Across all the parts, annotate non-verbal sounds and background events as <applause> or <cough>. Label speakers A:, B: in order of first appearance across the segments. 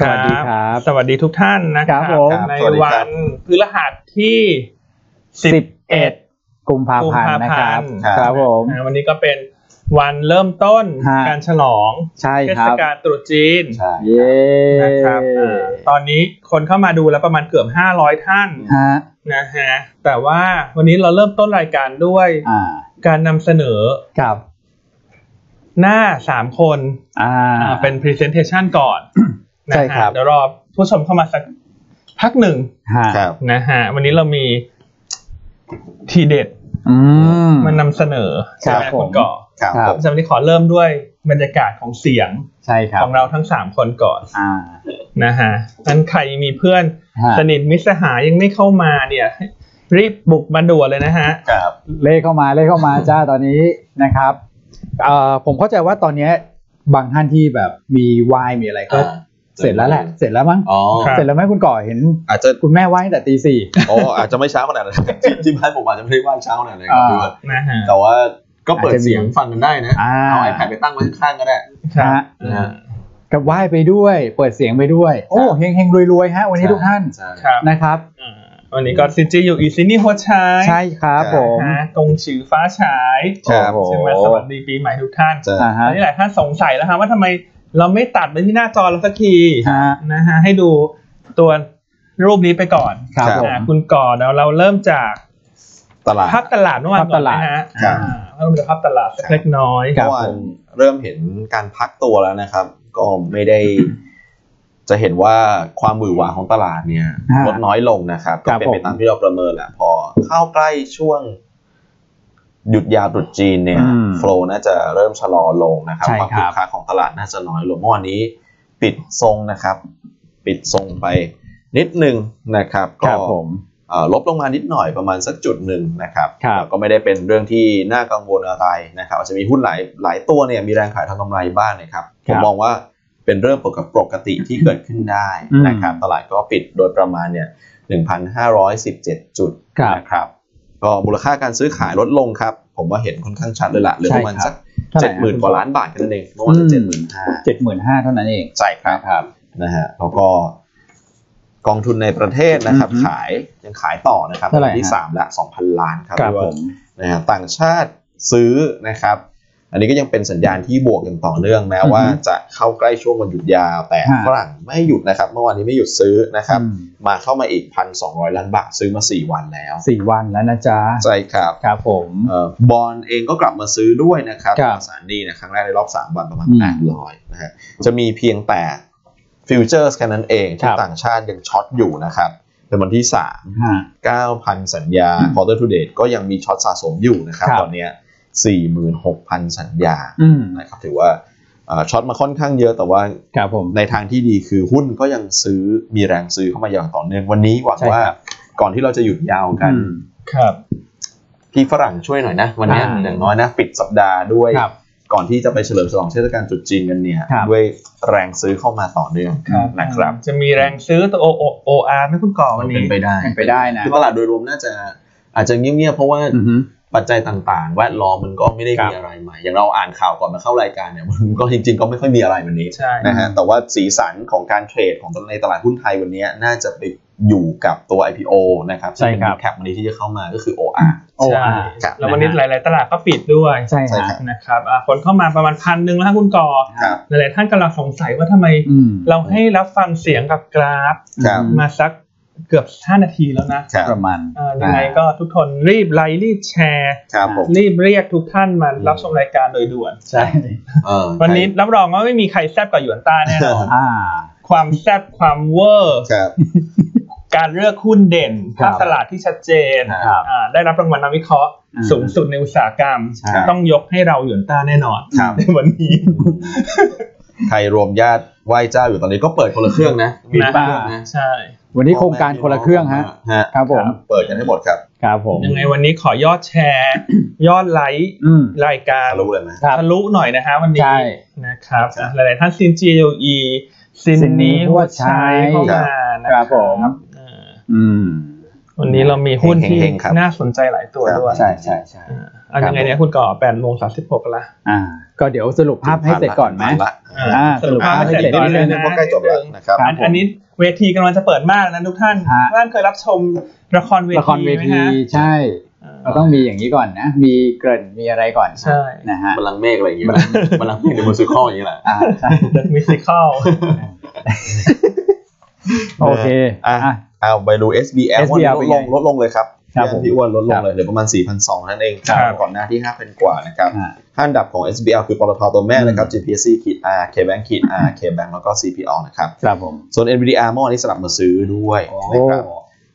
A: สวัสดีครับ
B: สวัสดีทุกท่านนะครั
A: ครับผม
B: ใน
C: สวัสดี
B: วั
C: ครับ
B: นพฤหัสที่สิบเอ็ด
A: 11กุมภาพันธ์นะครับ
B: กุม
A: ค
B: ภาพันธ์
A: รับผม
B: วันนี้ก็เป็นวันเริ่มต้น
A: ฮะ
B: การฉลอง
A: ใช่
B: เท
A: ค
B: ศ
A: รับ
B: กาลตรุษจีน
C: ใช่
A: เย้
B: นะครับอ่าตอนนี้คนเข้ามาดูแล้วประมาณเกือบ 500 ท่าน
A: ฮะ
B: นะฮะแต่ว่าวันนี้เราเริ่มต้นรายการด้วย
A: อ่า
B: การนำเสนอ
A: กับ
B: หน้า 3 คน
A: อ่า
B: อ่าเป็น Presentation ก่อนนะ
A: ใช่
B: ฮะ
A: ครับ
B: เดี๋ยวรอผู้ชมเข้ามาสักพักหนึ่ง
A: ฮะ
C: ครับ
B: นะฮะวันนี้เรามีทีเด็ด
A: อืม
B: มานำเสนอใช่ไหม
A: ครับผ
B: คุ
A: ม
B: ณก่อ
C: ครับ
A: ครับ
C: ผม
B: จำนี้ขอเริ่มด้วยบรรยากาศของเสียง
A: ใช่ครั
B: ข
A: บ
B: องเราทั้ง 3 คนก่อน
A: อ่า
B: นะฮะนั้นใครมีเพื่อน
A: ฮะ
B: สนิทมิตรสหายยังไม่เข้ามาเนี่ย รีบบุกมาด่วนเลยนะฮะ
C: ครับ
A: เลขเข้ามาเลขเข้ามาจ้าตอนนี้นะครับเอ่อผมเข้าใจว่าตอนเนี้ยบางท่านที่แบบมีวายมีอะไรก็
C: อ่า
A: เสร็จแล้วแหละ เสร็จแล้วมั้ง
C: อ๋อ
B: ครับ
A: เสร็จแล้วไหมคุณก่อเห็น
C: อาจจะ
A: คุณแม่ไหว้ตั้งแต่ตีสี่
C: อ๋ออาจจะไม่เช้าขนาด <laughs> นั้นที่ที่บ้านผมอาจจะไม่ได้ว่างเช้าขนาดนั้นครับ
A: อ่า
C: พี่เบิร์ด
B: นะฮะ
C: แต่ว่าก็เปิดเสียงฟังกันได้นะ
A: อ่า
C: เอาไอแพดไปตั้งไว้ข้างๆก็ได้
B: ครั
A: ฮะ
B: บ
C: นะฮะ
A: กับไหว้ไปด้วย เปิดเสียงไปด้วย โอ้เฮงเฮงรวยรวยๆฮะ วันนี้ทุกท่าน
C: ใช่
B: ครับ
A: นะครับ
B: อ่าวันนี้ก็ซิจิอยู่อีซินี่หัวชาย
A: ใช่ครับผม
B: นะฮะตรงชื่อฟ้าฉาย
C: ครับ
A: โอ้โห
B: ใช่ไหมสวัสดีปีใหม่ทุกท่าน
C: ใช่
A: อ่าฮะ
B: อันนี้หลายท่านสงสัยแล้วฮะว่าทำไมเราไม่ตัดไปที่หน้าจอเราสักที
A: ฮะ
B: นะฮะให้ดูตัวรูปนี้ไปก่อน
A: ครับผม
B: อ่ะคุณก่อนแล้วเราเริ่มจาก
C: ตลาด
B: ภาพตลาดเมื่อวาน
A: ภาพ
B: ก่
A: ต
B: อน
A: ลาด
B: นะฮะ
C: ครับ
B: อ่าเริ่มจากภาพตลาดสักเล็กน้อย
A: ครั
C: เมื่
A: บ
C: อวานเริ่มเห็นการพักตัวแล้วนะครับ ก็ไม่ได้ จะเห็นว่าความหวือหวาของตลาดเนี่ย
A: ฮะ
C: ลดน้อยลงนะครับ
A: ค
C: ก็
A: รับ
C: เป็นไป
A: ผม
C: ตามที่เราประเมินแหละพอเข้าใกล้ช่วง หยุดยาวตรุษจีนเนี่ย
A: อืม
C: โฟล์น่าจะเริ่มชะลอลงนะครับ
A: ใช่
C: ค
A: ครั
C: วา
A: บ
C: มคึกคักของตลาดน่าจะน้อยลงเมื่อวานนี้ ปิดทรงนะครับ ปิดทรงไปนิดหนึ่งนะครับ
A: ค
C: ก็
A: รับผม
C: เอ่อลบลงมานิดหน่อยประมาณสักจุดหนึ่งนะครับ
A: ครับ
C: แต่ก็ไม่ได้เป็นเรื่องที่น่ากังวลอะไรนะครับอาจจะมีหุ้นหลายหลายตัวเนี่ยมีแรงขายทำกำไรบ้างนะครับผมมองว่าเป็นเรื่องปกติปกติที่เกิดขึ้นได้นะครับตลาดก็ปิดโดยประมาณเนี่ย1,517 จุดนะครับก็มูลค่าการซื้อขายลดลงครับ ผมว่าเห็นค่อนข้างชัดเลยละเหลือประมาณสักเจ็ดหมื่นกว่าล้านบาทแค่นั้นเองเมื่อวานเจ็ดหมื่นห้า
A: เจ็ดหมื่นห้าเท่านั้นเอง
C: ใช่ครับครับนะฮะแล้วก็กองทุนในประเทศนะครับ
A: อือฮึ
C: ขายยังขายต่อนะครับ
A: เท่าไหร่
C: วัที่
A: ฮะ
C: สามละสองพันล้านครับ
A: ครับ
C: พี่
A: ผ
C: ว่าม นะฮะต่างชาติซื้อนะครับ อันนี้ก็ยังเป็นสัญญาณที่บวกกันต่อเนื่องแม้ว่า
A: อือฮึ
C: จะเข้าใกล้ช่วงวันหยุดยาว แต่
A: ฮะ
C: ฝรั่งไม่หยุดนะครับเมื่อวานนี้ไม่หยุดซื้อนะครับ
A: อืม
C: มาเข้ามาอีกพันสองร้อยล้านบาทซื้อมาสี่วันแล้ว
A: สี่วันแล้วนะจ๊ะ
C: ใช่ครับ
A: ครับผม
C: เอ่อบอลเองก็กลับมาซื้อด้วยนะครับ
A: ครับ
C: ตราสารหนี้นะครั้งแรกในรอบสามวันประมาณ
A: อืม
C: แปดร้อยนะฮะ จะมีเพียงแต่ฟิวเจอร์สแค่นั้นเอง
A: ค
C: ที่
A: รับ
C: ต่างชาติยังช็อตอยู่นะครับ เป็นวันที่ 3
A: ฮะ
C: 9,000 สัญญา quarter to date ก็ยังมีช็อตสะสมอยู่นะครับ
A: ครับ
C: ตอนเนี้ย46,000 สัญญา
A: อืม
C: นะครับถือว่าเอ่อช็อตมาค่อนข้างเยอะแต่ว่า
A: ครับผม
C: ในทางที่ดีคือหุ้นก็ยังซื้อมีแรงซื้อเข้ามาอย่างต่อเนื่องวันนี้หวัง
A: ใช่
C: ว่า
A: ครับ
C: ก่อนที่เราจะหยุดยาวกัน
A: อืม
B: ครับ
C: พี่ฝรั่งช่วยหน่อยนะ วันเนี้ย
A: อ่า
C: อย่างน้อยนะปิดสัปดาห์ด้วย
A: ครับ
C: ก่อนที่จะไปเฉลิมฉลองเทศกาลจุดจีนกันเนี่ย
A: ครับ
C: ด้วยแรงซื้อเข้ามาต่อเนื่อง
A: ครับ
C: นะครับ
B: จะมีแรงซื้อตัวโอโอโออาร์ไหมคุณก่อวัน
C: เป็
B: นี้
C: นไปได้
A: เป็นไปได้นะ
C: คือตลาดโดยรวมน่าจะอาจจะเงียบๆเพราะว่า
A: อือฮึ
C: ปัจจัยต่างๆ แวดล้อมมันก็ไม่ได้มีอะไรใหม่ อย่างเราอ่านข่าวก่อนมาเข้ารายการเนี่ย <laughs> มันก็จริงๆ ก็ไม่ค่อยมีอะไรวันนี้
B: ใช่
C: นะฮะแต่ว่าสีสันของการเทรดของในตลาดหุ้นไทยวันนี้น่าจะไปอยู่กับตัว IPO นะครับ
A: ใช่ครับ
C: แคปวันนี้ที่จะเข้ามาก็คือ OR
A: โอ้
B: ใช่
A: อ่า
C: ครับ
B: แล้ววันนี้หลาย ๆ ตลาดก็ปิดด้วย
A: ใช่
C: ใช่
A: ฮะ
C: ครับ
B: นะครับอ่ะคนเข้ามาประมาณพันหนึ่งแล้วฮะคุณก่อ
C: ครับ
B: หลาย ๆ ท่านกำลังสงสัยว่าทำไม
A: อืม
B: เราให้รับฟังเสียงกับกราฟ
C: ครับ
A: อืม
B: มาสักเกือบ 5 นาทีแล้วนะครับ
A: ประมาณ
B: เอ่อยังไงก็ทุกคนรีบไลค์รีบแชร์
C: ครับผม
B: รีบเรียกทุกท่านมารับชมรายการโดยด่วน
A: ใช่
C: เออ
B: วันนี้รับรองว่าไม่มีใครแซบกว่าหยวนต้าแน่นอน
A: อ่า
B: ความแซบความเวอร์
C: ครับ
B: การเลือกหุ้นเด่น
A: ครับ
B: ภาพตลาดที่ชัดเจน
A: ครับ
B: อ่าได้รับรางวัลนักวิเคราะห์
A: อ่า
B: สูงสุดในอุตสาหกรรม
A: ใช่
B: ต้องยกให้เราหยวนต้าแน่นอน
C: ครับ
B: ในวันนี้
C: ใครรวมญาติไหว้เจ้าอยู่ตอนนี้ก็เปิดคนละเครื่องนะ
B: นะ
C: เครื่องนะ
B: ใช่
A: วันนี้โครงการคนละเครื่องฮะ
C: ฮะ
A: ครับผม
C: เปิดกันให้หมดครับ
A: ครับผม
B: ยังไงวันนี้ขอยอดแชร์ ยอดไลค์
A: อืม
B: รายการ
C: รู้เลยไหม
A: ครับ
B: ทะลุหน่อยนะฮะวันนี้
A: ใช่
B: นะครับ
C: ครับ
B: หลายๆท่านซินจีโยอีซินนี้หัวใช้เข้ามานะครับ
A: ผม
B: เออ
A: อืม
B: วันนี้เรามีหุ้นที่
C: เฮงๆครับ
B: น่าสนใจหลายตัวด้วย
A: ใช่ใช่ใช่
B: อ่าอันยังไงเนี่ยคุณก่อแปดโมงสามสิบหกละ
A: อ่า ก็เดี๋ยวสรุปภาพให้เสร็จก่อนไหม
C: ผ่าละ
B: อ่า
A: อ่า
B: สรุป
A: ภา
B: ภา
A: พ
B: พ
A: ให้
B: ให้
A: เห็น
B: เห็น
A: นิดนึง
C: เพราะใกล้จบแล้วนะครับ
A: ครับ
B: อัน
A: ผม
B: อันนี้เวทีกำลังจะเปิดมากนะทุกท่าน
A: ฮะ
B: ท่านเคยรับชมละครเว
A: ละคร
B: ที
A: เว
B: ไหม
A: ที
B: ฮะ
A: ใช่
B: อ่า
A: เราต้องมีอย่างนี้ก่อนนะ มีเกริ่นมีอะไรก่อน
B: ใช่
A: นะฮะ
C: บัลลังก์เมฆอะไรอย่างเงี้ยบัลลังก์เมฆในมูสิคอลอย่างเงี้ยแหละ
A: อ่าใช่
B: The Musical
A: โอเค
C: อ่ะ
A: อ่ะ
C: เอาไปดู SBL วันนี้ลดลงลดลงเลยครับ
A: ครับผม
C: พี่อ้วนลดล
A: ครั
C: ง
A: บ
C: เลยเหลือประมาณ 4,200 นั่นเอง
B: ครับ
C: ก่อนหน้าที่ 5,000 กว่านะครับ
A: อ่า
C: ห้าอันดับของ SBL คือปตทตัวแม่นะครับ
A: อืม
C: GPC ขีด R KBank ขีด R KBank แล้วก็ CPO นะครับ
A: ครับผม
C: ส่วน NVDR เมื่อวานนี้สลับมาซื้อด้วย
A: โอ้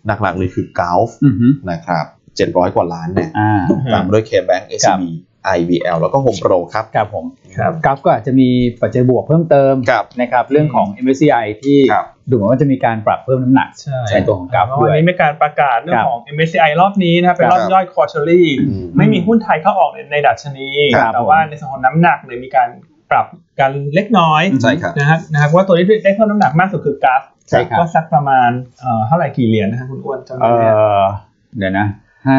C: นะครับหลักๆเลยคือ Gulf
A: อือหือ
C: นะครับ 700 กว่าล้านเนี่ย
A: อ่า
C: ตามมาด้วย KBank SCB IVL แล้วก็ Home Pro ครับ
A: ครับผม
B: ครับ
A: กราฟก็อาจจะมีปัจจัยบวกเพิ่มเติม
C: ครับ
A: นะครับเรื่องของ MSCI ที่
C: ครับ
A: ดูเหมือนว่าจะมีการปรับเพิ่มน้ำหนัก
B: ใช่
A: ใช่ตัวของกราฟ
B: เพราะ
A: ด้
B: วัน
A: วย
B: นี้มีการประกาศเรื่อ
A: ค
B: ง
A: รับ
B: ของ MSCI รอบนี้นะครับเป็นรอบ
C: ครับ
B: ย่อย quarterly
C: อืม
B: ไม่มีหุ้นไทยเข้าออกในดัชนี
A: ครับ
B: แต่ว่าในส่วนของน้ำหนักเนี่ยมีการปรับกันเล็กน้อย
C: ใช่ครับ
B: นะครับนะครับว่าตัวที่ได้เพิ่มน้ำหนักมากสุดคือกราฟ
A: ใช่ครับ
B: ก็สักประมาณเอ่อเท่าไหร่กี่เหรียญนะครับคุณอ้วนจำ
A: เอ
B: ได้ไหมฮะ
A: อเดี๋ยวนะห้า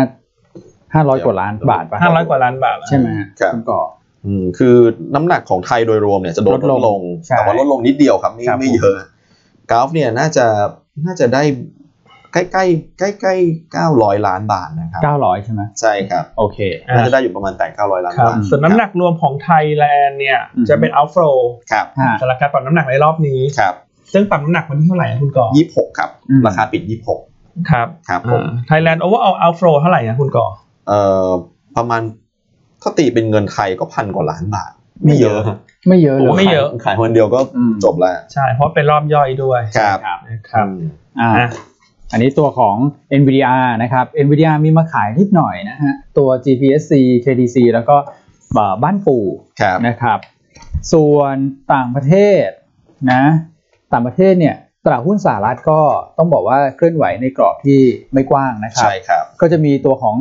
A: ห้าร้อยกว่าล้านบาทปะ
B: ห้าร้อยกว่าล้านบาทแล้ว
A: ใช่ไหมฮะ
C: ครับ
A: ณก่อ
C: อืมคือน้ำหนักของไทยโดยรวมเนี่ยจะโดน
A: ล
C: ลด
A: ด
C: ล
A: ล
C: ง
A: งใช่
C: แต่ว่าลดลงนิดเดียวครับไม่
A: ครับ
C: ไม่
A: ผม
C: เยอะกราฟเนี่ยน่าจะน่าจะได้ใกล้ใกล้ใกล้ใกล้เก้าร้อยล้านบาทนะครับ
A: เก้าร้อยใช่ไหม
C: ใช่ครับ
A: โอเค
B: อ่า
C: น่าจะได้อยู่ประมาณแต่เก้าร้อยล้าน
B: ครับ
C: บาท
B: ส่วนน้ำหนักรวมของไทยแลนด์เนี่ย
A: อืม
B: จะเป็น outflow
C: ครับ
A: ฮะ
B: สำหรับการปรับน้ำหนักในรอบนี้
C: ครับ
B: ซึ่งปรับน้ำหนักวันที่เท่าไหร่นะคุณก่อ
C: ยี่สิบหกครับ
A: อืม
C: ราคาปิดยี่สิบหก
B: ครับ
C: ครับผม
B: ไทยแลนด์โอเวอร์เอา outflow เท่าไหร่นะคุณก่อ
C: เอ่อประมาณถ้าตีเป็นเงินไทยก็พันกว่าล้านบาท ไม่เยอะ
A: ไม่เยอะเล
B: โอ้
A: ย
B: ไม่เยอะ
C: ขายวันเดียวก็
A: อืม
C: จบแล้ว
B: ใช่ เพราะเป็นรอบย่อยด้วย
C: ครับ
A: ครับ
B: นะครับ
C: อืม
A: อ่า
B: อ่ะ
A: อันนี้ตัวของ NVDR นะครับ NVDR มีมาขายนิดหน่อยนะฮะ ตัว GPSC KDC แล้วก็เอ่อบ้านปู่
C: ครับ
A: นะครับ ส่วนต่างประเทศนะต่างประเทศเนี่ยตลาดหุ้นสหรัฐก็ต้องบอกว่าเคลื่อนไหวในกรอบที่ไม่กว้างนะครับ
C: ใช่ครับ
A: ก็จะมีตัวของ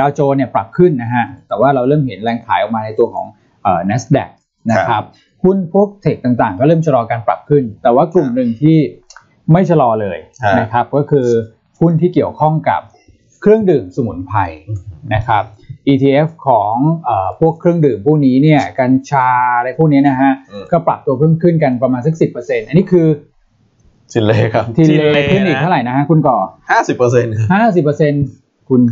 A: ดาวโจนเนี่ยปรับขึ้นนะฮะ แต่ว่าเราเริ่มเห็นแรงขายออกมาในตัวของเอ่อ NASDAQ นะค
C: ครั
A: รับ บ หุ้นพวกเทคต่างๆ ก็เริ่มชะลอการปรับขึ้น แต่ว่ากลุ่มหนึ่งที่ไม่ชะลอเลยนะครับ ก็คือหุ้นที่เกี่ยวข้องกับเครื่องดื่มสมุนไพรนะครับ ETF ของเออพวกเครื่องดื่มพวกนี้เนี่ยกัญชาอะไรพวกเนี้ยนะฮะ
C: อืม
A: ก็ปรับตัวเพิ่มขึ้นกันประมาณสัก 10%อันนี้คือ
C: สินเลยครับ
A: ทีเลขึ้นอีกเท่าไหร่นะฮะคุณก่อ
C: ห้าสิบเปอร์เซ็นต์
A: 50%คุณ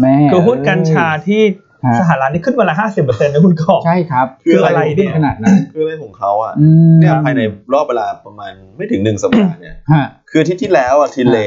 A: แม่
B: คือหุ้นกัญชาที่
A: ฮะ
B: สหรัฐนี่ขึ้นวันละห้าสิบเปอร์เซ็นต์นะคุณก่อ
A: ใช่ครับ
B: คืออะไรเนี่ย
A: ขนาดนั้น
C: คืออะไรของเขาอ่ะ
A: อืม
C: เนี่ยภายในรอบเวลาประมาณไม่ถึงหนึ่งสัปดาห์เนี่ย
A: ฮะ
C: คืออาที่ที่แล้วอ่ะทีเล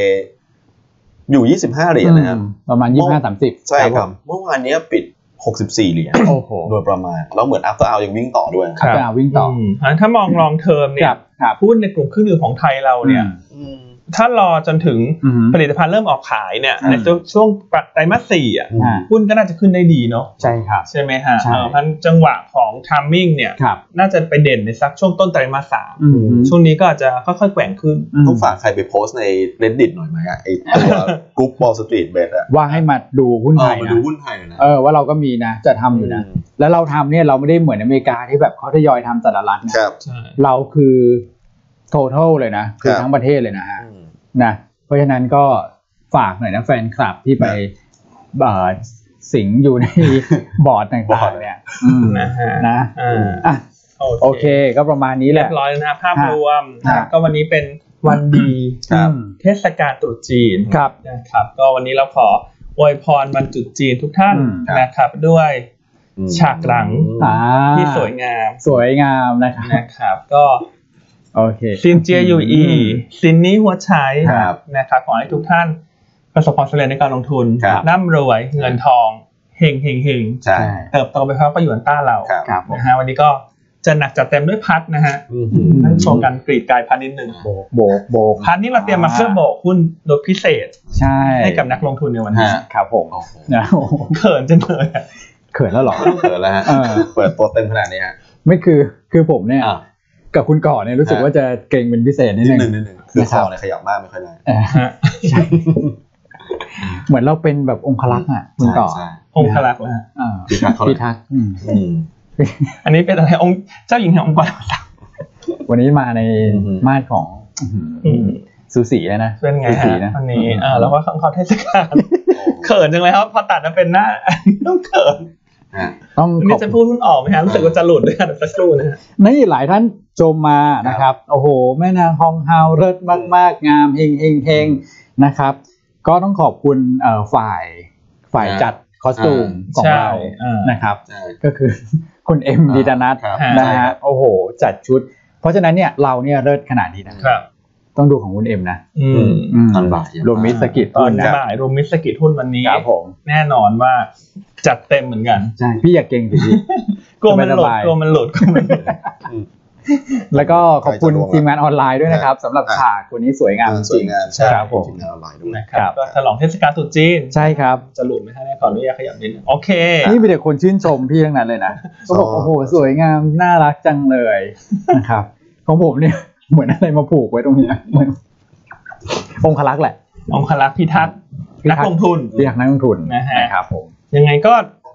C: อยู่ยี่สิบห้าเหรียญนะครับ
A: อืมประมาณ
C: มอง
A: ยี่ห้าสามสิบ
C: ใช่ครับเมื่อวานเนี้ยปิดหกสิบสี่เหรียญ
A: โอ้โห
C: โดยประมาณ แล้วเหมือน after hour ยังวิ่งต่อด้วย
B: ครับ
A: จะเอาวิ่งต่ออ
B: มอ่ะถ้ามองลองเทอมเนี่
A: ครั
B: ย
A: บครับ
B: หุ้นในกลุ่มเครื่องดื่มของไทยเราเนี่ย
C: อืม
B: ถ้ารอจนถึง
A: อืม
B: ผลิตภัณฑ์เริ่มออกขายเนี่ย
A: ครับ
B: ในช่วงไตรมาสสี่อ่ะ
A: ฮะ
B: หุ้นก็น่าจะขึ้นได้ดีเนาะ
A: ใช่ครับ
B: ใช่ไหมฮะ
A: ใช่
B: เออเพราะฉะนั้นจังหวะของทามมิ่งเนี่ย
A: ครับ
B: น่าจะไปเด่นในสักช่วงต้นไตรมาสสาม
A: อืม
B: ช่วงนี้ก็อาจจะค่อยๆแกว่งขึ้น
A: อืม
C: ต้องฝากใครไปโพสต์ใน reddit หน่อยไหมอะไอตัวกรุ๊ปบอลสตรีทเบดอะ
A: ว่าให้มาดูหุ้น
C: เอ
A: ไท
C: อย มาดู
A: นะ
C: หุ้นไทยหน่อยนะ
A: เออว่าเราก็มีนะจะทำอยู่นะ แล้วเราทำเนี่ยเราไม่ได้เหมือนอเมริกาที่แบบเขาทยอยทำแต่ละรัฐ
C: ค
A: นะ
C: รับ
A: เราคือ total เลยนะ คือ
C: ครับ
A: ทั้งประเทศเลยนะฮะ
C: อืม
A: นะเพราะฉะนั้นก็ฝากหน่อยนะแฟนคลับที่ไปเอ่อสิงอยู่ใน บอร์ดต่
C: บอร์
A: า
C: ด
A: งๆเนี่ยอืม
B: นะฮะ
A: นะ
B: อ่า
A: อ่ะโอเคก็ประมาณนี้แห
B: เรีย
A: ละ
B: บร้อยแล้วนะภาพรวม
A: ฮะ
B: ก็วันนี้เป็นวันดี
C: ครับ
A: อืม
B: เทศกาลตรุษจีน
A: ครับ
B: นะครับ ก็วันนี้เราขออวยพรวันตรุษจีนทุกท่าน
A: อืม
B: นะครับ ด้วย
C: อืม
B: ฉากหลัง
A: อ่า
B: ที่สวยงาม
A: สวยงามนะครับ
B: นะครับ ก็
A: โอเค
B: ซินเจียยูอี
A: อืม
B: ซินนี่หัวใช้
C: ครับ
B: นะครับขอให้ทุกท่านประสบความสำเร็จในการลงทุน
C: ครับ
B: ร่ำรวยเงินทองเฮงเฮงเฮง
C: ใช่
B: เติบโตไปพร้อมกับหยวนต้าเรา
C: ครับ
A: ครับผม
B: นะฮะวันนี้ก็จะหนักจัดเต็มด้วยพัดนะฮะ
C: อืม
B: นั่งชมกันกรีดกายพัดนิดหนึ่ง
A: โบกโบกโบก
B: พัดนี้เราเตรียมมาเพื่อโบกหุ้นลดพิเศษ
A: ใช่
B: ให้กับนักลงทุนในวันนี้
C: ฮะ
A: ครับผม
C: โอ้โห
A: นะโอ้โห
B: เขินจังเลยอะ
A: เขินแล้วเหรอ
C: ต้องเขินแล้วฮะ
A: เออ
C: เปิดตัวเต็มขนาดนี้ฮะ
A: ไม่คือคือผมเนี่ย
C: อ่ะ
A: กับคุณก่อเนี่ยรู้สึก
C: ฮะ
A: ว่าจะเก่งเป็นพิเศษนิ
C: นิ
A: ด
C: ด
A: นึ
C: หนึ่
A: ง
C: งนิดหนึ่งคือ
A: นะ
C: ค
A: ครับ
C: อเนี่ยขยับมากไม่ค่อยได้
A: เออ
B: ฮะ
A: เหมือนเราเป็นแบบองคลักษณ์อ่ะคุณก่อ
C: ใช่ใช่
B: องคลักษณ์นะฮะ
A: อ่า
C: พิทักษ์เขาเล
A: พิ
C: ย
A: ทักษ์อืม
C: อืม
B: อันนี้เป็นอะไรองค์เจ้าหญิงแห่งองค์กร
A: วันนี้มาใน
C: อือหือ
A: มาดของสูสีแล้วนะ
B: เป็นไง
A: สีสี
B: ฮะ
A: นะ
B: วันนี้อ่าแล้วก็เข้าเทศกาล
C: โอ้โห
B: <laughs> เขินจังเลยครับพอตัดมาเป็นหน้า ต้องเขิน
C: ฮะ
A: ต้องข
B: วันนี้
A: อบ
B: จะพูดหุ้นออกไหมฮะรู้สึกว่าจะหลุดด้วยกันสักครู่นะฮะ
A: นี่หลายท่านชมมานะครับ โอ้โห แม่นางฮองเฮาเลิศมากๆ งามเฮงเฮงเฮงนะครับ ก็ต้องขอบคุณเอ่อฝ่ายฝ่าย
C: อ่า
A: จัดคอสตูมของ
B: ใช่
A: เรา
B: อ่าน
A: นะครับ
C: ใช่
A: ก็คือ คุณเอ็มดีดานัท
C: ครับ
A: นะ
C: ใช่ค
A: ฮะ
C: รับ
A: โอ้โห จัดชุด เพราะฉะนั้นเนี่ยเราเนี่ยเลิศขนาดนี้นะต้องดูของคุณเอ็มนะ
B: อืม
A: อืม
C: ตอนบ่ายยัง
A: รวมมิตรสกิจ
B: ตอน
A: หุ้ะ
B: บ่ายรวมมิตรสกิจหุ้นวันนี้
A: ครับผม
B: แน่นอนว่าจัดเต็มเหมือนกัน
A: ใช่พี่อยากเก่งสิพี่
B: กลัวมันหลุ
A: ส
B: ด
A: บายๆ
B: กลัวมันหลุดกลัวมันหลุด
A: แล้วก็ขอบคุณ
C: ใครจะลงอะ
A: ทีมงานออนไลน์ด้วยนะครับสำหรับ
C: อ่ะ
A: ฉากวันนี้สวยงามจ
C: สว
A: ริ
C: ย
A: ง
C: งามใช่
A: ครับผม
C: ทีมงานออนไลน์ด้วย
B: นะครับ
A: ครับ
B: ก็ฉลองเทศกาลตรุษจีน
A: ใช่ครับ
B: จะหลุดไหมฮะเนี่ยขออนุญาตขยับนิดนึงโอเค
A: นี่มีแต่คนชื่นชมพี่ทั้งนั้นเลยนะก็บอก
C: อ๋อ
A: โอ้โหสวยงามน่ารักจังเลยนะครับของผมเนี่ย เหมือนอะไรมาผูกไว้ตรงเนี้ยเหมือนองคลักษ์แหละ
B: องคลักษ์พิทักษ์
A: พี่
B: นัก
A: ทั
B: ลงทุน
A: พี่ทักนักลงทุน
B: นะฮะ
A: ครับผม
B: ยังไงก็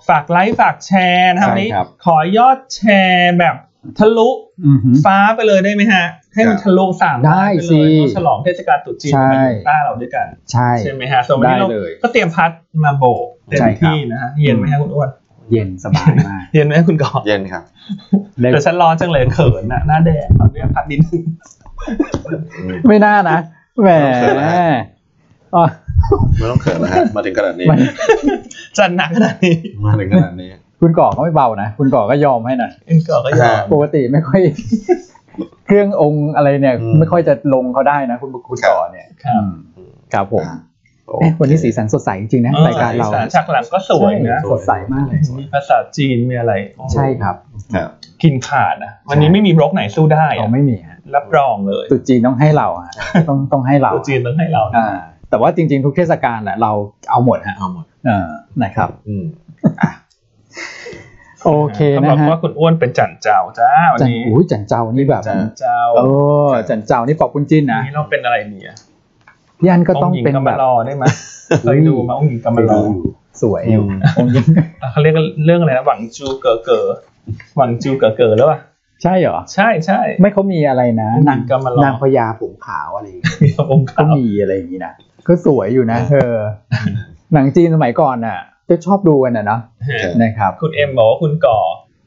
B: ฝากไลค์ฝากแชร์นะครับ
A: ใช่
B: นี้
A: ครับ
B: ขอยอดแชร์แบบทะลุ
A: อือหือ
B: ฟ้าไปเลยได้ไหมฮะ ให้มันทะลุสามล้านป
A: ได้
B: เลย
A: สิ
B: เพราะฉลองเทศกาลตรุษจีน
A: ใช่
B: มาอยู่ใต้เราด้วยกัน
A: ใช่
B: ใช่ไหมฮะส่วนวันนี้เรา
A: ได้เลย
B: ก็เตรียมพัดมาโบกเต็ม
A: ใช่ครับ
B: ที่นะฮะเย็นไหมฮะคุณอ้วน
A: เย็นสบายมาก
B: เย็นไหมฮะคุณกอฟ
C: เย็นครับ
A: แล้ว
B: แต่ฉันร้อนจังเลยเขินน่ะหน้าแดงขออนุญาตพัดนิดนึง
A: ไม่น่านะแหมอ๋อ
C: ไม่ต้องเขินนะฮะมาถึงขนาดนี้
A: มัน
B: จัดหนักขนาดนี้
C: มาถึงขนาดนี้
A: คุณก่อก็ไม่เบานะคุณก่อก็ยอมให้นะ
B: คุณกอฟก็ยอม
A: ปกติไม่ค่อย <laughs> เครื่ององค์อะไรเนี่ย
C: อืม
A: ไม่ค่อยจะลงเขาได้นะ คุณคุณ
C: ครับ
A: ต่อเนี่ย
B: ครับ
A: อืมครับผม
C: อ่ะโอเค
A: เอ๊ะวันนี้สีสันสดใสจริงๆนะ
B: เออ
A: รายการเรา
B: สีสันฉากหลังก็สวยนะ
A: สดใสมากเลย
B: มีภาษาจีนมีอะไรโอ้โห
A: ใช่ครับ
C: ครับ
B: กินขาดนะวันนี้ไม่มีบล็อกไหนสู้ได้อะ
A: เราไม่มีฮะ
B: รับรองเลย
A: ตุ๊จีนต้องให้เราอะต้องต้องให้เรา
B: ตัวจีนต้องให้เรานะ
A: อ่า แต่ว่าจริง ๆ ทุกเทศกาลแหละเราเอาหมดฮะ
C: เอาหมด
A: เออนะครับ
C: อืม
A: โอเค
B: ขาบ
A: นะ
B: อก
A: ฮะ
B: ว่าคุณอ้วนเป็นจันเจ้าจ้าวัน
A: จัน
B: นี้
A: อุ้ยจันเจ้านี่แบบ
C: จะ
B: เจ้า
A: โอ้จันเจ้านี่ปอบคุณจิน
B: วัน
A: นะ
B: นี้เราเป็นอะไรเนี่ย
A: พี่อันก็ต้อง
B: หญิ
A: เป็น
B: กำ
A: แบ
B: มะ
A: บ
B: ลอ
A: <laughs>
B: ได้ไหมเคยดูมาองค์หญิงกำมะลอ
A: สวยอยู่องค์หญิง
B: เขาเรียกเรื่องอะไรนะหวังจูเก๋อเก๋อหวังจูเก๋อเก๋อแล้วป่ะ
A: ใช่เหรอ
B: ใช่ใช่ <laughs>
A: ไม่เขามีอะไรนะ
B: อืม
A: นาง
B: ก็มารอ
A: นางพญาผมขาวอะไรอย่างเงี้ย
B: มีองค์
A: ก็
B: ขาว
A: มีอะไรอย่างงี้นะก็สวยอยู่นะเธอหนังจีนสมัยก่อนน่ะจะชอบดูกันน่ะเนาะนะครับ
B: คุณเอ็มบอกว่าคุณก่อ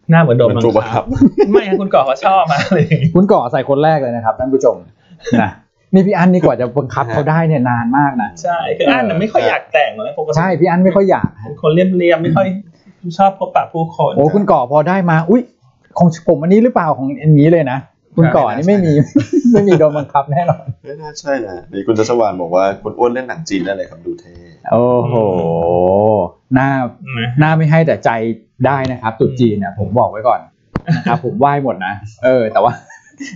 B: หน้าเหมือนโดน
C: มัน
B: บัง
C: จูบอะค
B: คั
C: รั
B: บบ ไม่ฮะคุณก่อเขาชอบมากเลย
A: คุณก่อใส่คนแรกเลยนะครับท่านผู้ชมนะนี่พี่อันนี่กว่าจะบังคับเขาได้เนี่ยนานมากนะ
B: ใช่คืออ่านน่ะไม่ค่อยอยากแต่งหรอกนะปกติ
A: ใช่พี่อันไม่ค่อยอยาก
B: เป็นคนเรียบเรียบไม่ค่อยชอบพบปะผู้คน
A: โอ้คุณก่อพอได้มา อุ้ยของผมอันนี้หรือเปล่าของอันนี้เลยนะคุณก่อนี่ไม่มีไม่มีโดนบังคับแน่นอน
C: ไม่น่าใช่นะนี่คุณจัชวานบอกว่าคุณอ้วนเล่นหนังจีนได้เลยครับดูเท่
A: โอ้โหหน้า
B: นะ
A: หน้าไม่ให้แต่ใจได้นะครับตรุดจีนเนี่ยผมบอกไว้ก่อนนะครับ ผมไหว้หมดนะเออ แต่ว่า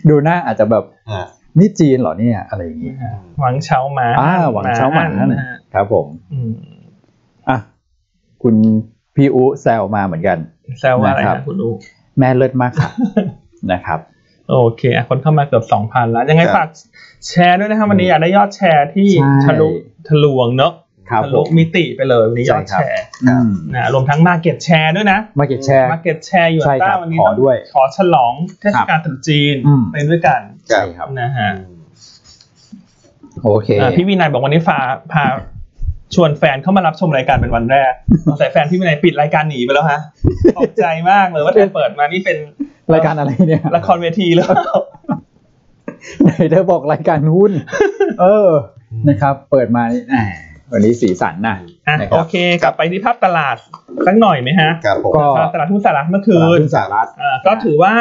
A: <laughs> ดูหน้าอาจจะแบบ
C: อ่ะ
A: นี่จีนเหรอเนี่ยอะไรอย่างงี้
B: หวังเช้าหมา
A: อ่าหวังเช้าหมันนั่น
B: นะ
A: นะ
B: ฮะ
A: ครับ ผม
B: อืม
A: อ่ะคุณพี่อุแซวมาเหมือนกัน
B: แซวว่าอะไร
A: นะครับ
B: นะคุณอู
A: แม่เลิศมาก <laughs> ค่ะ นะครับ
B: โอเคอ่ะคนเข้ามาเกือบสองพันแล้ว ยังไงฝากแชร์ด้วยนะครับวันนี้อยากได้ยอดแชร์ที่ทะลุทะลวงเนาะ
A: ครับ
B: ทะ
A: ผ
B: ลุ
A: ม
B: มิติไปเลยวันนี้ยอด
A: ใช่ครับ
B: แชร์
A: อืม
B: นะรวมทั้งมาเก็ตแชร์ด้วยนะ
A: มาเก็ตแชร์
B: มาเก็ตแชร์อยู่
A: ใช่ค
B: ใต้
A: รับ
B: วันนี้
A: ขอด้วย
B: ขอฉลองเทศกาลตรุษจีน
A: อืม
B: ไปด้วยกัน
A: ใช่ครับ
B: นะฮะ
A: โอเค
B: อ่าพี่วินัยบอกวันนี้พาพาชวนแฟนเข้ามารับชมรายการเป็นวันแร
A: <laughs>
B: กสงสัยแฟนพี่วินัยปิดรายการหนีไปแล้วฮะตกใจมากเลยว่าเธอเปิดมานี่เป็น
A: รายการอะไรเนี่ย
B: ละครเวทีหรือเปล่า
A: <laughs> ไหนเธอบอกรายการหุ้นเออนะครับ เปิดมานี่แหมวันนี้สีสันนะ
B: อ่ะ
A: นะค
B: โอ
A: รับ
B: เค กลับไปที่ภาพตลาดสักหน่อยไหมฮะ
C: ครับผม
A: ก็
B: ตลาดหุ้นสหรัฐเมื่อคืน
A: คุณสารัต
B: อ่าก็ถือว่า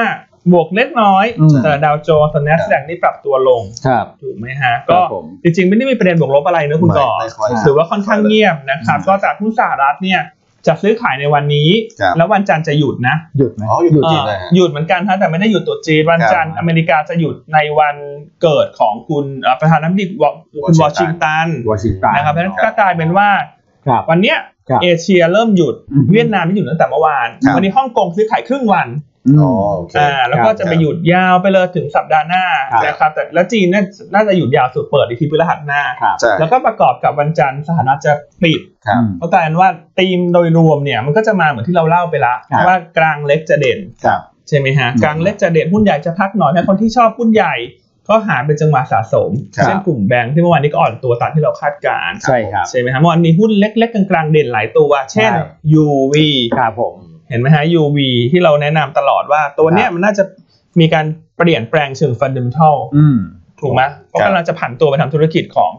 B: บวกเล็กน้อย
A: อืม
B: แต่ดาวโจนส์และแสดงนี่ปรับตัวลง
A: ครับ
B: ถูกไหมฮะ ก็
A: ครับผม
B: จริงๆ ไม่ได้มีประเด็นบวกลบอะไรนะคุณก่อ
C: ไม่ไม่ค่อย
B: ถือว่าค่อนข้างเงียบนะครับก็จากหุ้นสหรัฐเนี่ยจะซื้อขายในวันนี้
C: ครับ
B: แล้ววันจันทร์จะหยุดนะ
A: หยุดไหม
C: อ๋ออยู่จีน
B: เอ่
C: เล
B: อย
C: ฮะ
B: หยุดเหมือนกันฮะแต่ไม่ได้หยุดตรุษจีนวันจันทร์
A: ครับ
B: อเมริกาจะหยุดในวันเกิดของคุณเอ่อประธานาธิบดีวอคุณว
C: ว
B: อ
C: อชิ
B: ชิง
C: งตั
B: ตัน
C: น
A: วอชิงตัน
B: นะครับเพราะฉะนั้นก็กลายเป็นว่า
A: ครับ
B: วันเนี้ย
A: ครับ
B: เอเชียเริ่มหยุด
A: อืม
B: เวียดนามไม่หยุดตั้งแต่เมื่อวาน
C: ครับ
B: วันนี้ฮ่องกงซื้อขายครึ่งวัน
A: ม
C: อ๋อโอเค
B: อ่าแล้วก็จะไปหยุดยาวไปเลยถึงสัปดาห์หน้า
A: ครับ
B: นะครับแต่แล้วจีนน่าน่าจะหยุดยาวสุดเปิดอีกทีพฤหัสหน้า
A: ครับ
C: ใช่
B: แล้วก็ประกอบกับวันจันทร์สหรัฐจะปิด
C: ครับ
B: ก็กลายเป็นว่าธีมโดยรวมเนี่ยมันก็จะมาเหมือนที่เราเล่าไปละ
A: ครับ
B: ว่ากลางเล็กจะเด่น
C: ครับ
B: ใช่ไหมฮะ
A: อืม
B: กลางเล็กจะเด่นหุ้นใหญ่จะพักหน่อยถ้าคนที่ชอบหุ้นใหญ่ ก็หาเป็นจังหวะสะสม
C: ครับ
B: เช่นกลุ่มแบงค์ที่เมื่อวานนี้ก็อ่อนตัวตามที่เราคาดการณ์
A: ใช่ครับ
B: ใช่ไหมฮะเมื่อวานมีหุ้นเล็กๆกลางๆเด่นหลายตัว เช่น
A: ใช่
B: UV
A: ครับผม
B: เห็นไหมฮะ UV ที่เราแนะนำตลอดว่าตัวเนี้ยมันน่าจะมีการเปลี่ยนแปลงเชิงฟันเด m e ทัล
A: อืม
B: ถูกไหมเพราะ
C: ครับ
B: กำลังจะผันตัวไปทำธุรกิจของ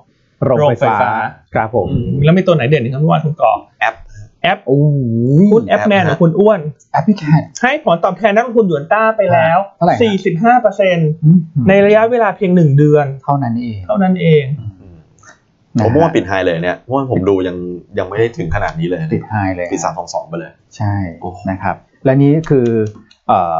A: โรงไฟฟ้า
B: โรงไฟฟ้า
A: ครับผม
B: แล้วมีตัวไหนเด่นอีกครับเมื่อวานคุณก่อ
C: แอป
B: แอป
A: โอ้ย
B: คุณแอปแมน
C: แอ
B: ข
C: ปนะ
B: องคุณอ้วน
A: แอปพลิเคชัน
B: ให้ผลตอบแทนนักลงทุนหยวนต้าไปแล้ว
A: เท่าไหร่ฮ
B: 45%
A: อืม
B: ในระยะเวลาเพียง 1 เดือน
A: เท่านั้นเอง
B: เท่านั้นเอง
C: อืม
A: นะ
C: ผ
A: ฮะ
C: มว่าปิดไฮเลยเนี่ยเพราะว่าผมดูยังยังไม่ได้ถึงขนาดนี้เลย
A: ติดไฮเลย
C: ปีสามสองสองไปเลย
A: ใช่
C: โอ้โห
A: นะครับ และนี่คือเอ่อ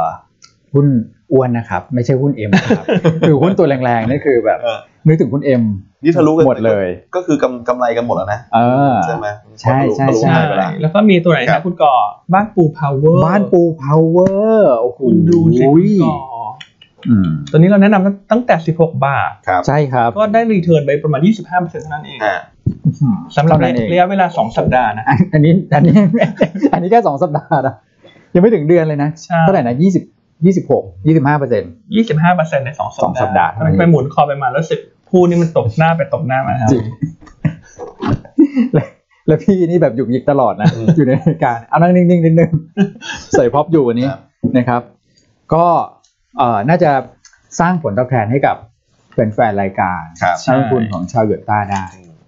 A: หุ้นอ้วนนะครับ ไม่ใช่หุ้นเอ็มครับ คือหุ้นตัวแรงๆนี่คือแบบ
C: เออ
A: นึกถึงหุ้นเอ็ม
C: นี่ทะลุกัน
A: หมดเลย
C: ก็คือกำกำไรกันหมดแล้วนะ
A: เออ
C: ใช่ไหม
A: ใช่ใช่
C: ทะลุ
A: ใช่
C: ทะลุไฮไปแล้ว
B: แล้วก็มีตัวไหน
C: ครั
B: นะ
C: บ
B: คุณก่อบ้านปูพาวเวอร์
A: บ้านปูพาวเวอร์โอ้โห
B: คุณดูสิคุณก่อ
A: อืม
B: ตัวนี้เราแนะนำตั้งแต่ 16 บาท
C: ครับ
A: ใช่ครับ
B: ก็ได้รีเทิร์นไปประมาณ 25%เท่านั้นเอง
C: อ่า
B: สำหรับ
A: เท่านั้นเอง
B: ระยะเวลา 2 สัปดาห์นะ
A: อันอันนี้อันนี้ อันนี้แค่สองสัปดาห์นะยังไม่ถึงเดือนเลยนะ
B: ใช่
A: เท่าไหร่นะยี่สิบยี่สิบหกยี่สิบห้าเปอร์เซ็นต์
B: 25%ใน 2 สัป
A: ส
B: ดาห์
A: องสัปดาห์เท่านั้น
B: ไปหมุนคอไปมาแล้วสึกพูดนี่มันตบหน้าไปตบหน้ามาครับ
A: จริง และแล้วพี่นี่แบบหยุกยิกตลอดนะ
C: อืม
A: อยู่ในรายการเอานั่งนิ่งๆนิดนึง ใส่พ็อปอยู่วันนี้
C: ครับ
A: นะครับ ก็เอ่อน่าจะสร้างผลตอบแทนให้กับแฟนๆรายการ
C: ครับ
A: นักลงทุนของชาวหยวนต้าได้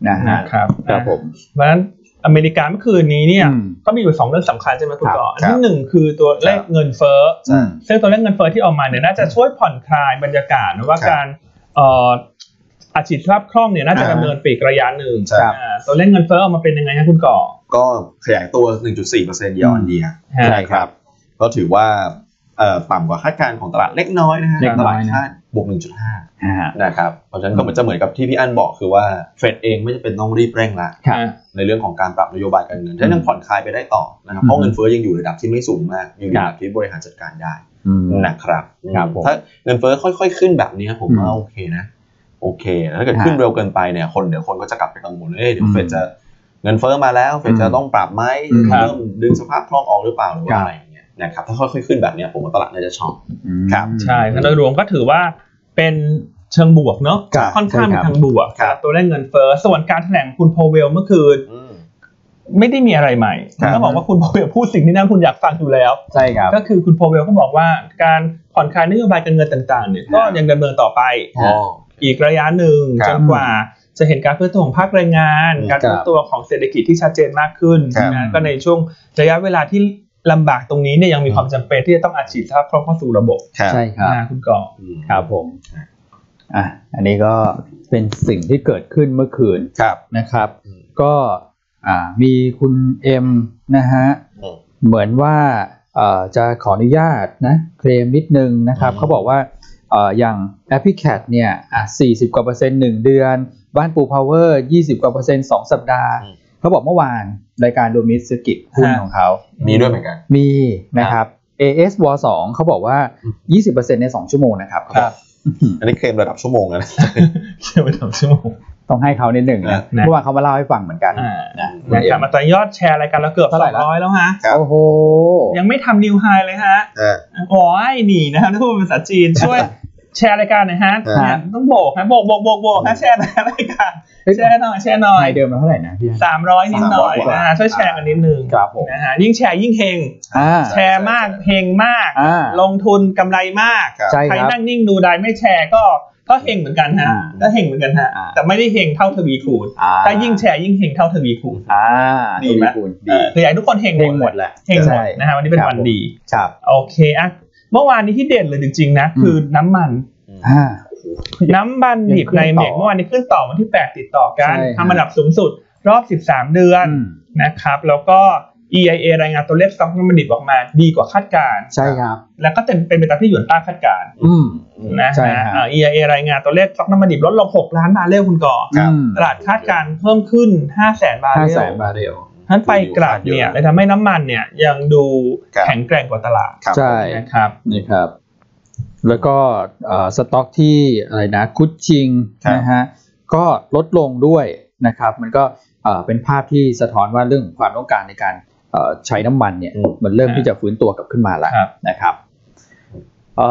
A: นะฮะ
B: นะครับ
A: ครับผม
B: เพราะฉะนั้นอเมริกาเมื่อคืนนี้เนี่ย
A: อืม
B: ก็มีอยู่สองเรื่องสำคัญใช่ไหมคุณก่ออัน
C: ครับ
B: ที่หนึ่งคือตัวเลขเงินเฟ้อ
A: อืม
B: ซึ่งตัวเลขเงินเฟ้อที่ออกมาเนี่ยน่าจะช่วยผ่อนคลายบรรยากาศนะว่า
C: ครับ
B: การเอ่ออาชีพรับคล่องเนี่ยน่าจะดำเนินไปอีกระยะหนึ่ง
C: ครับ
B: อ่าตัวเลขเงินเฟ้อออกมาเป็นยังไงครับคุณก่อ
C: ก็ขยายตัว 1.4%เยียร์ออนเยียร์
B: ฮะ
C: นะครับ ก็ถือว่าเอ่อต่ำกว่าคาดการณ์ของตลาดเล็กน้อยนะฮะ
A: เล็ก
C: ต
A: น้อ
C: ลาย ด
A: นะ
C: คาดบวก 1.5
A: อ่าฮะ
C: นะครับ เพราะฉะนั้นก็เหมือน
A: อืม
C: จะเหมือนกับที่พี่อันบอกคือว่าเฟดเองไม่จำเป็นต้องรีบเร่งละ
A: ครับ
B: อ่า
C: ในเรื่องของการปรับนโยบายการเงินถ้ายังผ่อนคลายไปได้ต่อนะครับ
A: อืม
C: เพราะเงินเฟ้อยังอยู่ในระดับที่ไม่สูงมากยังอยู่ใน
A: ครับ
C: ระดับที่บริหารจัดการได้
A: อืม
C: นะครับ
A: ครับผม
C: ถ้าเงินเฟ้อค่อย ๆ ขึ้นแบบนี้ผมว่า
A: อืม
C: โอเคนะโอเคนะถ้าเกิดขึ้นเร็วเกินไปเนี่ยคนเดี๋ยวคนก็จะกลับไปกังวลเอ้ยเดี๋ยวเฟดจะเงินเฟ้อมาแล้วเฟดจะต้องปรับไหม
A: อืมครับ
C: เริ่มดึงสภาพคล่องออกหรือเปล่าหรือ
A: ครั
C: ว่า
A: บ
C: อะไรอย่างเงี้ยนะครับถ้าค่อยๆขึ้นแบบเนี้ยผมว่าตลาดน่าจะชอบ ครับ
B: ใช่แล้วโดยรวมก็ถือว่าเป็นเชิงบวกเนาะ
A: ครับ
B: ค่อนข้าง
A: ใช่
B: เป็
A: ครับ
B: นทางบวก
C: ครับ
B: ตัวเลขเงินเฟ้อส่วนการแถลงคุณโพเวลเมื่อคืน
C: อืม
B: ไม่ได้มีอะไรใหม่
C: ครับ
B: ก็บอกว่าคุณโพเวลพูดสิ่งที่น่าคุณอยากฟังอยู่แล้ว
A: ใช่ครับ
B: ก็คือคุณโพเวลก็บอกว่าการผ่อนคลายนโยบายการเงินต่างๆเนี่ย
C: ครับ
B: ก็ยังดำเนินต่อไป
C: อ๋อ
B: อีกระยะหนึ่ง
C: ครับ
B: จนกว่าจะเห็นการเพื่อตัวของภาคแรงงาน
C: ครับ
B: การเพื่อตัวของเศรษฐกิจที่ชัดเจนมากขึ้น
C: ครับ
B: นะก็ในช่วงระยะเวลาที่ลำบากตรงนี้เนี่ยยังมีความจำเป็นที่จะต้องอัดฉีดทรัพย์เข้าเข้าสู่ระบบ
A: ใช่ครับ
B: นะคุณก่อ
A: ครับผม อ่ะ อันนี้ก็เป็นสิ่งที่เกิดขึ้นเมื่อคืน
C: ครับ
A: นะครับ
C: อืม
A: ก็อ่ามีคุณเอ็มนะฮะ
C: อืม
A: เหมือนว่าเอ่อจะขออนุญาตนะเคลมนิดนึงนะครับ
C: อืม
A: เขาบอกว่าเอ่ออย่างแอปพลิแคทเนี่ยอ่ะ40 กว่าเปอร์เซ็นต์หนึ่งเดือน บ้านปูพาวเวอร์ 20 กว่าเปอร์เซ็นต์สองสัปดาห์
C: อืม
A: เขาบอกเมื่อวานรายการดูมิสกิจหุ้น
B: ฮะ
A: ของเขา
C: มีด้วยเหมือนกัน
A: มีนะครับ AS w 2เขาบอกว่า
C: อื
A: 20%ใน 2 ชั่วโมงนะครับ
B: ครับ
C: อันนี้เคลมระดับชั่วโมงแล้วนะ
B: เชื่อไปสองชั่วโมง
A: ต้องให้เขานิดหนึ่ง
C: ค
A: น
C: รั
A: ะ
C: บ
A: เมื่อวานเขามาเล่าให้ฟังเหมือนกัน
B: อ่า
A: นะ
C: ครั
A: นะ
C: บ
A: เอ็
B: กลับ
A: ม
B: มาตอนยอดแชร์รายการเราเกือบ
A: เท่าไหร่ละ
B: ร้อยแล้วฮะ
C: ครับ
A: โอ้โห
B: ยังไม่ทำนิวไฮเลยฮะ
C: อ่า
B: ขอให้หนีนะครับถ้าพูดเป็นภาษาจีนช่วยแชร์รายการหน่อยฮะ
C: อ่า
B: เนี่ยต้องโบกฮะโบกโบกโบกโบกฮะแชร์รายการ
A: เฮ้ย
B: แชร์หน่อยแชร์หน่อย
A: นายเดิมมาเท่าไหร่นะพี่
B: สามร้อยนิดหน่อยนะฮะช่วยแชร์กันนิดนึง
A: ครับผม
B: นะฮะยิ่งแชร์ยิ่งเฮง
A: อ่า
B: แชร์มากเฮงมาก
A: อ่า
B: ลงทุนกำไรมาก
C: ครับ
A: ใช่
B: ใคร
A: ครับ
B: นั่งนิ่งดูได้ไม่แชร์ก็ก็เฮงเหมือนกันฮะ
A: อ่า
B: ก็เฮงเหมือนกันฮะ
A: อ่า
B: แต่ไม่ได้เฮงเท่าทวีคูณ
A: อ่
B: ถ้ายิ่งแชร์ยิ่งเฮงเท่าทวีคูณ
A: อ่า
B: ดีไหม
A: คุณ
C: ดี
A: ดี
B: คืออยากให้ทุกคนเฮง
A: เพลงหมดแหละ
B: เฮงหมด
A: ใช่
B: นะฮะวันนี้เป็นวันดี
A: ครับ
B: โอเคอะเมื่อวานนี้ที่เด่นเลยจริงๆนะ
A: อืม
B: คือน้ำมัน
A: <laughs> อ่า
B: น้ำมันดิบในเมก
A: ยังขึ้นต่อ
B: เมื่อวานนี้ขึ้นต่อวันที่ 8 ติดต่อกัน
A: ใช่
B: ทำอันดับสูงสุดรอบ 13 เดือน
A: อืม
B: นะครับ แล้วก็ EIA รายงานตัวเลขสต็อกน้ำมันดิบออกมาดีกว่าคาดการณ์
A: ใช่ครับ
B: แล้วก็เต็มเป็นไปตามที่หยวนต้าคาดการณ์
A: อืม
B: นะ
A: ใช่
B: ฮะ
A: ครับ
B: อ่า EIA รายงานตัวเลขสต็อกน้ำมันดิบลดลง 6 ล้านบาร์เรลคุณก่อ
C: ครับ
A: อืม
B: ตลาดคาดการณ์เพิ่มขึ้น 5 แสนบาร์
A: ห้า
B: เร
A: แส
B: ล
A: นบาทเดียว
B: ทั้นไปกลับเนี่ยเลยทำให้น้ำมันเนี่ยยังดูแข็งแกร่งกว่าตลาด
C: ครับ
A: ใช่
B: นะครับ
A: นี่ครับ แล้วก็เอ่อสต็อกที่อะไรนะคุชชิง
C: ครับ
A: นะฮะก็ลดลงด้วยนะครับ มันก็เอ่อเป็นภาพที่สะท้อนว่าเรื่องของความต้องการในการเอ่อใช้น้ำมันเนี่ย
C: อืม
A: มันเริ่ม
B: ครับ
A: ที่จะฟื้นตัวกลับขึ้นมาแล้ว
B: ครับ
A: นะครับเอ่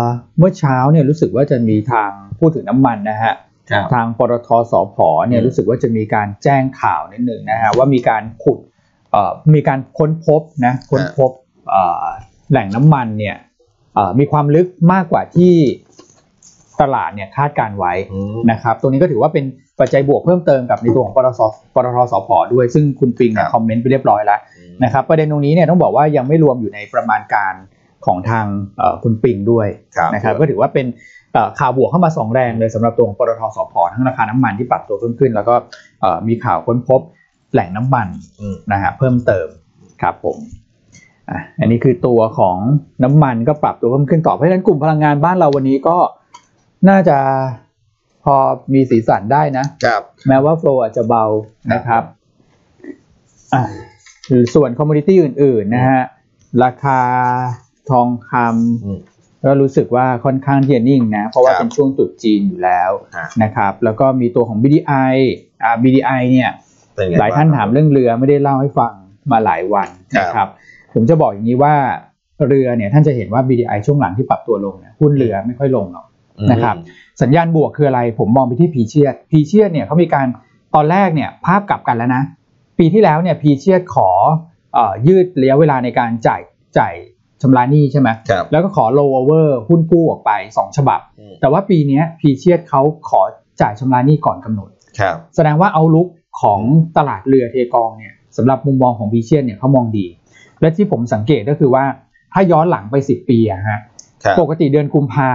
A: อเมื่อเช้าเนี่ยรู้สึกว่าจะมีทางพูดถึงน้ำมันนะฮะ
C: ครับ
A: ทางปตทสพเนี่ย
C: อืม
A: รู้สึกว่าจะมีการแจ้งข่าวนิดหนึ่งนะฮะว่ามีการขุดเ เอ่อมีการค้นพบนะค้นพบเอ่อแหล่งน้ำมันเนี่ยเอ่อมีความลึกมากกว่าที่ตลาดเนี่ยคาดการไว้
C: อืม
A: นะครับตรงนี้ก็ถือว่าเป็นปัจจัยบวกเพิ่มเติมกับในตัวของปตทปตทสพด้วยซึ่งคุณปิงเนี่ย
C: ครับ
A: คอมเมนต์ไปเรียบร้อยแล้ว นะครับประเด็นตรงนี้เนี่ยต้องบอกว่ายังไม่รวมอยู่ในประมาณการของทางเอ่อคุณปิงด้วย
C: ครับ
A: นะครับก็ถือว่าเป็นเอ่อข่าวบวกเข้ามาสองแรงเลยสำหรับตัวของปตทสพทั้งราคาน้ำมันที่ปรับตัวเพิ่มขึ้น แล้วก็เอ่อมีข่าวค้นพบแหล่งน้ำมัน
C: อืม
A: นะฮะเพิ่มเติมครับผมอ่ะอันนี้คือตัวของน้ำมันก็ปรับตัวเพิ่มขึ้นต่อเพราะฉะนั้นกลุ่มพลังงานบ้านเราวันนี้ก็น่าจะพอมีสีสันได้นะ
C: ครับ
A: แม้ว่าโฟลอาจจะเบานะครับอ่ะส่วนคอมมูนิตี้อื่นๆนะฮะ ราคาทองค
C: อืม
A: ำก็รู้สึกว่าค่อนข้างที่จะนิ่งนะ เพราะว่า
C: ครับ
A: เป็นช่วงตรุษจีนอยู่แล้ว
C: ฮะ
A: นะครับ แล้วก็มีตัวของ BDI อ่า BDI เนี่ย
C: เป็นไง
A: หลายท่าน
C: บ้ง
A: ถามเรื่องเรือไม่ได้เล่าให้ฟังมาหลายวันนะค
C: ครั
A: รับ
C: บ
A: ผมจะบอกอย่างนี้ว่าเรือเนี่ยท่านจะเห็นว่า BDI ช่วงหลังที่ปรับตัวลงเนี่ยหุ้นเรือไม่ค่อยลงหรอก
C: อืม
A: นะครับ สัญญาณบวกคืออะไร ผมมองไปที่พีเชียดพีเชียดเนี่ยเขามีการตอนแรกเนี่ยภาพกลับกันแล้วนะ ปีที่แล้วเนี่ยพีเชียดขอเออยืดระยะเวลาในการจ่ายจ่ายชำระหนี้ใช่ไหม
C: ครับ
A: แล้วก็ขอโลเวอร์หุ้นกู้ออกไป 2 ฉบับ
C: อืม
A: แต่ว่าปีเนี้ยพีเชียดเขาขอจ่ายชำระหนี้ก่อนกำหนด
C: ครับ
A: แสดงว่าเอาลุกของตลาดเรือเทกองเนี่ยสำหรับมุมมองของพีเชียดเนี่ยเขามองดี และที่ผมสังเกตก็คือว่าถ้าย้อนหลังไป 10 ปีอะฮะ
C: ครับ
A: ปกติเดือนกุมภา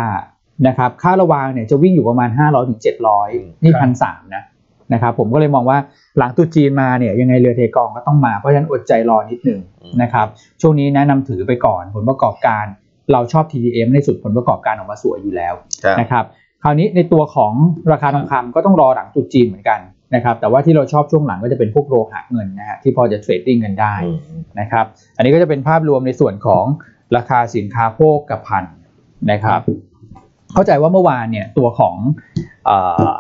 A: นะครับค่าระวางเนี่ยจะวิ่งอยู่ประมาณ 500ถึง700 นี่
B: ครั
A: พั
B: บ
A: นสามนะนะครับผมก็เลยมองว่าหลังตรุษจีนมาเนี่ยยังไงเรือเทกองก็ต้องมา เพราะฉะนั้นอดใจรอนิดหนึ่ง
C: อืม
A: นะครับช่วงนี้แนะนำถือไปก่อนผลประกอบการเราชอบ TDM ในสุดผลประกอบการออกมาสวยอยู่แล้ว
C: ครับ
A: นะครับคราวนี้ในตัวของราคาทองคำก็ต้องรอหลังตรุษจีนเหมือนกันนะครับแต่ว่าที่เราชอบช่วงหลังก็จะเป็นพวกโลหะเงินนะฮะที่พอจะเทรดดิ้งกันได้
C: อืม
A: นะครับอันนี้ก็จะเป็นภาพรวมในส่วนของราคาสินค้าโภคกับพันนะครับเข้าใจว่าเมื่อวานเนี่ยตัวของเออ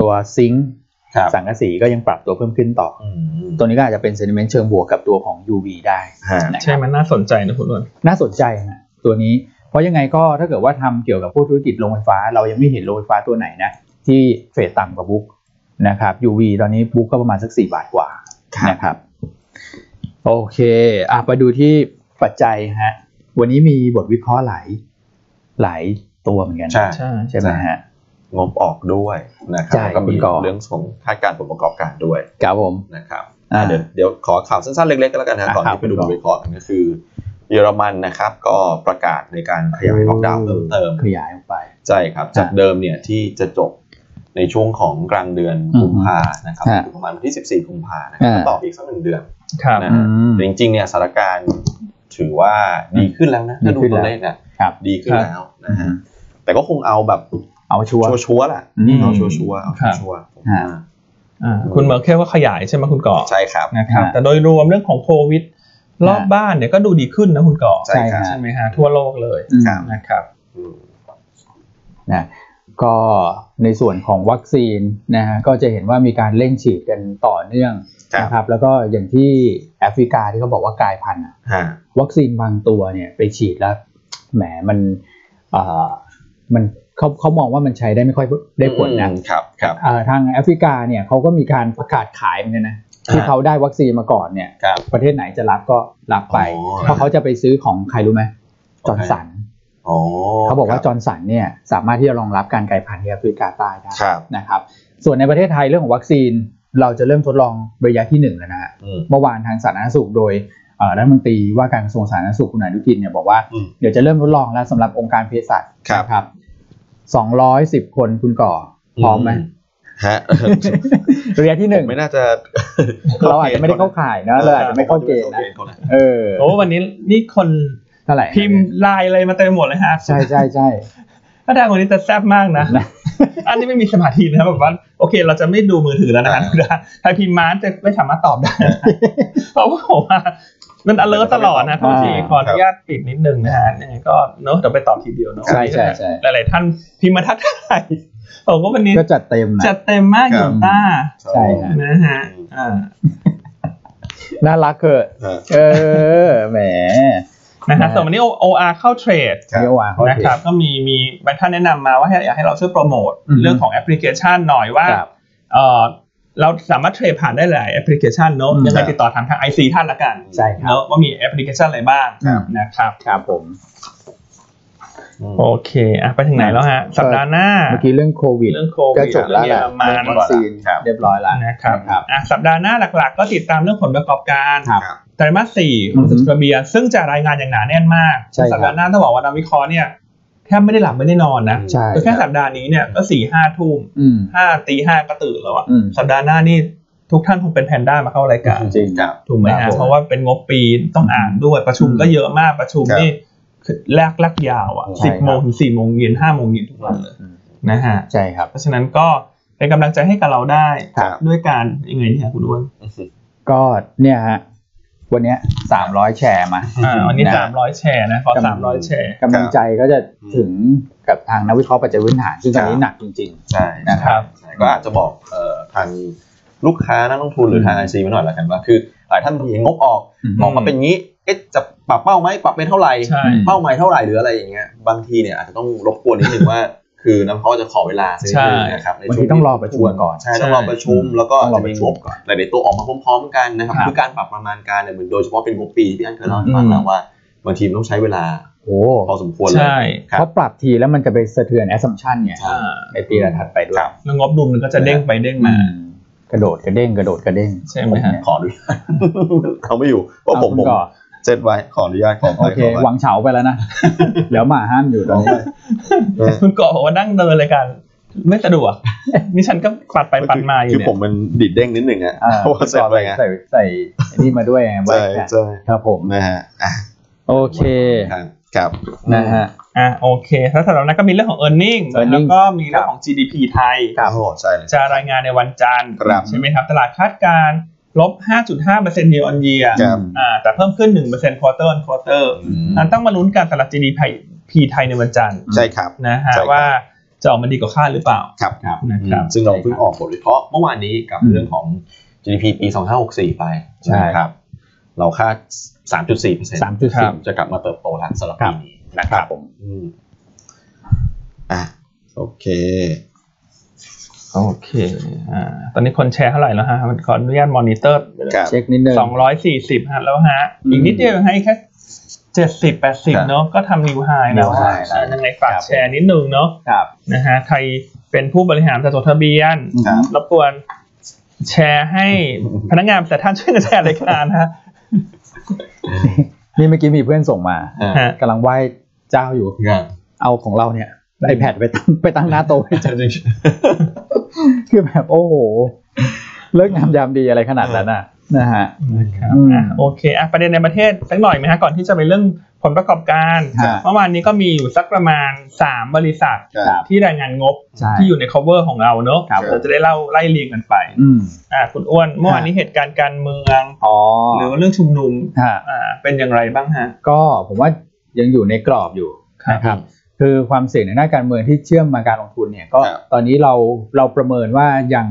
A: ตัวซิงค์
C: ครับ
A: สังกะสีก็ยังปรับตัวเพิ่มขึ้นต่อ
C: อืม
A: ตัวนี้ก็อาจจะเป็นเซนิเมนต์เชิงบวกกับตัวของ UV ได้
C: ฮะ
A: นะครับ
B: ใช่มันน่าสนใจนะคุณนวล
A: น่าสนใจฮะตัวนี้ เพราะยังไงก็ถ้าเกิดว่าทำเกี่ยวกับพวกธุรกิจโรงไฟฟ้า เรายังไม่เห็นโรงไฟฟ้าตัวไหนนะ ที่เฟดต่ำกว่าบุ๊กนะครับ UV ตอนนี้บุ๊กก็ประมาณสักสี่บาทกว่านะครับ โอเคอ่ะไปดูที่ปัจจัยฮะวันนี้มีบทวิเคราะห์หลายหลายตัวเหมือนกัน
C: ใช่
B: ใช่
A: ใช่ไหมฮะ
C: งบออกด้วยนะครับ
A: ใช่
C: แล้วก็มี
A: คุณกอ
C: เรื่องของคาดการณ์ผลประกอบการด้วย
A: ครับผม
C: นะครับ
A: อ่า
C: อ่ะเดี๋ยวเดี๋ยวขอข่าวสั้นๆเล็กๆก็แล้วกันนะ
A: อ่ะ
C: ก่อน
A: ครับ
C: ที่ไปดู
A: คุณก
C: บท
A: อ
C: วิเคราะห์กันก็คือ เยอรมันนะครับ ก็ประกาศในการขยาย
A: โอ้
C: ล็อกดาวน์เพิ่มเติม
A: ขยายออกไป
C: ใช่ครับ จากเดิมเนี่ยที่จะจบในช่วงของกลางเดือน
A: อืม
C: กุมภานะครับ
A: ฮะ
C: ถึงประมาณวันที่ 14กุมภานะครับ
A: อ่า
C: ก็ต่ออีกสักหนึ่งเดือน
B: ครับ
C: นะฮะ
A: อืม
C: แต่จริงๆ เนี่ยสถานการณ์ถือว่าดีขึ้นแล้วนะถ้าดู
A: ดีขึ้นแล้ว
C: ตั
A: ว
C: เลขเนี่ย
A: ครับ
C: ดีขึ้น
B: ครับ
C: แล้วนะ
A: อื
C: ฮะ
A: ม
C: แต่ก็คงเอาแบบ
A: เอาชัวร์
C: ชัวร์ๆแหละ
A: อืม
C: เอาชัวร์ๆเอาชัวร์ๆผมว่า
A: ฮะ
B: อ่าคุณเมอร์เคิลก็ขยายใช่ไหมคุณก่อ
C: ใช่ครับ
B: นะครับ
A: ฮะ
B: แต่โดยรวมเรื่องของโควิด รอบ
A: ฮะ
B: บ้านเนี่ยก็ดูดีขึ้นนะคุณก่อ
C: ใช่ครับ
A: ใช่
B: ใช่ไหมฮะทั่วโลกเลย
A: อืม
C: ครับ
B: นะครับ
C: อืม
A: นะก็ในส่วนของวัคซีนนะฮะก็จะเห็นว่ามีการเร่งฉีดกันต่อเนื่อง
C: ครับ
A: นะครับแล้วก็อย่างที่แอฟริกาที่เขาบอกว่ากลายพันธุ์อะ
C: ฮะ
A: วัคซีนบางตัวเนี่ยไปฉีดแล้วแหมมันเอ่อมันเขาเขามองว่ามันใช้ได้ไม่ค่อยได้ผลนะ
C: อืมครับครับ
A: เอ่อทางแอฟริกาเนี่ยเขาก็มีการประกาศขายเหมือนกันนะที่
C: อ่า
A: เขาได้วัคซีนมาก่อนเนี่ย
C: ครับ
A: ประเทศไหนจะรับก็รับไป
C: อ๋อ
A: เพราะเขาจะไปซื้อของใครรู้ไหมจอร์นสัน
C: อ๋อ
A: เขาบอกว่าจอร์นสันเนี่ยสามารถที่จะรองรับการกลายพันธุ์ในแอฟริกาใต้ได้
C: ครับ
A: นะครับ ส่วนในประเทศไทยเรื่องของวัคซีน เราจะเริ่มทดลองระยะที่หนึ่งแล้วนะฮะ
C: อืม
A: เมื่อวานทางสาธารณสุขโดยเอ่อรัฐมนตรีว่าการกระทรวงสาธารณสุขคุณอนุทินเนี่ยบอกว่า
C: อืม
A: เดี๋ยวจะเริ่มทดลองแล้วสำหรับองค์การเภสัช
C: ครับ
A: นะครับสองร้อยสิบคนคุณก่อพร้อม <laughs> ไหม
C: ฮะ
A: ระยะที่หนึ่ง
C: ผมไม่น่าจะ
A: เราอาจจะไม่ได้เข้าข่ายนะเราอาจจะไม่เข้าเกณฑ์นะ
C: เข้าเกณฑ์
A: เออ
B: โอ้วันนี้นี่คน
A: เท่าไหร่
B: พิมพ์ไลน์อะไรมาเต็มหมดเลยฮะ
A: ใช่ใช่ใช่
B: ถ้าทางวันนี้จะแซ่บมากนะ
A: นะ
B: อันนี้ไม่มีสมาธินะแบบว่าโอเค เราจะไม่ดูมือถือแล้วนะดูนะถ้าพิมพ์มาจะไม่สามารถต <laughs> อบได้นะเพราะว่าผมว่ามัน alert ตลอดนะโทุกทีขออนุญาตปิดนิดนึงนะฮะยังไงก็เนอะเดี๋ยวไปตอบทีเดียวเนอะ
A: ใช่ใช่ใช่
B: หลายๆท่านพิมพ์มาทักทายบอกว่าวันนี้
A: ก็จัดเต็มนะ
B: จัดเต็มมากอยู่ต้า
C: เข้า
A: ใช่
C: เกณฑ์
A: ฮ
B: นะ
C: ครับ
B: ฮะอ่า
A: น่ารักเกิน
C: เออ
A: เออแหมนะ
B: นะฮะ
A: ฮะ
B: ส่วนวันนี้ OR เข้าเทรด
C: ครับ
A: เรียกว่าเขา
B: นะ
A: เท
B: ครับก็มีมีบางท่านแนะนำมาว่าให้อยากให้เราช่วยโปรโมท
A: อืม
B: เรื่องของแอปพลิเคชันหน่อยว่า
A: ครับ
B: เอ่อ เราสามารถเทรดผ่านได้หลายแอปพลิเคชันเนอะ
A: อืม
B: ยังไงติดต่อทางทาง IC ท่านละกัน
A: ใช่ครับ
B: เนอะว่ามีแอปพลิเคชันอะไรบ้าง
A: ครับ
B: นะครับ
A: ครับผม
C: อืม
B: โอเคอ่ะไปถึงไหนแล้วฮะ สัปดาห์หน้า
A: เมื่อกี้เรื่องโควิด
B: เรื่องโควิ
A: ก็
B: ด
A: จบแล้วแหละ
B: เรื่องเยอร
A: เรื่
B: มัน
A: องวัคซีน
C: ครับ
A: เรียบร้อยแล้ว
B: นะครับ
A: ครับ
B: อ่ะสัปดาห์หน้าหลักๆ ก็ติดตามเรื่องผลประกอบการ
A: ครับ
C: ครับ
B: ไตรมาสสี่
A: อื
B: ขอ
A: อง ฮึ
B: สุสเบียซึ่งจะรายงานอย่างหนาแน่นมาก
A: ใช่ครับ
B: สัปดาห์หน้าต้องบอกว่านักวิเคราะห์เนี่ยแทบไม่ได้หลับไม่ได้นอนนะ
A: ใช่
B: คือแค่สัปดาห์นี้เนี่ยก็สี่ห้าทุ่ม
A: อืม
B: ห้าตีห้าก็ตื่นแล้วอะ
A: อืม
B: สัปดาห์หน้านี่ทุกท่านคงเป็นแพนด้ามาเข้ารายการ
A: จริง
C: ครับ
B: ถูกไหม
A: ครับ
B: ฮะ
A: ผม
B: เพราะว่าเป็นงบปีต้องอ่านด้วยประชุม
A: อืม
B: ก็เยอะมากประชุม
C: ครับ
B: นี่คือแลกลักยาวอ่ะ
A: ใช่
B: สิบ
A: ครับ
B: โมงถึงสี่โมงเย็นห้าโมงเย็นทุกวันเลยนะฮะ
A: ใช่ครับ
B: เพราะฉะนั้นก็เป็นกำลังใจให้กับเราได้
C: ครับ
B: ด้วยการยังไงเนี่ยคุณอ้วน
A: ก็เนี่ยฮะวันเนี้สามร้อย300 แชร์มา
B: อ่าวันนี้
A: นะ
B: สามร้อยแชร์นะพอ
A: ำ
B: ก
A: ลัง
B: สามร้อยแชร์
A: กำลังใจก็จะถึงกับทางนักวิเคราะห์ปัจจัยพื้นฐานซึ่งตอนนี้หนักจริง
C: ใช่
B: นะครับ
C: ใช่ก็อาจจะบอกเอ่อทางลูกค้านักลงทุนหรือทางไอซีมาหน่อยละกันว่าคือหลายท่านเห็นงบออก
A: อืม
C: ออกมาเป็นงี้เอ๊ะจะปรับเป้าไหมปรับไปเท่าไหร่
B: ใช่
C: เป้าหมายเท่าไหร่หรืออะไรอย่างเงี้ยบางทีเนี่ยอาจจะต้องรบกวนนิดนึงว่า คือน้ำเขาจะขอเวลาสักนิดนึงนะครับใน
A: บาง
C: ช่ว
A: ที
C: ง
A: ต้องรอประชุมก่อน
C: ใช่ต้องรอประชุม
A: ใช่
C: แล้วก็
A: ต้องรอ
C: จะ
A: ป
C: มี
A: ระชุ
C: ง
A: ม
C: บหลายๆตัวออกมาพร้อมๆกันนะครับ
A: ครับ
C: คือการปรับประมาณการเนี่ยเหมือนโดยเฉพาะเป็นงบปีที่พี่อันเคยเล่าให้ฟังแล้วว่า บางทีมันต้องใช้เวลา
A: โอ้
C: พอสมควรเลย
B: ใช่
C: ครับ
A: เพราะปรับทีแล้วมันจะไปสะเทือนแอสซัมชันไง
C: ใช่
B: อ่า
A: ในปีละถัดไปด้วย
C: ครับ
B: แล้วงบดุลมันก็จะเด้งไปเด้งมา
A: อืกระโดดกระเด้งกระโดดกระเด้ง
B: ใช่ไหมฮะ
C: ขออนุญาต <laughs> เขาไม่อยู่ก็
A: เอา
C: ผม
A: คุณ
C: ผม
A: ก่อน
C: เซตไว้ขออนุญาตขอไป
A: โอเค
C: ขอไป
A: หวังเฉาไปแล้ว
C: <laughs>
A: นะ เดี๋ยวหมาห้ามอยู่ตอนนี้
C: เออ
B: คุณก่อบอกว่านั่งเดินรายการไม่สะดวก <laughs> นี่ฉันก็ปัดไปปัดมาอยู่
C: คือ
B: เนี่
C: ผ
B: ย
C: มมันดิดเด้งนิดหนึ่งอะ
A: อ่า
C: เพราะว่าเซต
A: ก่อน
C: ไว้ไง
A: ใส่ใส่ไอ้นี่มาด้วยไง
C: ใช่
A: ไว้เนี่ย
C: ใช่
A: ครับผม
C: นะฮะอ่ะ
A: โอเค
C: ครับครับ
A: นะฮะ
B: อ่ะโอเคแล้วสำหรับนั้นก็มีเรื่องของ e a r n i n g
A: เออร์เน็
B: แล้ว
A: ง
B: ก็มีเรื่องของ GDP ไทย
C: ครับโอ้ใช่เลย
B: จะรายงานในวันจันทร์
C: ครับ
B: ใช่ไหมครับ ตลาดคาดการณ์ลบ 5.5% year on year
C: ครับ
B: อ่าแต่เพิ่มขึ้น 1% quarter on quarter
C: อืม
B: นั้นต้องมาลุ้นการตลาด GDP ไทยในวันจันทร์
C: ใช่ครับ
B: นะฮะ
C: ใช่ครับ
B: ว่าจะออกมาดีกว่าคาดหรือเปล่า
C: ครับ
A: ครับ
B: นะครับ
C: ซึ่งเราเพิ่งออกบทวิเคราะห์เมื่อวานนี้กับเรื่องของ GDP ปี 2564 ไป
A: ใช่
C: นะครับ เราคาด 3.4เปอร์เซ็นต์
A: สามจุดสี่
C: จะกลับมาเติบโตแล้วสำหรับ
A: ครับ
C: ปีนี้นะครับ
A: ผม
C: อืมอ่ะโอเค
B: โอเคอ่าตอนนี้คนแชร์เท่าไหร่แล้วฮะขออนุญาตมอนิเตอร์
C: ครับ
A: เช็คนิดนึง
B: 240ฮะแล้วฮะ
A: อืม
B: อีกนิดเดียวให้แค่ 70
C: ครับ
B: 80 เนาะก็ทำนิวไฮแล้วฮะ
A: new high แล้ว
B: ยังไงฝากแชร์นิดนึงเนาะ
A: ครับ
B: นะฮะใครเป็นผู้บริหารจะจดทะเบียน
C: ครับ
B: รบกวนแชร์ให้พนักงานแต่ท่านช่วยกันแชร์รายการนะฮะ
A: นี่เมื่อกี้มีเพื่อนส่งมา
C: อ่ะ
B: ฮะ
A: กำลังไหว้เจ้าอยู่
C: ครับ
A: เอาของเราเนี่ยไอแพดไปตั้ง <laughs> ไปตั้งหน้าโต๊ะ
C: จริง
A: คือแบบโอ้โห เลิกงามยามดีอะไรขนาดนั้นน่ะนะฮะ
B: นะครับ
A: อืม
B: อ่ะโอเคอ่ะประเด็นในประเทศสักหน่อยไหมฮะก่อนที่จะไปเรื่องผลประกอบการ
A: ฮะ
B: เมื่อวานนี้ก็มีอยู่สักประมาณ 3 บริษัท
C: ๆครับ
B: ที่รายงานงบ
A: ใช่
B: ที่อยู่ใน cover ของเราเนอะ
A: ครับ
B: เราจะได้เล่าไล่เรียงกันไป
A: อืม
B: อ่ะคุณอ้วนเมื่อวานนี้
A: ฮะ
B: เหตุการณ์การเมือง
A: อ๋อ
B: หรือว่าเรื่องชุมนุม
A: ฮะ
B: อ่าเป็นอย่างไรบ้างฮะ
A: ก็ผมว่ายังอยู่ในกรอบอยู่
B: ครับ
A: นะครับ คือความเสี่ยงในหน้านการเมืองที่เชื่อมมาการลงทุนเนี่ยก็
C: ครับ
A: ตอนนี้เราเราประเมินว่ายัง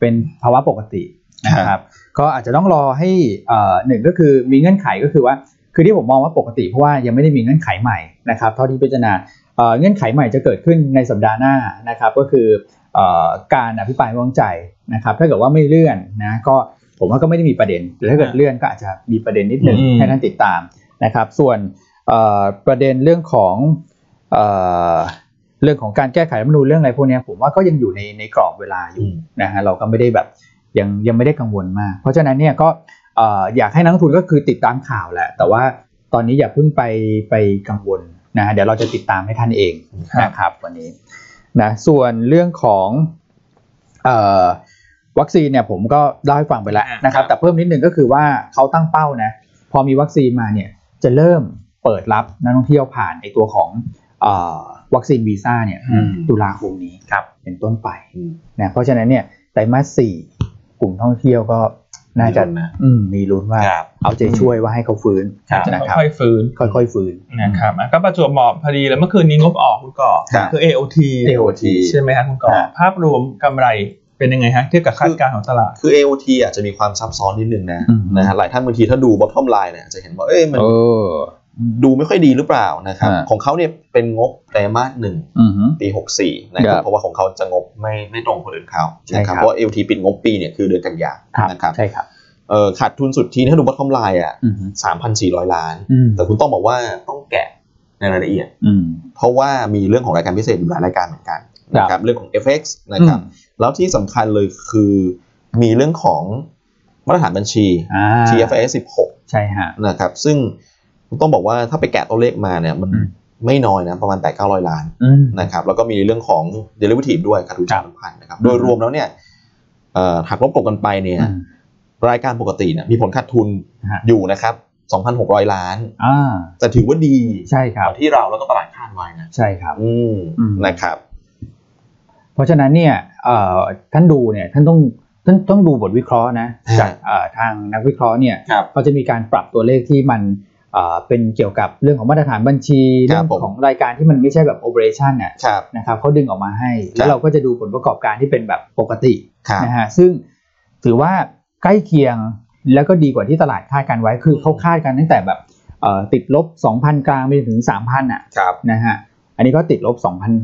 A: เป็นภาวะปกตินะค
C: ครั
A: รับบ ก็อาจจะต้องรอให้เอ่อหนึ่งก็คือมีเงื่อนไขก็คือว่า คือที่ผมมองว่าปกติเพราะว่ายังไม่ได้มีเงื่อนไขใหม่นะครับเท่าที่พิจารณาเอ่อเงื่อนไขใหม่จะเกิดขึ้นในสัปดาห์หน้านะครับก็คือเอ่อการอภิปรายไม่ไว้วางใจนะครับถ้าเกิดว่าไม่เลื่อนนะก็ผมว่าก็ไม่ได้มีประเด็นหรือถ้าเกิดเลื่อนก็อาจจะมีประเด็นนิดนึง
B: อืม
A: ให้ท่านติดตามนะครับส่วน เอ่อประเด็นเรื่องของเอ่อเรื่องของการแก้ไขรัฐธรรมนูญเรื่องอะไรพวกเนี้ยผมว่าก็ยังอยู่ในในกรอบเวลาอยู่นะฮะเราก็ไม่ได้แบบยังยังไม่ได้กังวลมาก เพราะฉะนั้นเนี่ยก็เอ่ออยากให้นักลงทุนก็คือติดตามข่าวแหละ แต่ว่าตอนนี้อย่าเพิ่งไปไปกังวลนะฮะเดี๋ยวเราจะติดตามให้ท่านเอง
B: ครับ
A: นะครับวันนี้นะส่วนเรื่องของเอ่อวัคซีนเนี่ยผมก็เล่าให้ฟังไปแล้วนะครับ แต่เพิ่มนิดนึงก็คือว่าเขาตั้งเป้านะ พอมีวัคซีนมาเนี่ยจะเริ่มเปิดรับนักท่องเที่ยวผ่านไอตัวของเออวัคซีนวีซ่าเนี่ย
C: อืม
A: ตุลาคมนี้เป็นต้นไป
C: อืม
A: นะเพราะฉะนั้นเนี่ยไตรมาสสี่กลุ่มท่องเที่ยวก็น่าจะ
C: มีลุ้นนะ
A: อืมมีลุ้นว่า
C: ครับ
A: เอาใจช่วยว่าให้เขาฟื้น
C: ครับ
A: นะครับ
B: ค่อยๆฟื้น
A: ค่อยๆฟื้น
B: นะครับอ่ะก็ประจวบเหมาะพอดีเลยเมื่อคืนนี้งบออกคุณก่อ
C: ครับ
B: คือ AOT
A: AOT
B: ใช่ไหมฮะคุณก่อ
A: ครับ
B: ภาพรวมกำไรเป็นยังไงฮะเทียบกับคาดการณ์ของตลาด
C: คือ AOT อาจจะมีความซับซ้อนนิดนึงนะ
A: อืม
C: นะฮะหลายท่านบางทีถ้าดู bottom line เนี่ยอาจจะเห็นว่าเอ้ยมัน
A: เออ
C: ดูไม่ค่อยดีหรือเปล่านะครับ
A: อ่า
C: ของเขาเนี่ยเป็นงบไตรมาสหนึ่ง
A: อือฮึ
C: ปี 64 นะค
A: ค
C: รั
A: รับ บ
C: เพราะว่าของเขาจะงบไม่ไม่ตรงคนอื่นเขา
A: ใช่
C: นะค
A: ครั
C: รับ
A: บ
C: เพราะ LT ปิดงบปีเนี่ยคือเดือนกันยา
A: ครับ
C: นะครับ
A: ใช่ครับ
C: เอ่อขาดทุนสุดที่ถ้าดูบ o ท t o m ไล n ์อ่ะ
A: อือฮึ
C: 3,400 ล้าน
A: อืม
C: แต่คุณต้องบอกว่าต้องแกะในรายละเอียด
A: อืม
C: เพราะว่ามีเรื่องของรายการพิเศษอยู่หลายรายการเหมือนกันนะค
A: ครั
C: รับ
A: บ
C: เรื่องของ FX นะครับ แล้วที่สำคัญเลยคือมีเรื่องของมาตรฐานบัญชี
A: อ่า
C: TFS
A: ใช่ฮะ
C: 16 นะครับ ซึ่งต้องบอกว่าถ้าไปแกะตัวเลขมาเนี่ยมัน
A: อืม
C: ไม่น้อยนะประมาณ 8-900 ล้าน
A: อืม
C: นะครับแล้วก็มีเรื่องของ derivative ด้วยขาดทุน
A: ครั
C: สา
A: บ
C: มพันนะครับโดยรวมแล้วเนี่ยเอ่อหักลบกลบกันไปเนี่ยรายการปกติเนี่ยมีผลขาดทุน
A: ฮะ
C: อยู่นะครับ 2,600 ล้าน
A: อ่า
C: แต่ถือว่าดี
A: ใช่ค
C: ก
A: รับ
C: ว่าที่เราแล้วก็ตลาดคาดไว้นะ
A: ใช่ครับ
C: อืม
A: อืม
C: นะครับ
A: เพราะฉะนั้นเนี่ยเอ่อท่านดูเนี่ยท่านต้องท่านต้องดูบทวิเคราะห์นะ
C: จาก
A: เอ่อทางนักวิเคราะห์เนี่ย
C: ครับ
A: เขาจะมีการปรับตัวเลขที่มันเอ่อเป็นเกี่ยวกับเรื่องของมาตรฐานบัญชี
C: ค
A: เรื่อ
C: รั
A: บง
C: ผม
A: ของรายการที่มันไม่ใช่แบบโอเปอเรชันน่ะ
C: ครับ
A: นะครับเขาดึงออกมาให้
C: ครั
A: แล้
C: บ
A: วเราก็จะดูผลประกอบการที่เป็นแบบปกติ
C: ครับ
A: นะฮะซึ่งถือว่าใกล้เคียงแล้วก็ดีกว่าที่ตลาดคาดกันไว้คือเขาคาดกันตั้งแต่แบบเอ่อติดลบ 2,000 กลางไปจนถึง 3,000อ่ะ
C: ครับ
A: นะฮะอันนี้ก็ติดลบ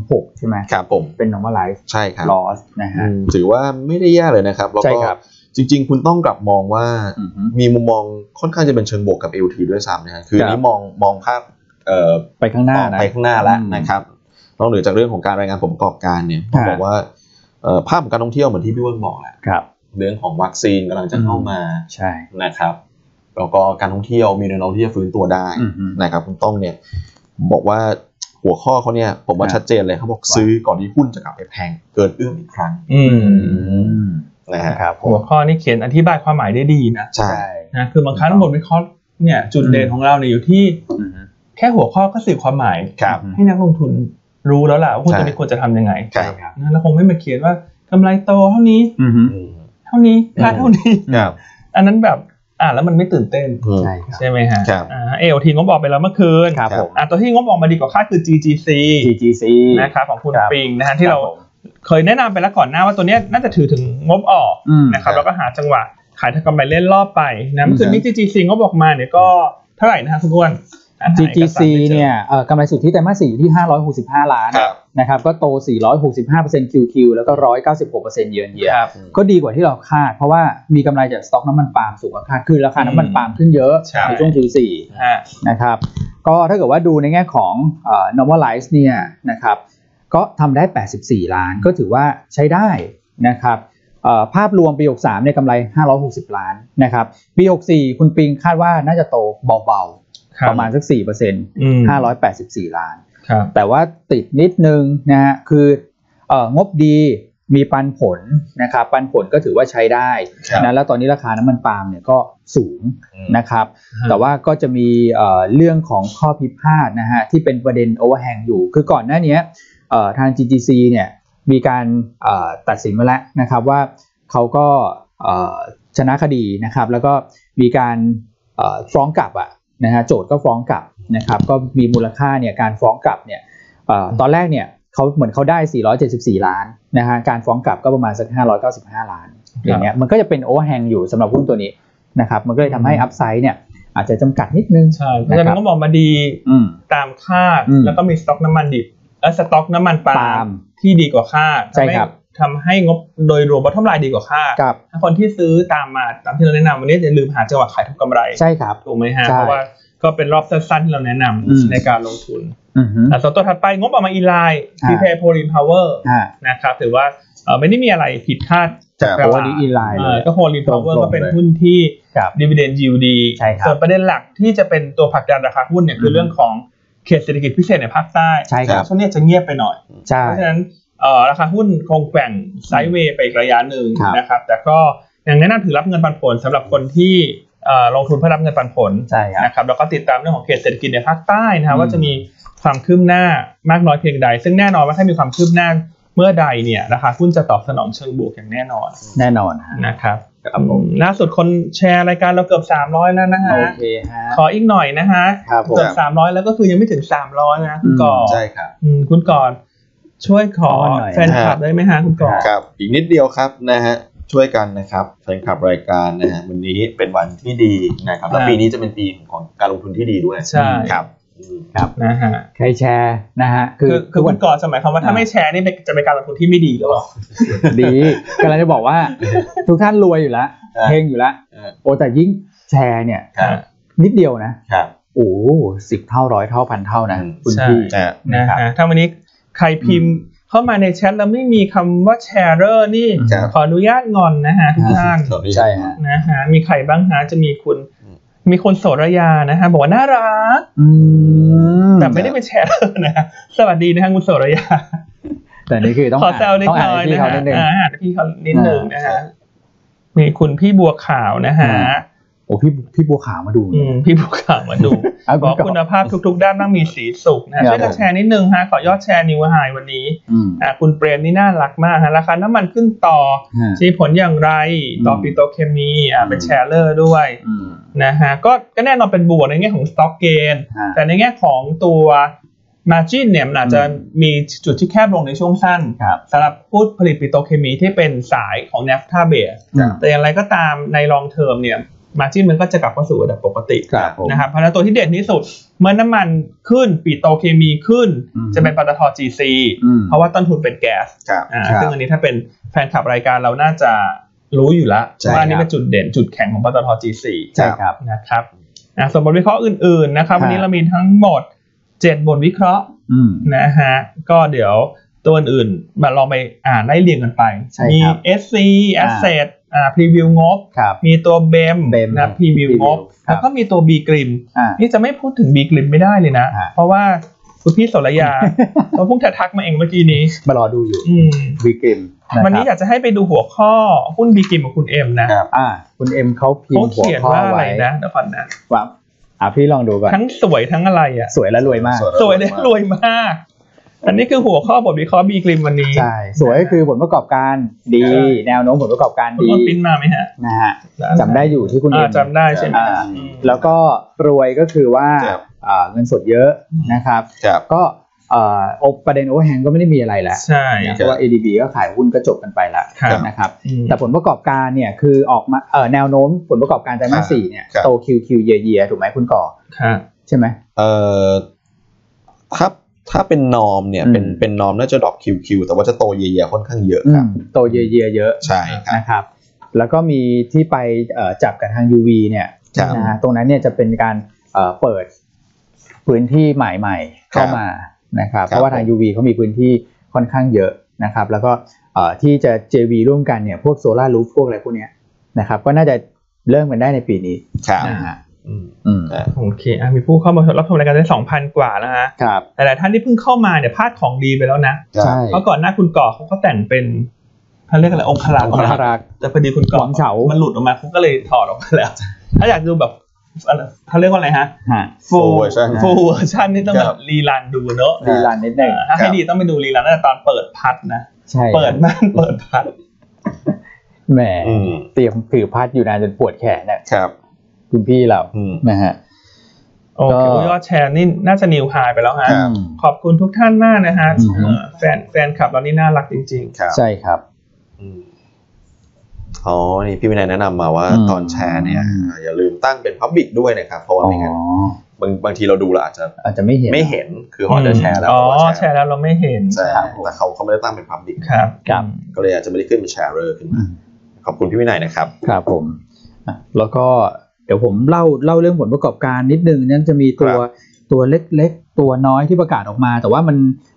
A: 2,006ใช่ไหม
C: ครับผม
A: เป็น normalize
C: ใช่ครับ
A: loss นะฮะ
C: ถือว่าไม่ได้แย่เลยนะครับ แล้ว
A: ใช่
C: ก็
A: ครับ
C: จริง ๆ คุณต้องกลับมองว่า
A: อือฮึ
C: มีมุมมองค่อนข้างจะเป็นเชิงบวกกับ LT ด้วยซ้ำนะฮะคือ
A: ครับ
C: นี้มองมองภาพเอ่อ
A: ไปข้างหน้านะ
C: ไปข้างหน้าแล้ว
A: อืม
C: นะครับนอกเหนือจากเรื่องของการรายงานผลประกอบการเนี่ย
A: ครั
C: ต้อบ งบอกว่าเอ่อภาพของการท่องเที่ยวเหมือนที่พี่เวิร์นบอกแหละ
A: ครับ
C: เรื่องของวัคซีนกำลังจะเข้ามา
A: ใช่
C: นะครับแล้วก็การท่องเที่ยวมีแนวโน้มที่จะฟื้นตัวได้
A: อือฮึ
C: นะครับคุณต้องเนี่ยบอกว่าหัวข้อเขาเนี่ยผมว่า
A: ครับ
C: ชัดเจนเลยเขาบอกซื้อก่อนที่หุ้นจะกลับไปแพงเกินเอื้อมอีกครั้ง
B: อืม
C: นะฮะ
A: ครับผม
B: หัวข้อนี่เขียนอธิบายความหมายได้ดีนะ
C: ใช่
A: ใช่
B: นะคือบางครั้งบทวิเคราะห์เนี่ยจุดเด่นของเราเนี่ยอยู่ที่
A: อือฮึ
B: แค่หัวข้อก็สื่อความหมาย
C: ครับ
B: ให้นักลงทุนรู้แล้วล่ะว่าหุ้น
C: ใช่
B: ตัวนี้ควรจะทำยังไง
C: ใช่
A: ค
C: ค
A: รั
C: รับ บ
B: นะแล้วคงไม่มาเขียนว่ากำไรโตเท่านี้
A: อือฮึ
B: เท่านี้ค่าเท่านี้
C: ครับ
B: อันนั้นแบบอ่านแล้วมันไม่ตื่นเต้น
C: อืม
A: ใช่ครับ
B: ใช่ไหมฮะ
C: ครับ
B: อ่าเอลทีงบออกไปแล้วเมื่อคืน
A: ครับผม
B: อ่าตัวที่งบออกมาดีกว่าคาดคือ GGC
A: GGC
B: นะครับของคุณ
A: ครับ
B: ปิงนะฮะที่เราเคยแนะนำไปแล้วก่อนหน้าว่าตัวเนี้ยน่าจะถือถึงงบออก
A: อืม
B: นะครับ
C: ครับ
B: แล้วก็หาจังหวะขายทางกำไรเล่นรอบไปนะเมื่อคืนนี้ GGC งบออกมาเนี่ยก็เท่าไหร่นะฮะคุณอ้วนอ่านหาอกสาร
A: GGC
B: ไม่จอ
A: เนี่ยเอ่อกำไรสุทธิไตรมาส4อยู่ที่ 565 ล้าน
C: ครับ
A: นะครับ ก็โต 465% QQ แล้วก็ 196%เยือนเยีย
B: ครับ
A: ก็ดีกว่าที่เราคาด เพราะว่ามีกำไรจากสต็อกน้ำมันปาล์มสูงกว่าคาด คือราคาน้ำมันปาล์มขึ้นเยอะ
B: ใช่
A: ในช่วง Q4
B: ฮะ
A: นะครับก็ถ้าเกิดว่าดูในแง่ของเอ่อ normalize เนี่ยนะครับก็ทำได้ 84 ล้านก็ถือว่าใช้ได้นะครับเอ่อภาพรวมปี 63เนี่ยกำไร 560 ล้านนะครับปี 64 คุณปิงคาดว่าน่าจะโตเบา
B: คบ
A: ๆ ประมาณสัก 4%
B: อืม
A: 584 ล้าน
B: ครับ
A: แต่ว่าติดนิดนึงนะฮะคือเอ่องบดีมีปันผลนะครับปันผลก็ถือว่าใช้ได้
C: ครับ
A: นะแล้วตอนนี้ราคาน้ำมันปาล์มเนี่ยก็สูงนะครับ
B: ฮะ
A: แต่ว่าก็จะมีเอ่อเรื่องของข้อพิพาทนะฮะที่เป็นประเด็นโอเวอร์แฮงอยู่ คือก่อนหน้าเนี้ยเอ่อทาง GGC เนี่ยมีการเอ่อตัดสินมาแล้วนะครับว่าเขาก็เอ่อชนะคดีนะครับแล้วก็มีการเอ่อฟ้องกลับอะนะฮะโจทย์ก็ฟ้องกลับนะครับก็มีมูลค่าเนี่ยการฟ้องกลับเนี่ยเอ่อตอนแรกเนี่ยเขาเหมือนเขาได้ 474 ล้านนะฮะการฟ้องกลับก็ประมาณสัก 595 ล้านอย่างเงี้ยมันก็จะเป็นโอเวอร์แฮงอยู่สำหรับหุ้นตัวนี้นะครับมันก็เลยทำให้อัพไซด์เนี่ย อาจจะจำกัดนิดนึง
B: ใช่เพราะฉะ
A: นะครั
B: นั้น
A: บ
B: ก็บอกมาดี
A: อืม
B: ตามคาด
A: อืม
B: แล้วก็มีสต็อกน้ำมันดิบเออสต็อกน้ำมันปา
A: ปาล์
B: ล์
A: ม
B: มที่ดีกว่าคาด
A: ใช่ครับ
B: ทำให้ทำให้งบโดยรวมว่าทำลายดีกว่าคาด
A: ครับ
B: ถ้าคนที่ซื้อตามมาตามที่เราแนะนำวันนี้จะลืมหาจังหวะขายทุกกำไร
A: ใช่ครับ
B: ถูกไหมฮะ
A: ใช่
B: เพราะว่าก็เป็นรอบสั้นๆที่เราแนะน
A: อืม
B: ำในการลงทุน
A: อือฮึ
B: อ่ะส่วนตัวถัดไปงบออกมาอีไลน์
A: อ่า
B: พีเพย์โพลีนพาวเวอร์
A: อ่า
B: นะครับถือว่าเอ่อไม่ได้มีอะไรผิดคาด
C: ครับ
A: โอ้อันนี้อินไลน์เล
B: เอ่อย ก็โพลีนพาวเวอร์
A: ตรงๆ
B: ก็เป็น
A: เลย
B: หุ้นที่
A: ครับ
B: ดีเวเดนยิวดี
A: ใช่ครับ
B: ส่วนประเด็นหลักที่จะเป็นตัวผลักดันราคาหุ้นเนี่ยคือเรื่องของเขตเศรษฐกิจพิเศษในภาคใต้
A: ใช่ครับ
B: ช่วงนี้จะเงียบไปหน่อย
A: ใช่
B: เพราะฉะนั้นเอ่อราคาหุ้นคงแกว่งไซด์เวย์ไปอีกระยะหนึ่ง
A: ครับ
B: นะครับ แต่ก็ยังแนะนำถือรับเงินปันผลสำหรับคนที่เอ่อลงทุนเพื่อรับเงินปันผล
A: ใช่ครับ
B: นะครับแล้วก็ติดตามเรื่องของเขตเศรษฐกิจในภาคใต้นะ
A: อื
B: ฮะ
A: ม
B: ว่าจะมีความคืบหน้ามากน้อยเพียงใด ซึ่งแน่นอนว่าถ้ามีความคืบหน้าเมื่อใดเนี่ยราคาหุ้นจะตอบสนองเชิงบวกอย่างแน่นอน
A: แน่นอนฮะ
B: นะครับล่าสุดคนแชร์รายการเราเกือบ 300 แล้วนะฮะ
A: โอเคฮะ
B: ขออีกหน่อยนะฮะ
A: ครับผม
B: เกือบ 300 แล้วก็คือยังไม่ถึง 300 นะคุณก่อน
C: ใช่ครับ
B: อืมคุณก่อนช่วยขอ
A: ขอหน่อย
B: แฟนคลับได้ไหมฮะคุณก่อน
C: ครับอีกนิดเดียวครับนะฮะ ช่วยกันนะครับแฟนคลับรายการนะฮะวันนี้เป็นวันที่ดีนะครับแล้ว
B: อ่า
C: ปีนี้จะเป็นปีของการลงทุนที่ดีด้วย
B: ใช่
C: ครับอืม
B: นะฮะ
A: ใครแชร์นะฮะคื
B: คือ อคือ
A: วั
B: คุณก่อนสมัยคำว่าถ้าไม่แชร์นี่เป็นจะเป็นการลงทุนที่ไม่ดีหรือเปล่า
A: ดีกำลังจะบอก
B: <laughs>
A: ว่า ทุกท่านรวยอยู่แล้ว
C: อ่า
A: เฮงอยู่แล้ว
C: เออ
A: โอ้แต่ยิ่งแชร์เนี่ย
C: ครับ
A: นิดเดียวนะ
C: ครับ
A: โอ้สิบเท่าร้อยเท่าพันเท่านะคุณ
B: ใช่
A: พี่
C: นะฮะ
B: นะ
A: ครั
B: ฮะ
A: บ
B: ถ้าวันนี้ใครพิมพ์เข้ามาในแชทแล้วไม่มีคำว่าแชร์เรอร์นี่
C: ครับ
B: ขออนุญาตงอนนะฮะทุกท่าน
C: สวัสดี
A: ใช่ฮะ
B: นะฮะมีใครบ้างฮะจะมีคุณ
C: อืม
B: มีคนโสระยานะฮะบอกว่าน่ารัก
A: อืม
B: แต่ไม่ได้ไปแชร์เลยนะฮะสวัสดีนะฮะคุณโสระยา
A: แต่นี่คือต้อง
B: ขอแซวนิด
A: ต้อง
B: ห
A: อ่าน
B: น่อย
A: ให้พี่
B: นะ
A: เขา
B: ฮะ
A: นิดนึง
B: อ่าอ่านให้พี่เขานิดหนึ่งนะ
C: อ่า
B: ฮะมีคุณพี่บัวขาวนะฮะ
A: อ่า โอ้พี่พี่บัวขาวมาดู
B: อืมพี่บัวขาวมา
A: <laughs>
B: ดู
A: ะ
B: บอก
A: พี่
B: คุ
A: ว
B: ณ
A: ขาว
B: ภาพทุก ๆ ด้านต้องมีสีสุขนะฮะ
A: ครับ
B: ช่วยกันแชร์นิดนึงฮะขอยอดแชร์นิวไฮวันนี้
A: อืม
B: อ่าคุณเปรมนี่น่ารักมากฮะราคาน้ำมันขึ้นต่อ
A: ฮะ
B: ชีผลอย่างไรต่อ
A: อืม
B: ปิโตรเคมีอ่าเป็นแชร์เลอร์ด้วย
A: อืม
B: นะฮะก็ก็แน่นอนเป็นบวกในแง่ของสต็อกเกน
A: ฮะ
B: แต่ในแง่ของตัว Margin เนี่ยมันอาจจะ
A: อืม
B: มีจุดที่แคบลงในช่วงสั้น
A: ครับ
B: สำหรับพูดผลิตปิโตรเคมีที่เป็นสายของ n a f t a b a s e
A: อืม
B: แต่อย่างไรก็ตามใน long term เนี่ย Margin มันก็จะกลับเข้าสู่ระดับปกติ
A: ครับผม
B: นะครับเพราะฉะนั้นตัวที่เด่นที่สุด เมื่อน้ำมันขึ้นปิโตรเคมีขึ้น
A: อืม
B: จะเป็นปตท GC
A: อืม
B: เพราะว่าต้นทุนเป็นแก๊ส
C: ครับ
B: อ่า
A: ครับ
B: ซึ่งอันนี้ถ้าเป็นแฟนคลับรายการเราน่าจะรู้อยู่แล้ว
C: ใช่
B: ว่าอันนี้
A: ครับ
B: เป็นจุดเด่นจุดแข็งของปตท G4
A: ใช่ครับ
B: นะครับอ่ะส่วนบทวิเคราะห์อื่นๆนะครับ
A: ครับ
B: วันนี้เรามีทั้งหมด 7 บทวิเคราะห์
A: อืม
B: นะฮะก็เดี๋ยวตัวอื่นๆมาลองไปอ่านไล่เรียงกันไป
A: ใช่ครับ
B: มี SC Asset อ่าพรีวิวงบ
A: ครับ
B: มีตัวเบม
A: BEM
B: นะพรีวิว
A: Preview
B: งบ
A: ครับ
B: แล้วก็มีตัว B กริม
A: อ่า
B: นี่จะไม่พูดถึงบีกริมไม่ได้เลยนะ
A: ฮะ
B: เพราะว่าคุณพี่สร
A: <laughs>
B: ยาเขาเพิ่งทักมาเองเมื่อกี้นี้
A: มารอดูอยู่
B: อืม
A: วีเกม
B: วันนี้อยากจะให้ไปดูหัวข้อหุ้นบีกิมของคุณเอ็มนะครับ
A: อ่า คุณเอ็มเขาพิม
B: เขา
A: พ์หัว
B: เขียน
A: ข้อ
B: ว่าอะไร
A: ไว้
B: นะเดี๋ยวก่อนนะ
A: ว่าอ่ะพี่ลองดูก่อน
B: ทั้งสวยทั้งอะไรอ่ะ
A: สวยและรวยมาก
B: ส
C: <laughs>
B: วยและรวยมาก อันนี้คือหัวข้อบทวิเคราะห์บีกริมวันนี้
A: ใช่ สวยก็คือผลประกอบการดี
C: ใช่
A: แนวโน้มผลประกอบการ
B: คุณ
A: ดี
B: ต้นปิ้นมาไหมฮะ
A: นะฮะจำได้อยู่ที่คุณเอ็
B: อ่าม จำได้ใช่ไหม
A: อ่า
B: อืม
A: แล้วก็รวยก็คือว่า
C: ครับ
A: อ่าเงินสดเยอะนะครับ
C: ครับ
A: ก็เอ่อโอประเด็นโอเวอร์แฮงก็ไม่ได้มีอะไรแล้ว
B: ใช่
A: นะเพราะว่า ADB ก็ขายหุ้นก็จบกันไปแล้ว
B: ครับ
A: นะครับ
B: อืม
A: แต่ผลประกอบการเนี่ยคือออกมาเอ่อแนวโน้มผลประกอบการไตรมาส
C: ครับ
A: สี่เนี่ย
C: ครับ
A: โตคิวคิวเยียเยียถูกไหมคุณก่อ
B: ค่ะ
A: ใช่ไหม
C: เอ่อถ้าถ้าเป็นนอมเนี่ย
A: อืม
C: เป็นเป็นนอมน่าจะดรอป QQ แต่ว่าจะโตเยียๆค่อนข้างเยอะ
A: อื
C: ครั
A: ม
C: บ
A: โตเยียเยียเยอะ
C: ใช่ครับ
A: นะครับ แล้วก็มีที่ไปเอ่อจับกับทาง UV เนี่ย
C: ครับ
A: นะฮะตรงนั้นเนี่ยจะเป็นการเอ่อเปิดพื้นที่ใหม่ๆ เข้ามานะครับ
C: ครับ
A: เพราะว่าทาง UV เขามีพื้นที่ค่อนข้างเยอะนะครับ แล้วก็เอ่อที่จะ JV ร่วมกันเนี่ยพวกโซลารูฟพวกอะไรพวกเนี้ยนะครับก็น่าจะเริ่มกันได้ในปีนี้
C: ครับ
A: นะฮะ
C: อืม
A: อืม
C: ครับ
B: โอเคอ่ะมีผู้เข้ามารับชมรายการได้สองพันกว่าแล้วฮะ
A: ครับ
B: หลายๆท่านที่เพิ่งเข้ามาเนี่ยพลาดของดีไปแล้วนะ
A: ใช่
B: เพราะก่อนหน้าคุณก่อเขาก็แต่งเป็นเขาเรียกอะไรองคลักษณ์
A: ขอบคุณครับ
B: แต่พอดีคุณกร
A: หวังเฉามั
B: นหลุดออกมาเขาก็เลยถอดออกมาแล้ว ถ้าอยากดูแบบอะไรเขาเรียกว่าอะไรฮะ
A: ฮะ
C: Full
B: full
C: version
B: full version นี่ต้อง
C: ค
B: แบ
C: รั
B: บบ รีรันดูเนอะ
A: รีรันนิดหนึ่ง
B: อ่าถ้าให้ดีต้องไปดูรีรันตั้งแต่ตอนเปิดพัดนะ
A: ใช่
B: เปิดม่าน <laughs> เปิดพัด
A: แหม
C: อืม
A: เตรียมถือพัดอยู่นานจนปวดแขนเนี่ย
C: ครับ
A: คุณพี่เรา
C: อืม
A: นะฮะ
B: โอเค
A: ก็
B: ยอดแชร์นี่น่าจะนิวไฮไปแล้วฮะ
C: ครับ
A: อืม
B: ขอบคุณทุกท่านมากนะฮะ
A: อืม
B: เอ่อแฟนแฟนคลับเรานี่น่ารักจริง
C: ครับ
A: ใช่ครับ
C: อืมอ๋อ นี่พี่วินัยแนะนำมาว่า
A: อืม
C: ตอนแชร์เนี่ยอ่าอย่าลืมตั้งเป็นพับบิ c ด้วยนะครับ เพราะว่า
A: อ๋อ
C: ไม่งั้นบางบางทีเราดูเราอาจจะ
A: อาจจะไม่เห็น
C: ไม่เห็นคื
B: ๆ
C: อเขาอาจจะแชร์แล้ว
B: อ๋อ
C: เราก็
B: แชร์แล้วเราไม่เห็น
C: ใช่
A: ครับผม
C: แต่เขาเขาไม่ได้ตั้งเป็นพับบิ c
B: ครับ
A: ครับ
C: ก็เลยอาจจะไม่ได้ขึ้นเป็นแชร์เรอร์ขึ้นมา ขอบคุณพี่วินัยนะครับ
A: ครับผมอ่ะแล้วก็เดี๋ยวผมเล่าเล่าเรื่องผลประกอบการนิดนึงนั่นจะมีตัว
C: ครับ
A: ตัวเล็กๆ ตัวน้อยที่ประกาศออกมา แต่ว่ามัน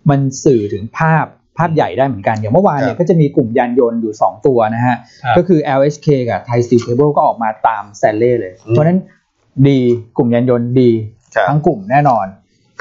A: มันสื่อถึงภาพภาพใหญ่ได้เหมือนกัน อย่างเมื่อวานเนี่ยก็จะมีกลุ่มยานยนต์อยู่ 2 ตัวนะฮะ
B: ครับ
A: ก็คือ LHK กับ Thai Steel Cable ก็ออกมาตาม s ซ n เล่เลย
C: อืม
A: เพราะฉะนั้นดีกลุ่มยานยนต์ดี
C: ครับ
A: ทั้งกลุ่มแน่นอน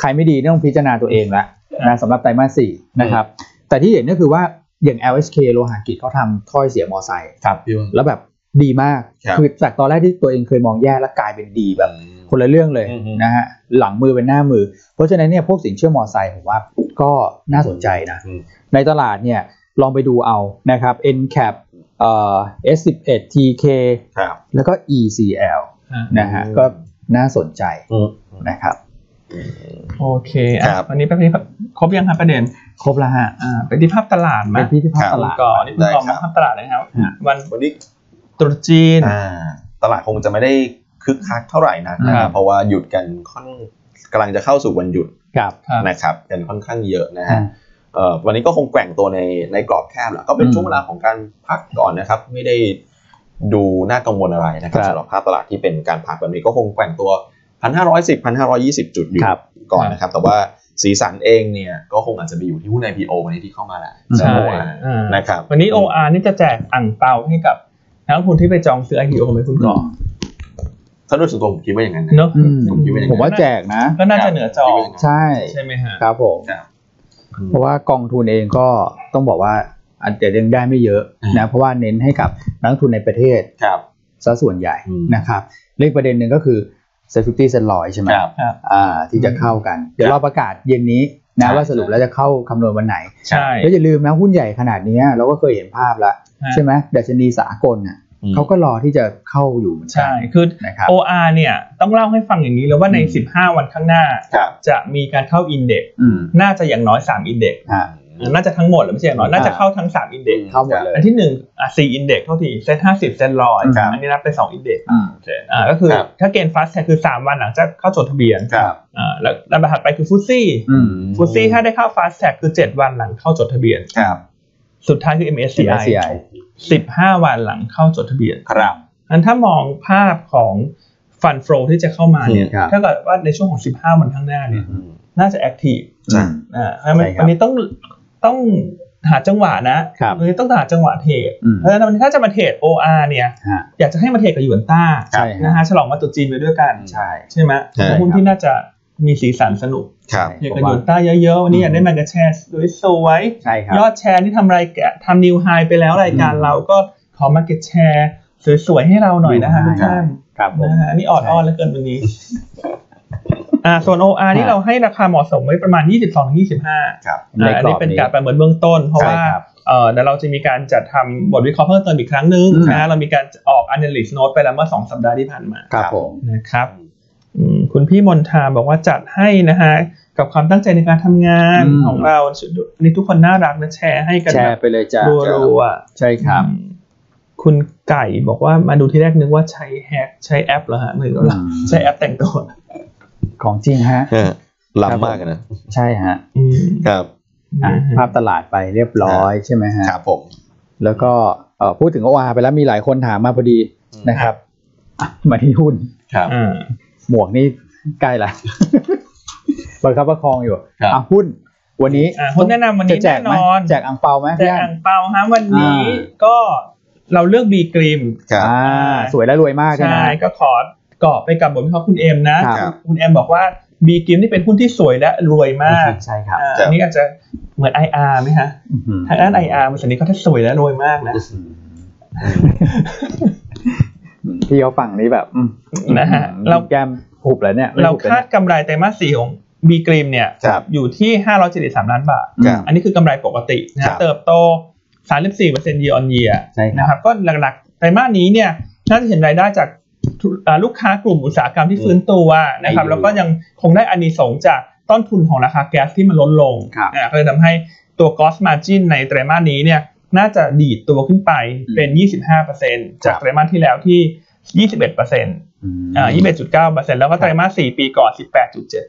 A: ใครไม่ดีต้องพิจารณาตัวเองละนะสำหรับไตรมาสสี่นะครับ แต่ที่เห็นก็คือว่าอย่าง LHK โลหะกิจเขาทำถ้อยเสียมอไซค์
C: ครับพี่วินัย
A: แล้วแบบดีมาก
C: ครับ
A: อจากตอนแรกที่ตัวเองเคยมองแย่แล้วกลายเป็นดีแบบ คนละเรื่องเลย
C: อือฮึ
A: นะฮะหลังมือเป็นหน้ามือ เพราะฉะนั้นเนี่ยพวกสินเชื่อมอไซค์ผมว่าก็น่าสนใจนะ
C: อืม
A: ในตลาดเนี่ยลองไปดูเอานะครับ NCAP เอ่อ S11 TK
C: ครับ
A: แล้วก็ ECL
B: อ่ะ
A: นะฮะก็น่าสนใจ
C: อืม
A: นะครับ
B: โอเคอ่ะ
C: ครับ
B: วันนี้ไปที่ครบยังครับประเด็น
A: ครบแล้วฮะ
B: อ่าไปที่ภาพตลาดไหม
A: ไปที่ที่ภาคตลาด
B: ก่อนนี่เพิ่งออก
C: ได้ครั
B: มา
C: บ
B: ภาพตลาดนะครับ
A: ฮะ
B: วัน
C: วันนี้
B: ตรุษจีน
C: อ่าตลาดคงจะไม่ได้คึกคักเท่าไหร่นักนะค
A: ครั
C: รับบ เพราะว่าหยุดกันค่อนกำลังจะเข้าสู่วันหยุด
A: ครับ
B: ครับ
C: นะครับกันค่อนข้างเยอะนะ
A: อ่า
C: ฮะ เอ่อวันนี้ก็คงแกว่งตัวในในกรอบแคบแหละก็เป็น
A: อืม
C: ช่วงเวลาของการพักก่อนนะครับ ไม่ได้ดูน่ากังวลอะไรนะครั
A: ค
C: บ
A: รับ
C: สำหรับภาพตลาดที่เป็นการพักแบบนี้ก็คงแกว่งตัว 1,510 1,520 จุดอยู่
A: ครับ
C: ก่อนนะครับ แต่ว่าสีสันเองเนี่ยก็คงอาจจะไปอยู่ที่หุ้น IPO วันนี้ที่เข้ามาแหละ
A: ใช่
C: เมื่อวาน
B: อ่าน
C: นะครับ
B: วันนี้ OR นี่จะแจกอ่างเปาให้กับนักลงทุนที่ไปจองซื้อ IPO ไหมคุณก่อ
C: ถ้าโดยส่วนตัวผมคิดว่าอย่างนั้นนะ
B: เนอะ
A: อืม
C: ผมคิดว่าอย่างนั้น
A: ผมว่าแจกนะ
B: ก็น่าจะเหนือจอ
A: ใช่
B: ใช่ไหมฮะ
A: ครับผม
C: ครับอืม
A: เพราะว่ากองทุนเองก็ต้องบอกว่าอาจจะยังได้ไม่เยอะ
C: อืม
A: นะเพราะว่าเน้นให้กับนักลงทุนในประเทศ
C: ครับ
A: ซะส่วนใหญ่
C: อืม
A: นะครับเลขประเด็นหนึ่งก็คือเซ็ตฟิฟตี้เซ็ตร้อยใช่ไหม
C: ครับ
A: อ่าที่จะเข้ากัน เดี๋ยวเราประกาศเย็นนี้
C: ค
A: นะ
C: รับ
A: ว่าสรุปแล้วจะเข้าคำนวณวันไหน
B: ใช่
A: แล้วอย่าลืมนะหุ้นใหญ่ขนาดเนี้ยเราก็เคยเห็นภาพละใช่ไหมดัชนีสากลน่ะ
C: อืม
A: เขาก็รอที่จะเข้าอยู่เหมือนกั
B: ใช่ คือ
A: นะครับ
B: OR เนี่ยต้องเล่าให้ฟังอย่างนี้เลยว่าใน
A: อืม
B: 15 วันข้างหน้า
C: ครับ
B: จะมีการเข้าอินเด็กซ์
A: อืม
B: น่าจะอย่างน้อย 3 อินเด็กซ์
A: อ่า
B: น่าจะทั้งหมดหรือไม่ใช่อย่างน้อย น่าจะเข้าทั้ง 3 อินเด็กซ์
A: เข้าหมดเลย
B: อันที่1อ่ะ4อินเด็กซ์เท่าที่เซ็ตห้าสิบเซ็ตร้อย
A: ครับ
B: อันนี้นับไป2อินเด็กซ์
A: อืม
B: อ่าก็คือ
C: ครับ
B: ถ้าเกณฑ์ฟาสแท็คือ 3 วันหลังจากเข้าจดทะเบียน
C: ครับ
B: อ่าแล้วลำดับถัดไปคือฟุตซี่
A: อืม
B: ฟูซี่ถ้าได้เข้า Fast Tag คือ 7 วันหลังเข้าจดทะเบียน
C: ครับ
B: สุดท้ายคือ MSCI
A: MSCI
B: 15 วันหลังเข้าจดทะเบียน
C: ครับ
B: งั้นถ้ามองภาพของฟัน l ฟ w ที่จะเข้ามาเนี่ย
A: ครับ
B: ถ้าเกิดว่าในช่วงของ 15 วันข้างหน้าเนี่ยน่าจะแอคทีฟ
C: ใช่
B: อ่าเพราะฉะนั้น
A: ใช่ครับ
B: วันนี้ต้องต้องหาจังหวะนะครับ วันนี้ต้องหาจังหวะเทรด
A: อืม
B: เพราะฉะนั้นวันนี้ถ้าจะมาเทรด OR เนี่ย
A: ฮะ
B: อยากจะให้มาเทรดกับหยวนต้า
A: ใช่
B: นะ
A: ฮะ
B: ฮะฉลองมาตรุษจีนไปด้วยกัน
A: ใช่
B: ใช่ไหม
C: ใช่ครับ
B: หุ้นที่น่าจะมีสีสันสนุก
C: ครับ
B: อยากกระโดดใต้เยอะๆ วันนี้อยากได้แมกกาแชร์สวย
A: ใช่ครับ
B: ๆยอดแชร์ที่ทำรายการทำนิวไฮไปแล้วรายการ
A: อืม
B: เราก็ขอมาเก็ตแชร์สวยๆ ให้เราหน่อยนะฮะ
A: ได้
B: ทุกท่าน
A: ครับผม
B: นะฮะนี่ออดอ้อนเหลือเกินวันนี้ อ่าส่วน OR นี่
A: ฮะ
B: เราให้ราคาเหมาะสมไว้ประมาณ 22-25
C: ครับ
A: ใน
B: อ่าอัน
A: กร
B: นี้
A: อบ
B: เป็น
A: นี้
B: การประเมินเบื้องต้น เพราะ
A: ใช่
B: ว่า
A: ครับ
B: เอ่อเดี๋ยวเราจะมีการจัดทำบทวิเคราะห์เพิ่มเติมอีกครั้งหนึง
A: อืม
B: นะฮะเรามีการออก analyst note ไปแล้วเมื่อสองสัปดาห์ที่ผ่านมา
A: ครับผม
B: นะครับอืมคุณพี่มนทาบอกว่าจัดให้นะฮะกับความตั้งใจในการทำงาน
A: อืม
B: ของเราอันนี้ทุกคนน่ารักนะแชร์ให้กัน
A: แช
B: แบบ
A: ร์ไปเลยจ้ะ
B: รัวๆอ่ะ
A: ใช่ครับ
B: อืมคุณไก่บอกว่ามาดูที่แรกนึกว่าใช้แฮกใช้แอปเหรอฮะไม่รู้ละ
A: อืม
B: ใช้แอปแต่งตัว
A: ของจริงฮะ
C: เออ
A: ครับ
C: ล้ำมากอะนะ
A: ใช่ฮะ
B: อืม
C: ครับ
A: อ่ะ
B: นะฮะ
A: ภาพตลาดไปเรียบร้อยใช่ไหมฮะ
C: ครับผม
A: แล้วก็เอ่อพูดถึงโออาไปแล้วมีหลายคนถามมาพอดีนะครับอ่ะมาที่หุ้น
C: ครับ
B: อ่า
A: หมวกนี่ใกล้ละ
B: <laughs>
A: บังคับประคองอยู่
C: ครับ
A: อ่ะหุ้น วันนี้
B: อ่าคนแนะนำวัน
A: จะ
B: นี้
A: แจ
B: แน่
A: กไห
B: น
A: ม
B: อน
A: แจกอังเปาไหม
B: แจกอ่างเปาฮะวันนี้ก็เราเลือกบีกรีม
C: ครับ
A: อ่าสวยและรวยมากใช่ไหม
B: ใช่ก็ขอกรอบไปกับบทวิเคราะห์คุณเอ็มนะครับ คุณเอ็มบอกว่าบีกิมนี่เป็นหุ้นที่สวยและรวยมาก
A: ใช่ครับ
B: อ่า
C: ครับ
B: อันนี้อาจจะเหมือน IR ไหมฮะ
A: อื้อหือ
B: ทางด้าน IR มันสันนี้ก็ถ้าสวยและรวยมากนะ <laughs>
A: พี่เขาฝั่งนี้แบบอืม
B: นะฮะ
A: อืม
B: เรา
A: แก้มหุบแล้วเนี่ยไม่
B: เรา
A: หุบแล้ว
B: คาด
A: เนี่ย
B: กำไรไตรมาสสี่ของบีกรีมเนี่ย
C: ครับ
B: อยู่ที่ 573 ล้านบาท
C: ครับ
B: อันนี้คือกำไรปกตินะ
C: ครั
B: ฮะ
C: บ
B: เติบโต 34% year on year
A: ใช่ครับ
B: นะครับก็หลักๆไตรมาสนี้เนี่ยน่าจะเห็นรายได้จากทุอ่าลูกค้ากลุ่มอุตสาหกรรมที่ฟื้นตัวนะครับ
C: อืม
B: แล้วก็ยังคงได้อานิสงส์จากต้นทุนของราคาแก๊สที่มันลดลง
A: ครับ
B: อ่าก็เลยทำให้ตัวกอสมาจินในไตรมาสนี้เนี่ยน่าจะดีดตัวขึ้นไปเป็น 25%จากไตรมาสที่แล้วที่ 21%
A: อืม
B: อ่า21.9%แล้วก็ไตรมาส4ปีก่อน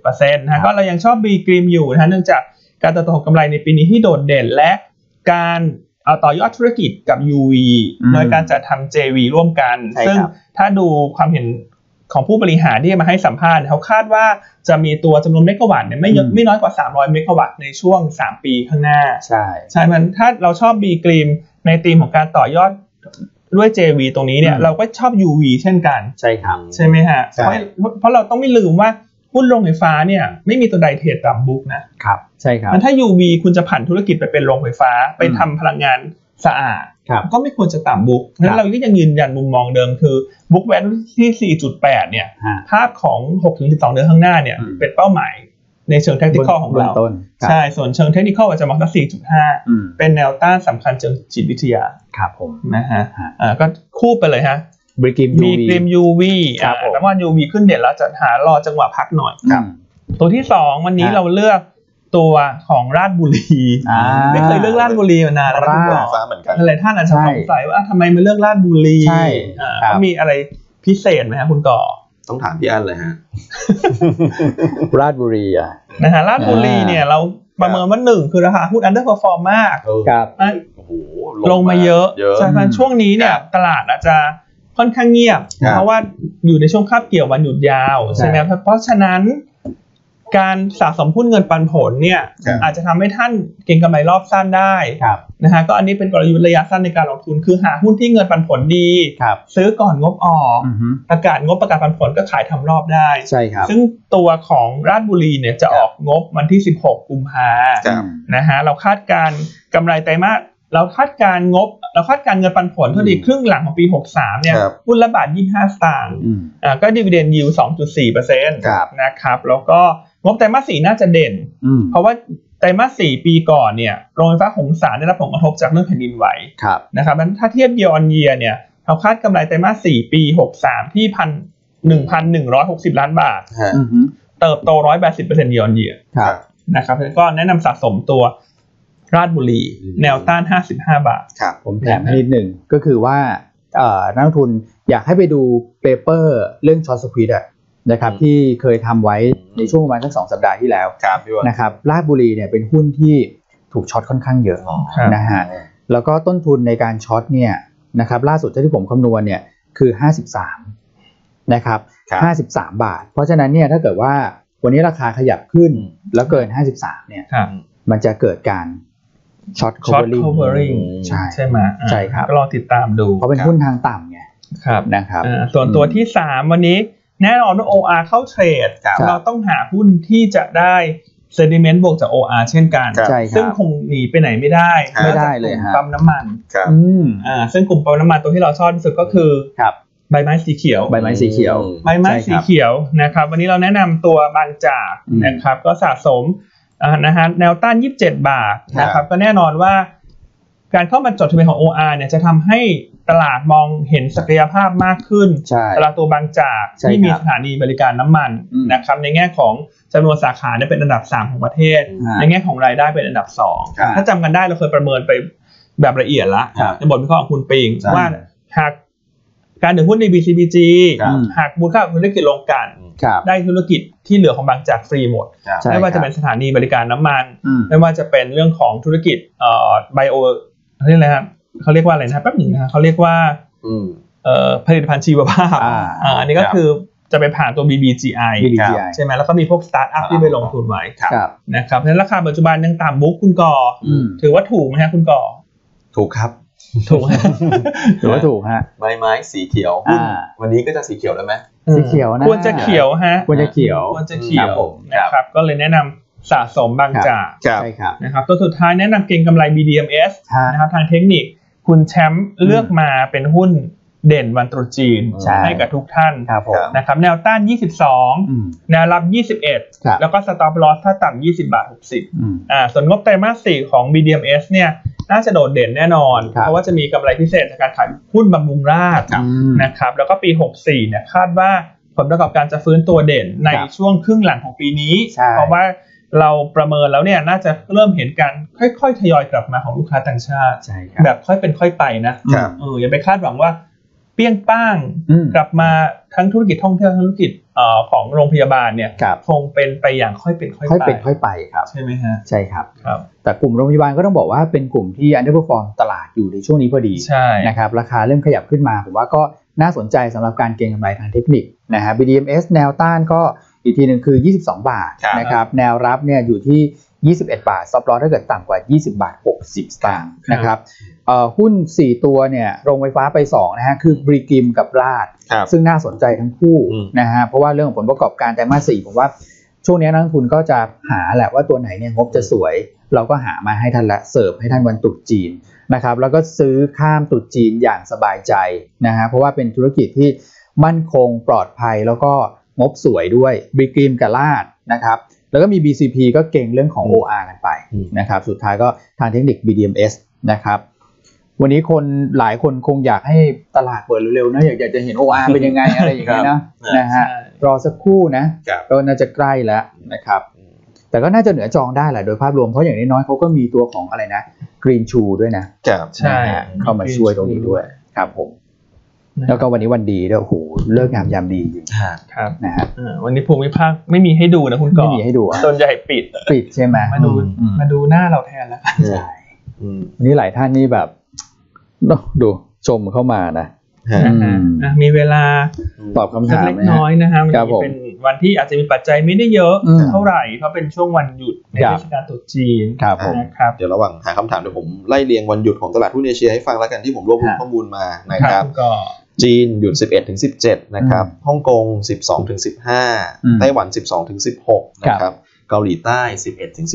B: 18.7%นะ
A: ครั
B: ฮะ
A: บ
B: ก็เรายังชอบบีกรีมอยู่นะฮะเนื่องจากการเติบโตของกำไรในปีนี้ที่โดดเด่นและการเอาต่อยอดธุรกิจกับ UV
A: อืม
B: โดยการจัดทำ JV ร่วมกัน
A: ใช่
B: ซึ่ง
A: ครับ
B: ถ้าดูความเห็นของผู้บริหารที่มาให้สัมภาษณ์เขาคาดว่าจะมีตัวจำนวนเมกะวัตต์เนี่ยไม่เยอะไม่น้อยกว่า 300 เมกะวัตต์ในช่วง 3 ปีข้างหน้า
A: ใช่
B: ใช่มันถ้าเราชอบ B กรีมในธีมของการต่อยอดด้วย JV ตรงนี้เนี่ยเราก็ชอบ UV เช่นกัน
A: ใช่ครับ
B: ใช่ไหมฮะ
C: ใช่
B: เพราะเพราะเราต้องไม่ลืมว่าหุ้นโรงไฟฟ้าเนี่ยไม่มีตัวใดเทรดตามบุ๊กนะครับ
A: ใช่ครับ
B: มันถ้า UV คุณจะผ่านธุรกิจไปเป็นโรงไฟฟ้าไป
A: อืม
B: ทำพลังงานสะอาด
A: ครับ
B: ก็ไม่ควรจะตามบุ๊ก
A: ครั
B: งั้
A: บ
B: นเราก็ยังยืนยันมุมมองเดิมคือบุ๊กแวลูที่ 4.8 เนี่ย
A: ฮะ
B: ภาพของ 6-12 เดือนข้างหน้าเนี่ย
A: อืม
B: เป็นเป้าหมายในเชิงเทคนิคของเรา
A: บื้ต้นครับ
B: ใช่ ส่วนเชิงเทคนิคอาจจะมองที่4.5
A: อืม
B: เป็นแนวต้านสำคัญเชิงจิตวิทยา
A: ครับผม
B: นะฮะ
A: ฮะ
B: อ่าก็คู่ไปเลยฮะ
A: บริกิมยู
B: มี
A: วี
B: กรีม UV
A: ครับผ
B: อ่า
A: ม
B: น้ำมัน UV ขึ้นเด่นแล้วจัดหารอจังหวะพักหน่อย
A: ครับ
B: ตัวที่สองวันนี้
A: อ่ะ
B: เราเลือกตัวของราชบุรี
A: อ่า
B: ไม่เคยเลือกราชบุรีมานานแล้วนะ
A: ราช
B: คุณหม
C: รา
B: อ
C: ฟ้าเหมือนกัน
B: หลายท่านอาจจะ
A: ใช่
B: สงสัยว่าอ่ะทำไมมาเลือกราชบุรี
A: ใช่
B: อ่า
A: ครับ
B: มีอะไรพิเศษไหมครับคุณก่อ
C: ต้องถามพี่อั้นเลยฮะ
A: ราชบุรีอ่ะ
B: นะฮะราชบุรี
A: อ่า
B: เนี่ยเราประเมินว่าหนึ่งคือราคาหุ้น underperform มาก
A: ครับ
B: อ่ะ
C: โอ้โห
B: ลงมาเยอะ
C: เยอะ
B: ใช่ไหม
A: อืม
B: ช่วงนี้เนี่ย
C: ครับ
B: ตลาดอาจจะค่อนข้างเงียบ
C: ครับ
B: เพราะว่าอยู่ในช่วงคาบเกี่ยววันหยุดยาวใช่ไหมครับเพราะฉะนั้น การสะสมหุ้นเงินปันผลเนี่ย
C: ครับ
B: อาจจะทำให้ท่านเก็งกำไรรอบสั้นได้
A: ครับ
B: นะฮะก็อันนี้เป็นกลยุทธ์ระยะสั้นในการลงทุนคือหาหุ้นที่เงินปันผลดี
A: ครับ
B: ซื้อก่อนงบออก
A: อือฮึ
B: ประกาศงบประกาศปันผลก็ขายทำรอบได้
A: ใช่ครับ
B: ซึ่งตัวของราชบุรีเนี่ยจะออกงบวันที่ 16 กุมภา
C: ครับ
B: นะฮะเราคาดการณ์กำไรไตรมาสเราคาดการณ์งบ เราคาดการณ์เงินปันผลเท่าดี
A: อืม
B: ครึ่งหลังของปี 63 เนี่ย
C: ครับ
B: หุ้นละบาท 25 สตางค์
A: อืม
B: อ่าก็ดีเวเดนยิว 2.4เปอร์เซ็นต์
C: ครับ
B: นะครับ แล้วก็งบไตรมาสสี่น่าจะเด่น
A: อืม
B: เพราะว่าไตรมาสสี่ปีก่อนเนี่ยโรงไฟฟ้าหงสารได้รับผลกระทบจากเรื่องแผ่นดินไหว
A: ครับ
B: นะครับงั้นถ้าเทียบ year on year เนี่ยเราคาดกำไรไตรมาสสี่ปี 63 ที่พัน1,160 ล้านบาท
C: ฮะ
A: อือฮึ
B: เติบโต 180%เยียร์เยีย
A: ครับ
B: นะครับแล้วก็แนะนำสะสมตัวราชบุรี
C: อืม
B: แนวต้าน 55 บาท
C: ครับ
A: ผมแถมให้นิดหนึ่งก็คือว่าเอ่อนักลงทุนอยากให้ไปดูเปเปอร์เรื่องช็อตสควิดอะนะครับ
C: อืม
A: ที่เคยทำไว้
C: อืม
A: ในช่วงประมาณสักสองสัปดาห์ที่แล้ว
C: ครับพี่วัน
A: นะครับราชบุรีเนี่ยเป็นหุ้นที่ถูกช็อตค่อนข้างเยอะ
C: อ๋อ
B: ครับ
A: นะฮะแล้วก็ต้นทุนในการช็อตเนี่ยนะครับล่าสุดเท่าที่ผมคำนวณเนี่ยคือ 53นะครับ
C: ครับ
A: 53 บาท เพราะฉะนั้นเนี่ยถ้าเกิดว่าวันนี้ราคาขยับขึ้นแล้วเกิน 53เนี่ย
B: ครับ
A: มันจะเกิดการช็อต
B: ช็อต
A: covering
B: covering
A: ใช่
B: ใช่ไหมอ่า
A: ใช่ครับ
B: ก็ลองติดตามดู
A: เพราะเป็นหุ้นทางต่ำไง
B: ครับ
A: นะครับ
B: อ่าส่วนตัวที่ 3 วันนี้แน่นอนว่า OR เข้าเทรด
C: ครับ
B: เราต้องหาหุ้นที่จะได้ sediment บวกจาก OR เช่นกัน
C: ครับ
A: ใช่ครับ
B: ซึ่งคงหนีไปไหนไม่ได้
C: ครับ
A: ไม่ได้เลยฮะ
B: ปั๊มน้ำมัน
C: ครับ
A: อืม
B: อ่าซึ่งกลุ่มปั๊มน้ำมันตัวที่เราชอบที่สุดก็คือ
A: ครับ
B: ใบไม้สีเขียว
A: ใบไม้สีเขียว
C: อืม
B: ใบไม้
A: ใช่
B: สี
A: ครับ
B: เขียวนะครับ วันนี้เราแนะนำตัวบางจาก
A: อืม
B: นะครับ ก็สะสมอ่านะฮะแนวต้าน 27 บาทนะค
C: ครั
B: รับ
C: บ
B: ก็แน่นอนว่า การเข้ามาจดทะเบียนของ OR เนี่ยจะทำให้ตลาดมองเห็นศักยภาพมากขึ้น
A: ใช่
B: ตลาดตัวบางจาก
A: ใช่
B: ที่มี
A: ครับ
B: สถานีบริการน้ำมัน
A: อืม
B: นะครับ ในแง่ของจำนวนสาขาเนี่ยเป็นอันดับ 3 ของประเทศ
A: อ่า
B: ในแง่ของรายได้เป็นอันดับ
A: ครับ
B: 2 ถ้าจำกันได้เราเคยประเมินไปแบบละเอียดละ
A: ครับ
B: ในบทวิเคราะห์ของคุณปิง
C: ใช่
B: ว่าหากการถือหุ้นใน BCBG
C: ครับ
B: หากมูลค่าของธุรกิจลงกลัน
A: ครับ
B: ได้ธุรกิจที่เหลือของบางจากฟรีหมด
C: ครับ
A: ใช่
B: ไม่ว่าจะเป็
A: ค
B: น
A: รับ
B: สถานีบริการน้ำมัน
A: อืม
B: ไม่ว่าจะเป็นเรื่องของธุรกิจเอ่อไบโอเรียกอะไรครับเขาเรียกว่าอะไรนะครับแป๊บหนึ่งนะครับเขาเรียกว่า
C: อืม
B: เอ่อผลิตภัณฑ์ชีวภาพ
A: อ่า
B: อ่าอันนี้ก็
C: ครับ
B: คือจะไปผ่านตัว BBGI
A: BDGI
B: ใช่ไหมแล้วก็มีพวกสตาร์ทอัพที่ไปลงทุนไว้
A: ครับ
B: นะครับเพราะฉะนั้นราคาปัจจุบันยังต่ำบุ๊กคุณก่ออ
A: ม
B: ถือว่าถูกไหมฮะคุณก่อ
C: ถูกครับ
B: ถูกไหม <laughs>
A: ถือว่าถูกฮะ
C: ใบไม้สีเขียวหุ้น
A: อ่า
C: วันนี้ก็จะสีเขียวแล้วไหม
A: สีเขียวนะ
B: ควรจะเขียวฮะ
A: ควรจะเขียว
B: ควรจะเขียว
C: ครับผม
B: นะค
C: ครั
B: รับ
C: บ
B: ก็เลยแนะนำสะสมบางจาก
C: ครับ
A: ใช่ครับ
B: นะครับตัวสุดท้ายแนะนำเก็งกำไร BDMs
A: ฮะ
B: นะครับทางเทคนิคคุณแชมป์เลือกมาเป็นหุ้นเด่นวันตรุษจีน
A: ใช่
B: ให้กับทุกท่าน
A: ครับผม
C: ครับ
B: นะครับแนวต้าน
A: อืม
B: 22 แนวรับ
A: ครับ
B: 21 แล้วก็สต็อปลอสถ้าต่ำ20 บาท 60
A: อืม
B: อ่าส่วนงบไตรมาสสี่ของ BDMs เนี่ยน่าจะโดดเด่นแน่นอน
A: ครับ
B: เพราะว่าจะมีกำไรพิเศษจากการขายหุ้นบำรุงราษฎร์
A: อืม
B: นะครับแล้วก็ปี 64เนี่ยคาดว่าผลประกอบการจะฟื้นตัวเด่นใน
A: ครับ
B: ช่วงครึ่งหลังของปีนี้
A: ใช่
B: เพราะว่าเราประเมินแล้วเนี่ยน่าจะเริ่มเห็นการค่อยๆ ทยอยกลับมาของลูกค้าต่างชาติ
A: ใช่ครับ
B: แบบค่อยเป็นค่อยไปนะครับ เอออย่าไปคาดหวังว่าเปี้ยงป้าง
A: อืม
B: กลับมาทั้งธุรกิจท่องเที่ยวทั้งธุรกิจเอ่อของโรงพยาบาลเนี่ย
A: ครับ
B: คงเป็นไปอย่างค่อยเป็นค่อย
A: ค่อย
B: ไป
A: เป็นค่อยไปครับ
B: ใช่ไหมฮะ
A: ใช่ครับ
B: ครับ
A: แต่กลุ่มโรงพยาบาลก็ต้องบอกว่าเป็นกลุ่มที่ underperform ตลาดอยู่ในช่วงนี้พอดี
B: ใช่
A: นะครับราคาเริ่มขยับขึ้นมา ผมว่าก็น่าสนใจสำหรับการเก็งกำไรทางเทคนิคนะฮะ BDMs แนวต้านก็อีกทีหนึ่งคือ 22 บาท
C: ครับ
A: นะครับแนวรับเนี่ยอยู่ที่ 21 บาท ซับล้อถ้าเกิดต่ำกว่า 20 บาท 60 สตางค์นะครับเอ่อหุ้น 4 ตัวเนี่ยโรงไฟฟ้าไป2นะฮะคือบริกิมกับราด
C: ครับ
A: ซึ่งน่าสนใจทั้งคู่
C: อืม
A: นะฮะเพราะว่าเรื่องของผลประกอบการไตรมาสสี่ผมว่าช่วงนี้นักลงทุนก็จะหาแหละว่าตัวไหนเนี่ยงบจะสวย เราก็หามาให้ท่านละเสิร์ฟให้ท่านวันตรุษจีนนะครับแล้วก็ซื้อข้ามตรุษจีนอย่างสบายใจนะฮะเพราะว่าเป็นธุรกิจที่มั่นคงปลอดภัยแล้วก็งบสวยด้วยบิกรีมกับลาดนะครับแล้วก็มี BCP ก็เก่งเรื่องของ OR กันไป
C: อืม
A: นะครับสุดท้ายก็ทางเทคนิค BDMs นะครับ วันนี้คนหล <laughs> ายคนคงอยากให้ตลาดเปิดเร็วๆนะอยากอยากจะเห็น OR เป็นยังไงอะไรอย่างเงี้ยนะนะฮะ
B: ใช่
A: รอสักครู่นะครับ ก็น่าจะใกล้แล้วนะครับ
C: อืม
A: แต่ก็น่าจะเหนือจองได้แหละโดยภาพรวมเพราะอย่างน้อยๆเขาก็มีตัวของอะไรนะกรีนชูด้วยนะครับ
B: ใช่
A: นะฮะเข้ามาช่วยตรงนี้ด้วยครับผม
B: นะ
A: แล้วก็วันนี้วันดีด้วยโอ้โหเลิกงามยามดีจริง
B: ครับ
A: ๆนะฮะ
B: เออวันนี้ภูมิภาคไม่มีให้ดูนะคุณก่
A: ไม่
B: อ
A: มีให้ดูอะ
B: ส่วนใหญ่ปิด
A: ปิดใช่ไหม
B: มาดู
A: อืม
B: มาดูหน้าเราแทนแล้วกัน
A: ใช่วันนี่หลายท่านนี่แบบเนอะดูชมเข้ามานะ อืม
B: นะมีเวลา
A: ตอบคำ
B: สัก
A: ถาม
B: เล็ก
A: ไหมฮะ
B: น้อยนะฮะวัน
A: ครับ
B: นี้
A: ผม
B: เป็นวันที่อาจจะมีปัจจัยไม่ได้เยอะ
A: อืม
B: เท่าไหร่เพราะเป็นช่วงวันหยุดใน
A: ครับ
B: เทศกาลตรุษจีน
A: ครับผม
B: นะครับ
C: เดี๋ยวระหว่างหาคำถามเดี๋ยวผมไล่เรียงวันหยุดของตลาดหุ้นเอเชียให้ฟังแล้วกันที่ผมรวบรวม
A: ฮะ
C: ข้อมูลมานะครับ
B: ณก่อ
C: จีนหยุด 11ถึง17 นะครับ ฮ่องกง 12ถึง
A: อืม
C: 15 ไต้หวัน 12ถึง16 นะค
A: ครั
C: รับ
A: บ
C: เกาหลีใต้ 11ถึง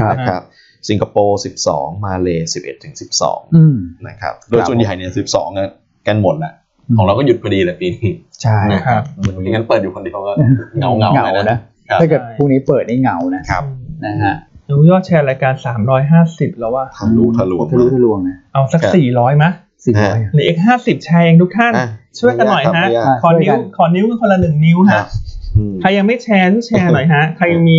A: ครับ
C: 12นะครับ สิงคโปร์ 12 มาเล11ถึง12
A: อืม
C: นะครับ โดย
A: ครับ
C: ส่วนใหญ่เนี่ย 12กันกันหมดแหละ ของเราก็หยุดพอดีแหละปีนี้
A: ใช่
B: นะครับ
C: เหมือนงั้นเปิดอยู่คนเดียวก็เหงาๆ
A: เหงา
C: หน่อยนะ
A: นะครับ ถ้าเกิดพรุ่งนี้เปิดนี่เหงานะ
C: ครับ
A: นะฮะ
B: ดูยอดแชร์รายการ 350 แล้วว่า
C: ทะลุทะลวง
A: ทะลุทะลวงนะ
B: เอาสัก
C: ครับ
B: 400มะ
A: สี่ร้อยอะ
B: เหลืออีก 50 แชร์เองทุกท่าน
C: อ่ะ
B: ช่วยกันหน่อยฮะ
C: ไม่ยากครับ
B: ขอนิ้
A: ช่วย
B: ว
A: กัน
B: ขอนิ้วกันคนละหนึ่งนิ้ว
C: ไม่ยากครั
B: ฮะ
C: บอืม
B: ใครยังไม่แชร์ช่วยแชร์หน่อยฮะ ใครมี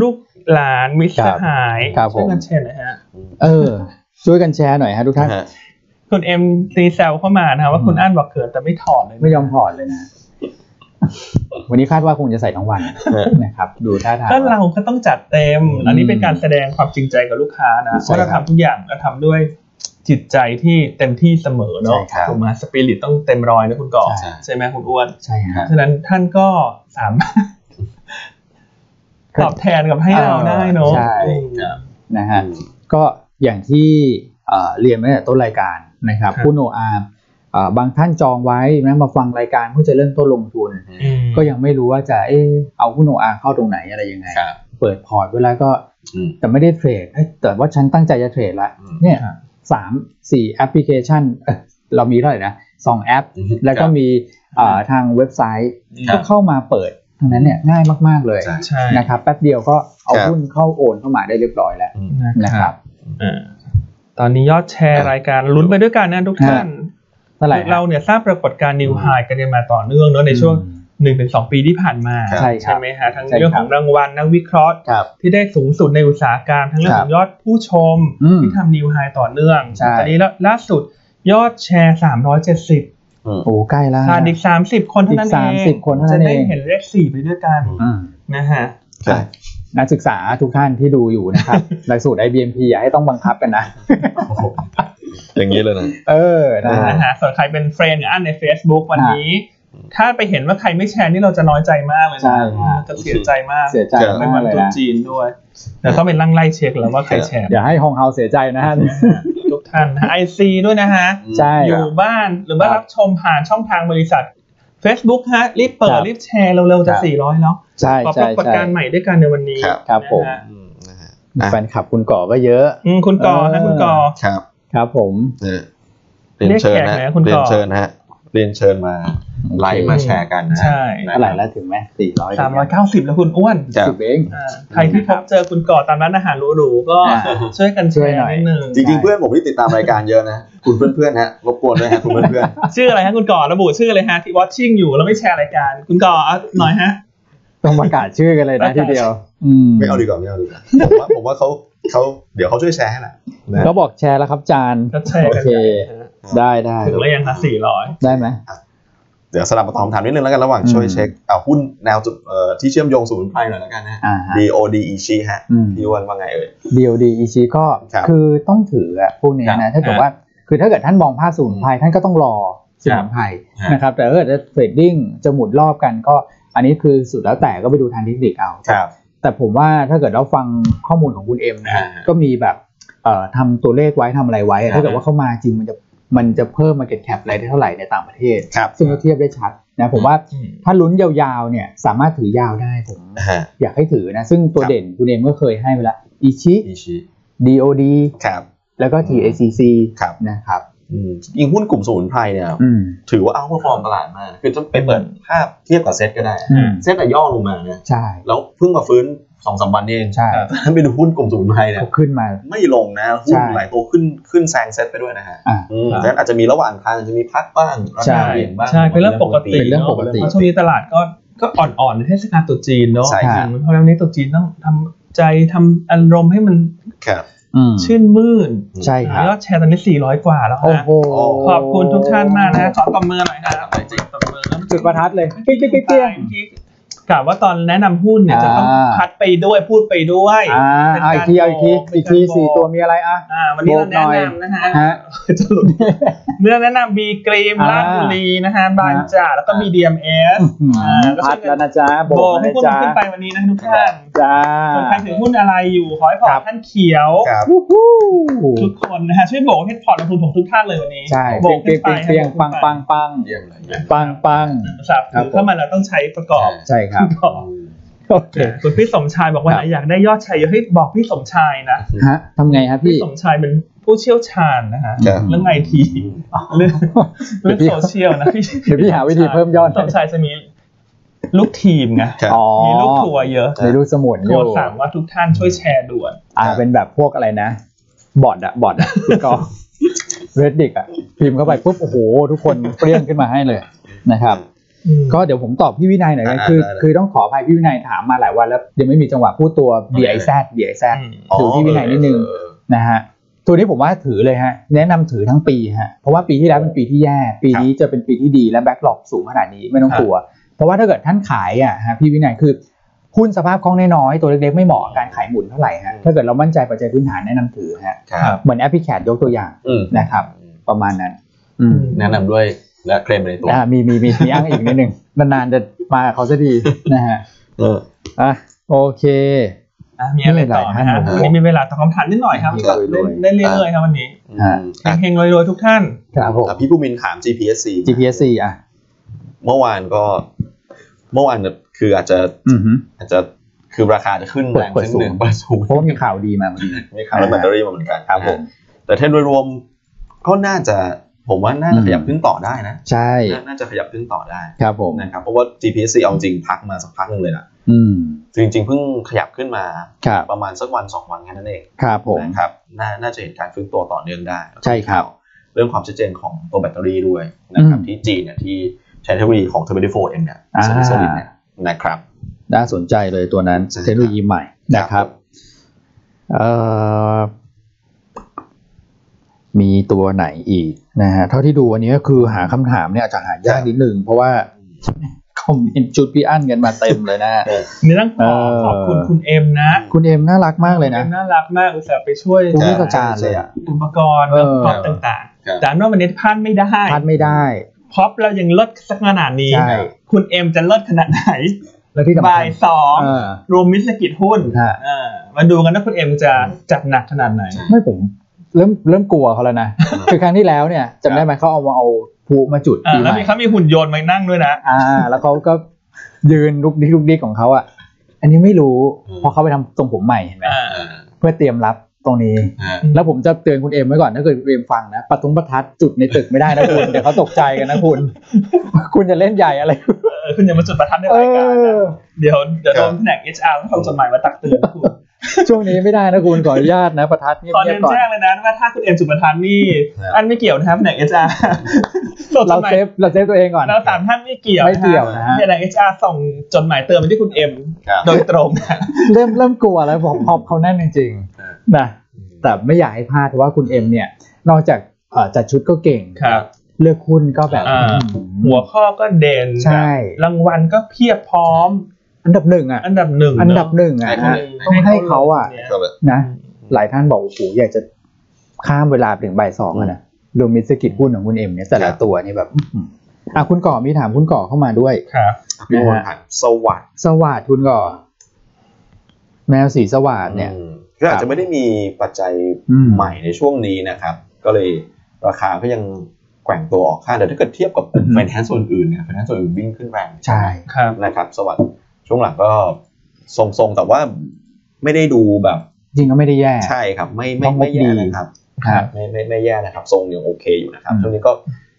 B: ลูกหลานมิตรสหาย
A: ครับผ
B: ช่วย
A: ม
B: กันแชร์หน่อยฮะ
A: เออ ช่วยกันแชร์หน่อยฮะทุกท่าน
C: ฮะ
B: คุณเอ็มซีแซวเข้ามานะฮะว่าคุณ
A: อืม
B: อั้นบอกเขินแต่ไม่ถอดเลยนะ
A: ไม่ยอมถอดเลยนะ วันนี้คาดว่าคงจะใส่ทั้งวันนะครับ ดูท่าทาง
B: ก็เราก็ต้องจัดเต็ม อันนี้เป็นการแสดงความจริงใจกับลูกค้านะ
A: ใช่
B: ว่าเรา
A: ครับ
B: ทำทุกอย่างเราทำด้วยจิตใจที่เต็มที่เสมอเนาะ
C: ใช่ครับ
B: ถูกไหมสปิริตต้องเต็มร้อยนะคุณก่อ
A: ใช่
B: ใช่ไหมคุณอ้วน
A: ใช่ฮะ
B: ฉะนั้นท่านก็สามารถ
A: <laughs> ครับ
B: ตอบแทนกับให้เราได้เนาะ
A: ใช่
B: อืม
A: นะฮะ ก็อย่างที่เอ่อเรียนมาตั้งแต่ต้นรายการนะครับ
B: ครับ
A: ผู้โนอาร์มเอ่อบางท่านจองไว้นะมาฟังรายการเพื่อจะเริ่มต้นลงทุน ก็ยังไม่รู้ว่าจะเอะเอาผู้โนอาร์เข้าตรงไหนอะไรยังไง
C: ครับ
A: เปิดพอร์ตเวแลาก็
C: อืม
A: แต่ไม่ได้เทรดเอ้ยแต่ว่าฉันตั้งใจจะเทรดละ
C: อืม
A: เนี่ยสามสี่แอปพลิเคชันเอ้ยเรามีเท่าไหร่นะสองแอป
C: อืม
A: แล้วก็มีเอ่อทางเว็บไซต์
C: ค
A: ก็
C: รับ
A: เข้ามาเปิดทั้งนั้นเนี่ยง่ายมากๆเลย
C: ใช่
B: ใช่
A: นะครับแป๊บเดียวก็เอา
C: ครับ
A: หุ้นเข้าโอนเข้ามาได้เรียบร้อยแล้ว
C: อืม
A: นะครับ
B: อ่าตอนนี้ยอดแชร์รายการลุ้นไปด้วยกันนะทุกท่าน
A: เท่าไหร่ฮะ
B: เราเนี่ยสร้างปรากฏการณ์นิวไฮกันเนี่ยมาต่อเนื่องเนอะในช่วงหนึ่งถึงสองปีที่ผ่านมา
A: ใช่ครับ
B: ไหมฮะทั้ง
A: ใช่ครับ
B: เรื่องของรางวัลนักวิเคราะห์
A: ครับ
B: ที่ได้สูงสุดในอุตสาหกรรมทั้งเรื่อง
A: ค
B: ข
A: รั
B: อบ งยอดผู้ชม
A: อืม
B: ที่ทำนิวไฮต่อเนื่อง
A: ใช่
B: ตอนนี้แล้วล่าสุดยอดแชร์ 370
C: อืม
A: โอ้ใกล้แล้ว
B: ขาดอีก 30 คนเท่านั้น
A: อีก
B: เอง
A: 30คนเท่านั้
B: จะ
A: นเอง
B: ได้เห็นเลขสี่ไปด้วยกัน
A: อืม
B: นะฮะ
C: ใช่
A: นักศึกษาทุกท่านที่ดูอยู่นะครับ หลักสูตร IBMP อย่าให้ต้องบังคับกันนะ
C: โอ้โหอย่างนี้เลยนะ
A: เออนะฮะ
B: นะฮะส่วนใครเป็นเฟรนด์กับอันใน Facebook วันนี้
C: อืม
B: ถ้าไปเห็นว่าใครไม่แชร์นี่เราจะน้อยใจมากเลย
A: ใช่
B: นะครับ จะเสียใจมาก
A: เสียใจ
B: เป็
A: มานก
B: วัน
A: เลย
B: ตรุษ
A: นะ
B: จีนด้วยแต่ต้องเป็นร่างไล่เช็คแล้วว่าใครแชร์
A: อย่าให้ฮองเฮาเสียใจนะฮะ
B: ทุกท่านไอซีด้วยนะฮะ
A: ใช่
B: อยู่บ้านหรือว่า
A: ครับ
B: รับชมผ่านช่องทางบริษัท Facebook ฮะ รีบ
A: ค
B: เปิด
A: รับ
B: รีบแชร์เร็วๆจะ
A: ครับ
B: 400 แล้ว
A: ใช่
B: ขอป
A: ใช่
B: รากฏ
A: ใช่
B: การณ์ใหม่ด้วยกันในวันนี้
C: ครับ
A: ครับผม
B: นะฮะ
C: อืมนะฮะ
A: แฟนคลับคุณก่อก็เยอะ
B: อืมคุณกอ
A: เอ
B: นะ
A: อ
B: คุณกอ
C: ครับ
A: ครับผม
C: เนี่ยเรียนเชิญนะ
B: เรียกแขกไหม
C: ฮะ
B: คุณ
C: เรีย
B: ก่
C: น
B: อ
C: เชิญนะฮะเรียนเชิญมาไลฟ์มาแชร์กันนะฮะ
B: ใช่
C: นะคบ
A: เท่าไหร่แล้วถึงไหมสี่ร้อย
B: 390 แล้วคุณอ้วน
C: ครับ
A: สิบเอง
B: อ่าใครที่พบเจอคุณก่อตามร้านอาหารหรูๆก็
A: อ่า
B: ช่วยกันแช
A: ช่วย
B: ร์
A: หน่อย
B: นิดนึง
C: จริงๆ เพื่อนผมที่ติดตามรายการเยอะนะ คุณเพื่อนๆฮะรบกวนด้วยฮะคุณเพื่อน
B: ชื่ออะไรฮะคุณก่อระบุชื่อเลยฮะที่ watching อยู่แล้วไม่แชร์รายการ คุณก่อเอาหน่อยฮะ
A: ต้องประกาศชื่อกันเลยนะทีเดียว อืม <laughs>
C: ๆไม่เอาดีกว่าไม่เอาดีกว่าผมว่าผมว่าเขาเขาเดี๋ยวเขาช่วยแชร์ให้แหละนะ
A: เขาบอกแชร์แล้วครับจาน
B: ก็แชร์กัน
A: โอเค ได้ได้
B: ถึงแล้วยังคะสี่ร้อย
A: ได้ไหม
C: เดี๋ยวสลับมาตอบคำถามนิดนึงแล้วกันระหว่าง
A: อืม
C: ช่วยเช็คเอาหุ้นแนวจุดเอ่อที่เชื่อมโยงสมุนไพรหน่อยแล้วกันนะฮะ
A: อ่าฮะ
C: DODEC ฮะ
A: อืม
C: พี่อ้วันว่าไงเอ่ย
A: DOD อีชีก็
C: ครับ
A: คือต้องถืออะพวกเนี้ยนะถ้าเกิดว่าคือถ้าเกิดท่านมองภาพสมุนไพรท่านก็ต้องรอสมุนไพร
C: ครับ
A: นะครับแต่ถ้าเกิดจะเทรดดิ้งจะหมุนรอบกันก็อันนี้คือสุดแล้วแต่ก็ไปดูทางเทคนิคเอา
C: ครับ
A: แต่ผมว่าถ้าเกิดเราฟังข้อมูลของคุณเอ็มนะ
C: อ่า
A: ก็มีแบบเอ่อทำตัวเลขไว้ทำอะไรไว้อะ
C: อ่า
A: ถ้าเกิดว่าเข้ามาจริงมันจะมันจะเพิ่ม market cap อะไรได้เท่าไหร่ในต่างประเทศ
C: ครับ
A: ซึ่งก็เทียบได้ชัดนะผมว่าถ้าลุ้นยาวๆเนี่ยสามารถถือยาวได้ผม
C: ฮะ
A: อยากให้ถือนะซึ่งตัว
C: ครับ
A: เด่นคุณเอ็มก็เคยให้ไปละอิชิ
C: EC
A: DOD
C: ครับ
A: แล้วก็ TACC
C: ครับ
A: นะครับ
C: อืมยิงหุ้นกลุ่มสมุนไพรเนี่ย
A: อืม
C: ถือว่าเอาพอฟอร์มตลาดมาก คือจะไปเปิดภาพเทียบกับเซ็ตก็ได้
A: อืม
C: เซ็ตแต่ย่อลงมานะ
A: ใช่
C: แล้วเพิ่งมาฟื้นสองสามวันนี่เอง
A: ใช่
C: ไปดูหุ้นกลุ่มสมุนไพรเนี่ย
A: เขาขึ้นมา
C: ไม่ลงนะ หุ้น
A: ใช่
C: หลายตัวขึ้นขึ้นแซงเซ็ตไปด้วยนะฮะ
A: อ่า
C: อืมดังนั้นอาจจะมีระหว่างทางอาจจะมีพักบ้างรา
A: ใช่
C: คาเปลี่ยนบ้าง
B: ใช่เป็นเรื่องปกติ
A: เป็นเรื่องปกติ
B: เพราะช่วงนี้ตลาดก็ ก็อ่อนๆในเทศกาลตรุษจีนเนาะ
C: ใช่ครับ
B: เพราะแล้วนี้ตรุษจีนต้องทำใจทำอารมณ์ให้มัน
C: ครับ
A: อืม
B: ชื่นมื่น
D: ใช่ครับ
B: ยอดแชร์ตอนนี้ 400 กว่าแล้ว
D: โอ้
B: นะ
D: โห
B: ขอบคุณทุกท่านมากนะขอตบมือหน่อยนะครับจริงๆตบมือแล้ว
A: จุดประทัดเลยปิ๊ง
B: ปิ๊ก
A: ปิ๊ง
B: ปิ๊
A: ปิ๊ง
B: กปิ๊ก
A: เปี้
B: เปี้
A: ย
B: ย
A: ง
B: งกล่าวว่าตอนแนะนำหุ้นเนี่ยจะต้อง
A: อ่า
B: พัดไปด้วยพูดไปด้วย
A: อ่า
B: เป็น
A: อ่ะอีก
B: กร
A: ทีเอาอีกที
B: โบ
A: อีกที
B: เป็นารโบ
A: สี่ตัวมีอะไรอ่ะ
B: อ่าวันนี้เราแนะ
A: โบกหน่อย
B: นำนะฮะ
A: ฮะ
B: จะหลุดเนื้อแนะนำบีกรีม
A: อ่า
B: ราชบุรีนะฮะบางจากแล้วก็มี DMS อ่าก็
A: พั
B: ช่ว
A: ด
B: ยกั
A: แล้ว
B: น
A: นะจ๊ะโบ
B: โบ
A: ก
B: ก
A: แล้ว
B: ให้
A: นะ
B: คุณ
A: จ๊ะ
B: ขึ้นไปวันนี้นะทุกท่าน
A: จ้า
B: ส่วนใครถือหุ้นอะไรอยู่ ขอให้พอร์
A: ครั
B: ต
A: บ
B: ท่านเขียว
C: ครับ
A: วู้ฮู้
B: ทุกคนนะฮะช่วยโบกให้พอร์ตลงทุนของทุกท่านเลยวันนี้
A: ใช่
B: โบ
A: ปิ๊
B: ก
A: ง
B: ขึ้
A: ปิ๊
B: น
A: งปิ๊ง
B: ไป
A: เปี้ยงปังปังปัง
C: เยี่ยมเลย
A: ปังปัง
B: สับถือเข้ามาเราต้องใช้ประกอบ
A: ใช่ครับ
B: ประกอบ
A: โอเค
B: คุณพี่สมชายบอกว่า
A: ครับ
B: อยากได้ยอดชัยเยอะให้บอกพี่สมชายนะ
A: ฮะทำไงครับ
B: พี่
A: พี่
B: สมชายเป็นผู้เชี่ยวชาญนะฮะ
C: ครับ
B: เรื่องไอทีเรื่อง
A: <laughs>
B: เรื่องโซเชียลนะพี่
A: เดี๋ยวพี่หาวิธีเพิ่มยอด
B: สมชายจะมีลูกทีมไง
C: ครับ
A: อ๋อ
B: มีลูกทัวร์เยอะ
A: มีลูกสมุนอ
B: โทร
A: ยู่
B: สั่งว่าทุกท่านช่วยแชร์ด่วน
A: อ่าเป็นแบบพวกอะไรนะ บอทอะบอทอะพี่
B: <laughs>
A: กอเรดดิกอะพิมพ์เข้าไปปุ๊บ โอ้โห ทุกคนเปรี้ยงขึ้นมาให้เลยนะครับ ก็เดี๋ยวผมตอบพี่วินัยหน่อยนะ
C: อ่า
A: คือ
C: ได้ได้
A: คือต้องขออภัยพี่วินัยถามมาหลายวันแล้วยังไม่มีจังหวะพูดตัว B I Z B I Z
B: อืม
A: ถือพี่วินัยนิดนึง
C: เออ
A: นะฮะตัวนี้ผมว่าถือเลยฮะแนะนำถือทั้งปีฮะเพราะว่าปีที่แล้วเป็นปีที่แย่ ปีนี้จะเป็นปีที่ดีและแบ็กหลอกสูงขนาดนี้ไม่ต้องกลัว เพราะว่าถ้าเกิดท่านขายอ่ะฮะพี่วินัยคือหุ้นสภาพคล่องน้อยๆตัวเล็กๆไม่เหมาะกับการขายหมุนเท่าไหร่ฮะถ้าเกิดเรามั่นใจปัจจัยพื้นฐานแนะนำถือฮะ
C: ครับ
A: เหมือนแอปพลิแคชยกตัวอย่าง
C: อืม
A: นะครับ ประมาณนั้น อืม
C: แนะนำด้วยและเคลมไปในตัว
A: อ่ามีมีมีมีอ้างอีกนิดนึงนานๆจะมาเขาซะดีนะฮะ
C: เออ
A: อ่ะโอเค
B: อ่ะมีอะไรต่อนะฮะ
A: ไม่เป็นไร
B: วันนี้มีเวลาตอบคำถามนิดหน่อยครับ
A: มีรวยๆ
B: เล่นเล่นเรื่อยๆครับวันนี้
C: อืมอ่ะ
B: เฮงๆรวยๆทุกท่าน
A: ครับผม
C: อ่ะพี่ผู้มินถาม GPSC
A: GPSC อ่ะ
C: เมื่อวานก็ เมื่อวานเนี่ยคืออาจจะ
A: อือหือ
C: อาจจะคือราคาจะขึ้น
A: เปิด
C: แรง
A: เปิด
C: ขึ้น
A: สูง
C: หนึ่งเปิดสูง
A: เพราะว่ามีข่าวดีมาพอดี
C: มีข่าวเรื่องแบตเตอรี่มาเหมือนกัน
A: ครับผม
C: แต่เทรนด์โดยรวมก็น่าจะผมว่าน่าจะขยับขึ้นต่อได้นะ
A: ใช่
C: น่าน่าจะขยับขึ้นต่อได้
A: ครับผม
C: นะครับเพราะว่า GPSC เอาจริงพักมาสักพักหนึ่งเลยนะ
A: อืม
C: จริงๆเพิ่งขยับขึ้นมา
A: ครับ
C: ประมาณสักวันสองวันแค่นั้นเอง
A: ครับผม
C: นะครับน่าน่าจะเห็นการฟื้นตัวต่อเนื่องได้
A: ใช่ครับ
C: เรื่องความชัดเจนของตัวแบตเตอรี่ด้วยนะครับ
A: อืม
C: ที่จีนเนี่ยที่ใช้เทคโนโลยีของ t ทอร์เบโฟเองเนี่ย
A: อ่า
C: เซนเซอร์ลินเนี่ยนะครับ
A: น่าสนใจเลยตัวนั้น
C: ใช่ครับ
A: เทคโนโลยีใหม่นะครับเอ่อมีตัวไหนอีกนะฮะเท่าที่ดูวันนี้ก็คือหาคำถามเนี่ยอาจจะหายากนิดนึงเพราะว่า <laughs> คอมเมนต์ชุดพี่อั้นกันมาเต็มเลยนะ
B: นี่ต้องขอ
A: เออ
B: ขอบคุณคุณเอ็มนะ
A: คุณเอ็มน่ารักมากเลยนะ
B: คุณอ็น่ารักมากอุตส่าห์ไปช่วย
A: ผู้
B: จั
A: วิ
B: ด
A: ชาการเลยอ่ะ
B: อุปกรณ์
A: เออ
B: พร็อพต่าง
C: ครับ
B: ๆแต่ว่าวันนี้พลาดไม่ได้
A: พลาดไม่ได้
B: พร็อพเรายังเลิศสักขนาดนี้
A: ใช่
B: คุณเอ็มจะเลิศขนาดไหน
A: และที่สำคั
B: บ่า
A: ญ
B: ยสอง
A: เออ
B: รวมมิตรสกิจหุ้น
A: ฮะ
B: อ่ามาดูกันนะคุณเอ็มจะจัดหนักขนาดไหน
A: ไม่ผมเริ่มเริ่มกลัวเขาแล้ว
B: <laughs>
A: นะ คือครั้งที่แล้วเนี่ยจำได้ไหมเขาเอามาเอาพลุมาจุด
B: อ่า
A: ปีให
B: แล้ว
A: ม่
B: มีเขามีหุ่นยนต์มานั่งด้วยนะ
A: อ่า แล้วเขาก็ยืนลุกดิกลุกดิกของเขาอ่ะ อันนี้ไม่รู้เพราะเขาไปทำทรงผมใหม่เห็นไหม
B: อ่า
C: อ่า
A: เพื่อเตรียมรับตรงนี้
C: อ่า
A: แล้วผมจะเตือนคุณเอ็มไว้ก่อนถ้าเกิดคุณเอ็มฟังนะประตงประทัดจุดในตึกไม่ได้นะคุณ <laughs> เดี๋ยวเขาตกใจกันนะคุณ <laughs> คุณจะเล่นใหญ่อะไร
B: เออคุณอย่ามาจุดประทัดใน
A: เอ
B: รายการนะ
A: อ
B: เดี๋ยวเดี๋ยวโดนแผนกเอชอาร์ทำจดหมายมาตักเตื
A: <laughs>
B: อนคุณ
A: ช่วงนี้ไม่ได้นะคุณขออนุญาตนะประทัดเงี
B: ตอน
A: ยบ
B: เรีย
A: ๆ
B: น
A: ก่อน
B: แจ้งเลยนะว่าถ้าคุณเอ็มจุดประทัดนี่ อันไม่เกี่ยวนะครับแผนกเอชอาร์ส่ง
A: <laughs>
B: จ
A: เรา
B: ดหมา
A: เซ
B: ย
A: ฟเราเซฟตัวเองก่อน
B: เราสามท่านไม่เกี่ยว
A: ไม่เกี่ยวนะฮะ
B: แผนกเอชอาร์ส่งจดหมายเตือนไปที่คุณเอ็ม
C: ครับ
B: โดยตรงนะ
A: เริ่มเริ่มกลัวแล้วผมพอบเขาแน่นจริงๆนะแต่ไม่อยากให้พลาดเพราะว่าคุณเอ็มเนี่ย นอกจากเอ่อจัดชุดก็เก่ง
B: ครับ
A: เลือกหุ้นก็แบบ
B: อ่า
A: อืม
B: หัวข้อก็เด่น
A: ใช่
B: รางวัลก็เพียบพร้อม
A: อันดับหนึ่งอ่ะ
B: อันดับหนึ่ง
A: อันดับหนึ่ง
B: เน
A: อ่ะ
B: อะ
A: ฮะ
B: เ
A: ต้องให้เขาอ่ะ
B: นี่ย
C: ก็เลย
A: นะ หลายท่านบอกโอ้โหอยากจะข้ามเวลาไปถึงบ่ายสองอะนะดูมิสกิจหุ้นของคุณเอ็มเนี่ยแต่ละตัวนี่แบบอื้อหืออ่ะคุณก่อมีถามคุณก่อเข้ามาด้วย
B: ครับ
C: มีคนถามสวัสด
A: สวัสดคุณก่อ แมวสีสวัสดเนี่ย
C: อืมก็อาจจะไม่ได้มีปัจจัย
A: อืม
C: ใหม่ในช่วงนี้นะครับ ก็เลยราคาก็ยังแกว่งตัวออกข้างแต่ถ้าเกิดเทียบกับ
A: อือฮึ
C: ไฟแนนซ์ส่วนอื่นเนี่ยไฟแนนซ์ส่วนอื่นวิ่งขึ้นแรง
A: ใช่
B: ครับ
C: นะครับสวัสดีช่วงหลังก็ทรงๆ แต่ว่าไม่ได้ดูแบบ
A: จริงก็ไม่ได้แย่
C: ใช่ครับ ไม่
A: ต้
C: ไม่
A: อง
C: ไม่แย่
A: ดี
C: นะครับ
A: ครับ
C: ไม่ไม่ไม่แย่นะครับ ทรงยังโอเคอยู่นะครับ
A: อืม
C: ช่วงนี้ก็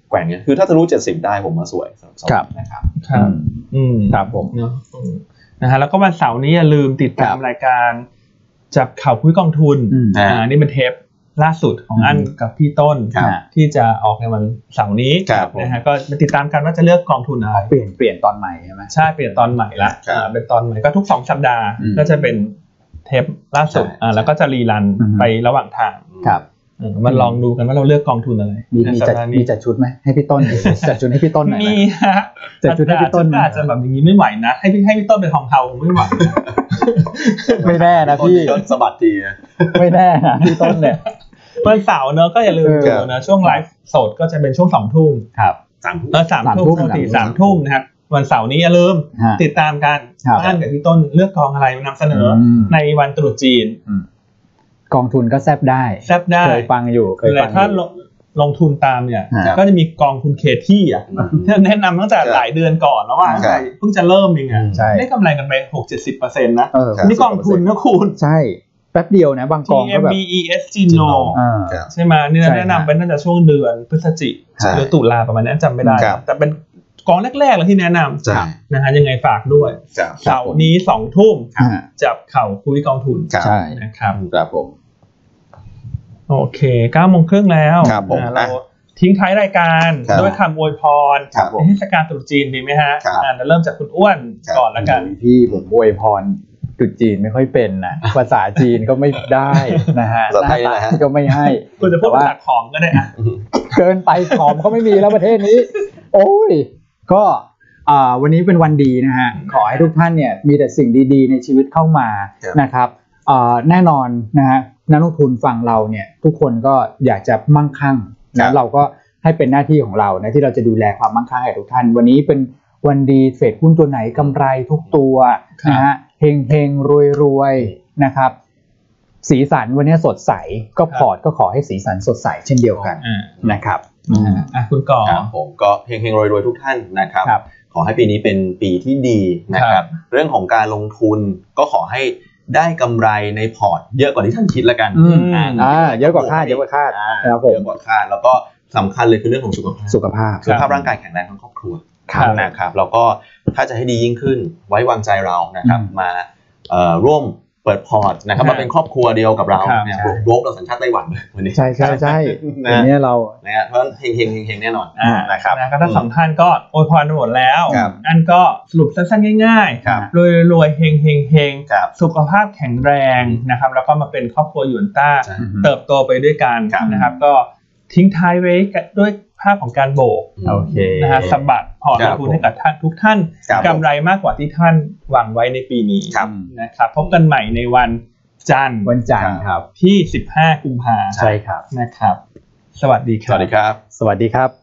C: แกว่งเงี้ยคือถ้าทะลุ70 ได้ผมมาสวยสำหรับสวัส
A: ครับ
C: ดีนะครับ
B: ครับ อืม
A: ครับผม
B: เนอะอืมนะฮะแล้วก็วันเสาร์นี้อย่าลืมติดตา
A: ค
B: ม
A: รับ
B: รายการจับข่าวคุยกองทุน
A: อืม
C: อ่า
B: นี่เป็นเทป ล่าสุดของอันกับพี่ต้น
C: ครับ
B: ที่จะออกในวันเสาร์นี้
C: ครับผม
B: นะฮะก็ติดตามกันว่าจะเลือกกองทุนอะไร
A: เปลี่ยนเปลี่ยนตอนใหม่ใช่ไหม
B: ใช่เปลี่ยนตอนใหม่ละ
C: ครับ
B: อ่าเป็นตอนใหม่ก็ทุกสองสัปดาห์
C: อืม
B: ก็จะเป็นเทปล่าสุด
C: ใช่
B: อ่าแล้วก็จะรีรัน
A: อือฮึ
B: ไประหว่างทาง
A: ครับ
B: เออมันลองดูกันว่าเราเลือกกองทุนอะไร
A: มีมี
B: ในสัป
A: จัด
B: ดาห์
A: มี
B: นี้
A: จัดชุดไหมให้พี่ต้น จัดชุดให้พี่ต้นหน่อยไหม
B: มีฮะ
A: จัดชุดให้พี่ต้น
B: อาจจะแบบอย่างนี้ไม่ไหวนะให้พี่ให้พี่ต้นเป็นทองเทาคงไม่ไหวนะ
A: ไม่แน่นะพี่
C: ต้นสะบัดดีนะ
A: ไม่แน่นะพี่ต้นเนี่ย
B: วันเสาร์เนอะก็อย่าลืม
A: เออ
B: ดูนะช่วงไลฟ์สดก็จะเป็นช่วงสองทุ่ม
A: ครับ
C: สามทุ่ม
B: เออสามทุ่ม
A: สามทุ่ม
B: โทษที
A: สา
B: สาม ม
A: ทุ่
B: ทุ่
A: ม
B: มนะครับวันเสาร์นี้อย่าลืม
A: ฮะ
B: ติดตามกัน
A: ครับ
B: บ้านกับพี่ต้นเลือกกองอะไรมานำเสนออ
A: ม
B: ในวันตรุษจีน
A: กองทุนก็แซบได้
B: แซบได้
A: เคยฟังอยู่เคย
B: แต่
A: ฟังอ
B: ถ้าล
A: ยู่
B: งลงทุนตามเนี่ย
A: ครับ
B: ก็จะมีกองทุนเคที่อ่ะที่แนะนำตั้งแต่
C: ครับ
B: หลายเดือนก่อนแล้วว่า
C: ครับ
B: เพิ่งจะเริ่มเองอ่ะ
A: ใช่
B: ได้กำไรกันไปหกเจ็ดสิบเปอร์เซ็นต์นะ
A: เออ
C: ครับ
B: นี่กองทุนนะคุณ
A: ใช่ แป๊บเดียวนะบางกองก็แบบ
B: TMB ESG No
A: อ่า
C: ครับ
B: ใช่ไหมเนี่ย
A: ใช่
B: แนะนำไปน่าจะช่วงเดือนพฤศจิ
C: ใช่
B: หรือตุลาประมาณนี้จำไม่ได้
C: ครับ
B: แต่เป็นกองแรกๆเลยที่แนะนำ
C: ใช่
B: นะฮะยังไงฝากด้วย
C: ครับ
A: ครับ
B: เสา
A: ผม
B: ร์นี้สองทุ่ม
A: อ่า
B: จับเข่าคุยกองทุน
C: ครับ
A: ใช่
B: นะครับ
C: ครับผม
B: โอเคเก้าโมงครึ่งแล้ว
C: ครับผม
B: อ่าเราทิ้งท้ายรายการ
C: ครับ
B: ด้วยคำอวยพร
C: ครับผม
B: ในเทศกาลตรุษจีนดีไหมฮะ
C: ครับ
B: อ่าเราเริ่มจากคุณอ้วน
C: ครับ
B: ก่อนละกัน
A: พี่ผมอวยพรจุดจีนไม่ค่อยเป็นนะภาษาจีนก็ไม่ได้นะฮะ
C: ภาษาไทยนะฮะ
A: ก็ไม่ให้
B: คุณจะพูดภาษาขอมก็ได้อ่ะ
A: เกินไปขอมเขาไม่มีแล้วประเทศนี้ <laughs> โอ้ย ก็อ่าวันนี้เป็นวันดีนะฮะ ขอให้ทุกท่านเนี่ยมีแต่สิ่งดีๆ ในชีวิตเข้ามา
C: ครับ
A: นะครับอ่าแน่นอนนะฮะนักลงทุนฝั่งเราเนี่ย ทุกคนก็อยากจะมั่งคั่งนะเราก็ให้เป็นหน้าที่ของเรานะที่เราจะดูแลความมั่งคั่งให้ทุกท่าน วันนี้เป็นวันดีเทรดหุ้นตัวไหนกำไรทุกตัว
B: ครับ
A: นะฮะเฮงเฮงรวยรวยๆนะครับ สีสันวันนี้สดใสก็พอร์ตก็ขอให้สีสันสดใสเช่นเดียวกัน
B: อ่า
A: นะครับ
B: อ่ะคุณก่อ
C: ครับผมก็เฮงๆรวยๆทุกท่านนะครับ
A: ครับ
C: ขอให้ปีนี้เป็นปีที่ดีนะค
B: ครั
C: รับ
B: บ
C: เรื่องของการลงทุนก็ขอให้ได้กำไรในพอร์ต เยอะกว่าที่ท่านคิดละกัน
A: อืม
C: อ่า
A: อ่าเยอะกว่าคาดเยอะกว่าคาด
C: อ่
A: ครับผม
C: เยอะกว่าคาดแล้วก็สำคัญเลยคือเรื่องของสุขภาพ
A: สุขภาพ
C: สุขภาพร่างกายแข็งแรงทั้งครอบครัว
A: ครับ
C: นะครับแล้วก็ถ้าจะให้ดียิ่งขึ้นไว้วางใจเรานะครับ
A: อืม
C: มาเอ่อร่วมเปิดพอร์ตนะครั
B: ค
C: บ
B: รับ
C: มาเป็นครอบครัวเดียวกับเรา
B: ครับ
C: เนี่ย
A: ใช่
C: โรบเราสัญชาติไต้หวันเลยวันนี้
A: ใช่ใช่ใช่เดี๋ย
C: นะ
A: วนี้เรา
C: นะฮะเพราะฉะนั้นเฮงเฮงเฮงเฮงแน่นอน
B: อ่า
C: นะครับ
B: นะก็ทั้งสองท่านก็อวยพรไปหมดแล้ว
C: ครับ
B: อันก็สรุปสั้นๆง่าย
C: ครับ
B: รวยรวยๆเฮงเฮงเฮง
C: ครับ
B: สุขภาพแข็งแรงนะครับ แล้วก็มาเป็นครอบครัวหยวนต้า
C: ใช่
B: เติบโตไปด้วยกัน
C: ครับ
B: นะครับ ก็ทิ้งท้ายไว้กับด้วยภาพของการโบก
A: โอเค
B: นะฮะสะบัดพอร์ตลงทุนให้กับท่านทุกท่าน
C: ครับผม
B: กำไรมากกว่าที่ท่านหวังไว้ในปีนี้
C: ครับ
B: นะครับพบกันใหม่ในวันจันทร์
A: วันจันทร์ครับ
B: ที่ 15 กุมภาพันธ์
A: ใช่ครับ
B: นะครับ สวัสดีค
C: ส
B: รั
C: วั
B: บ
C: สดีครับ
A: สวัสดีครับ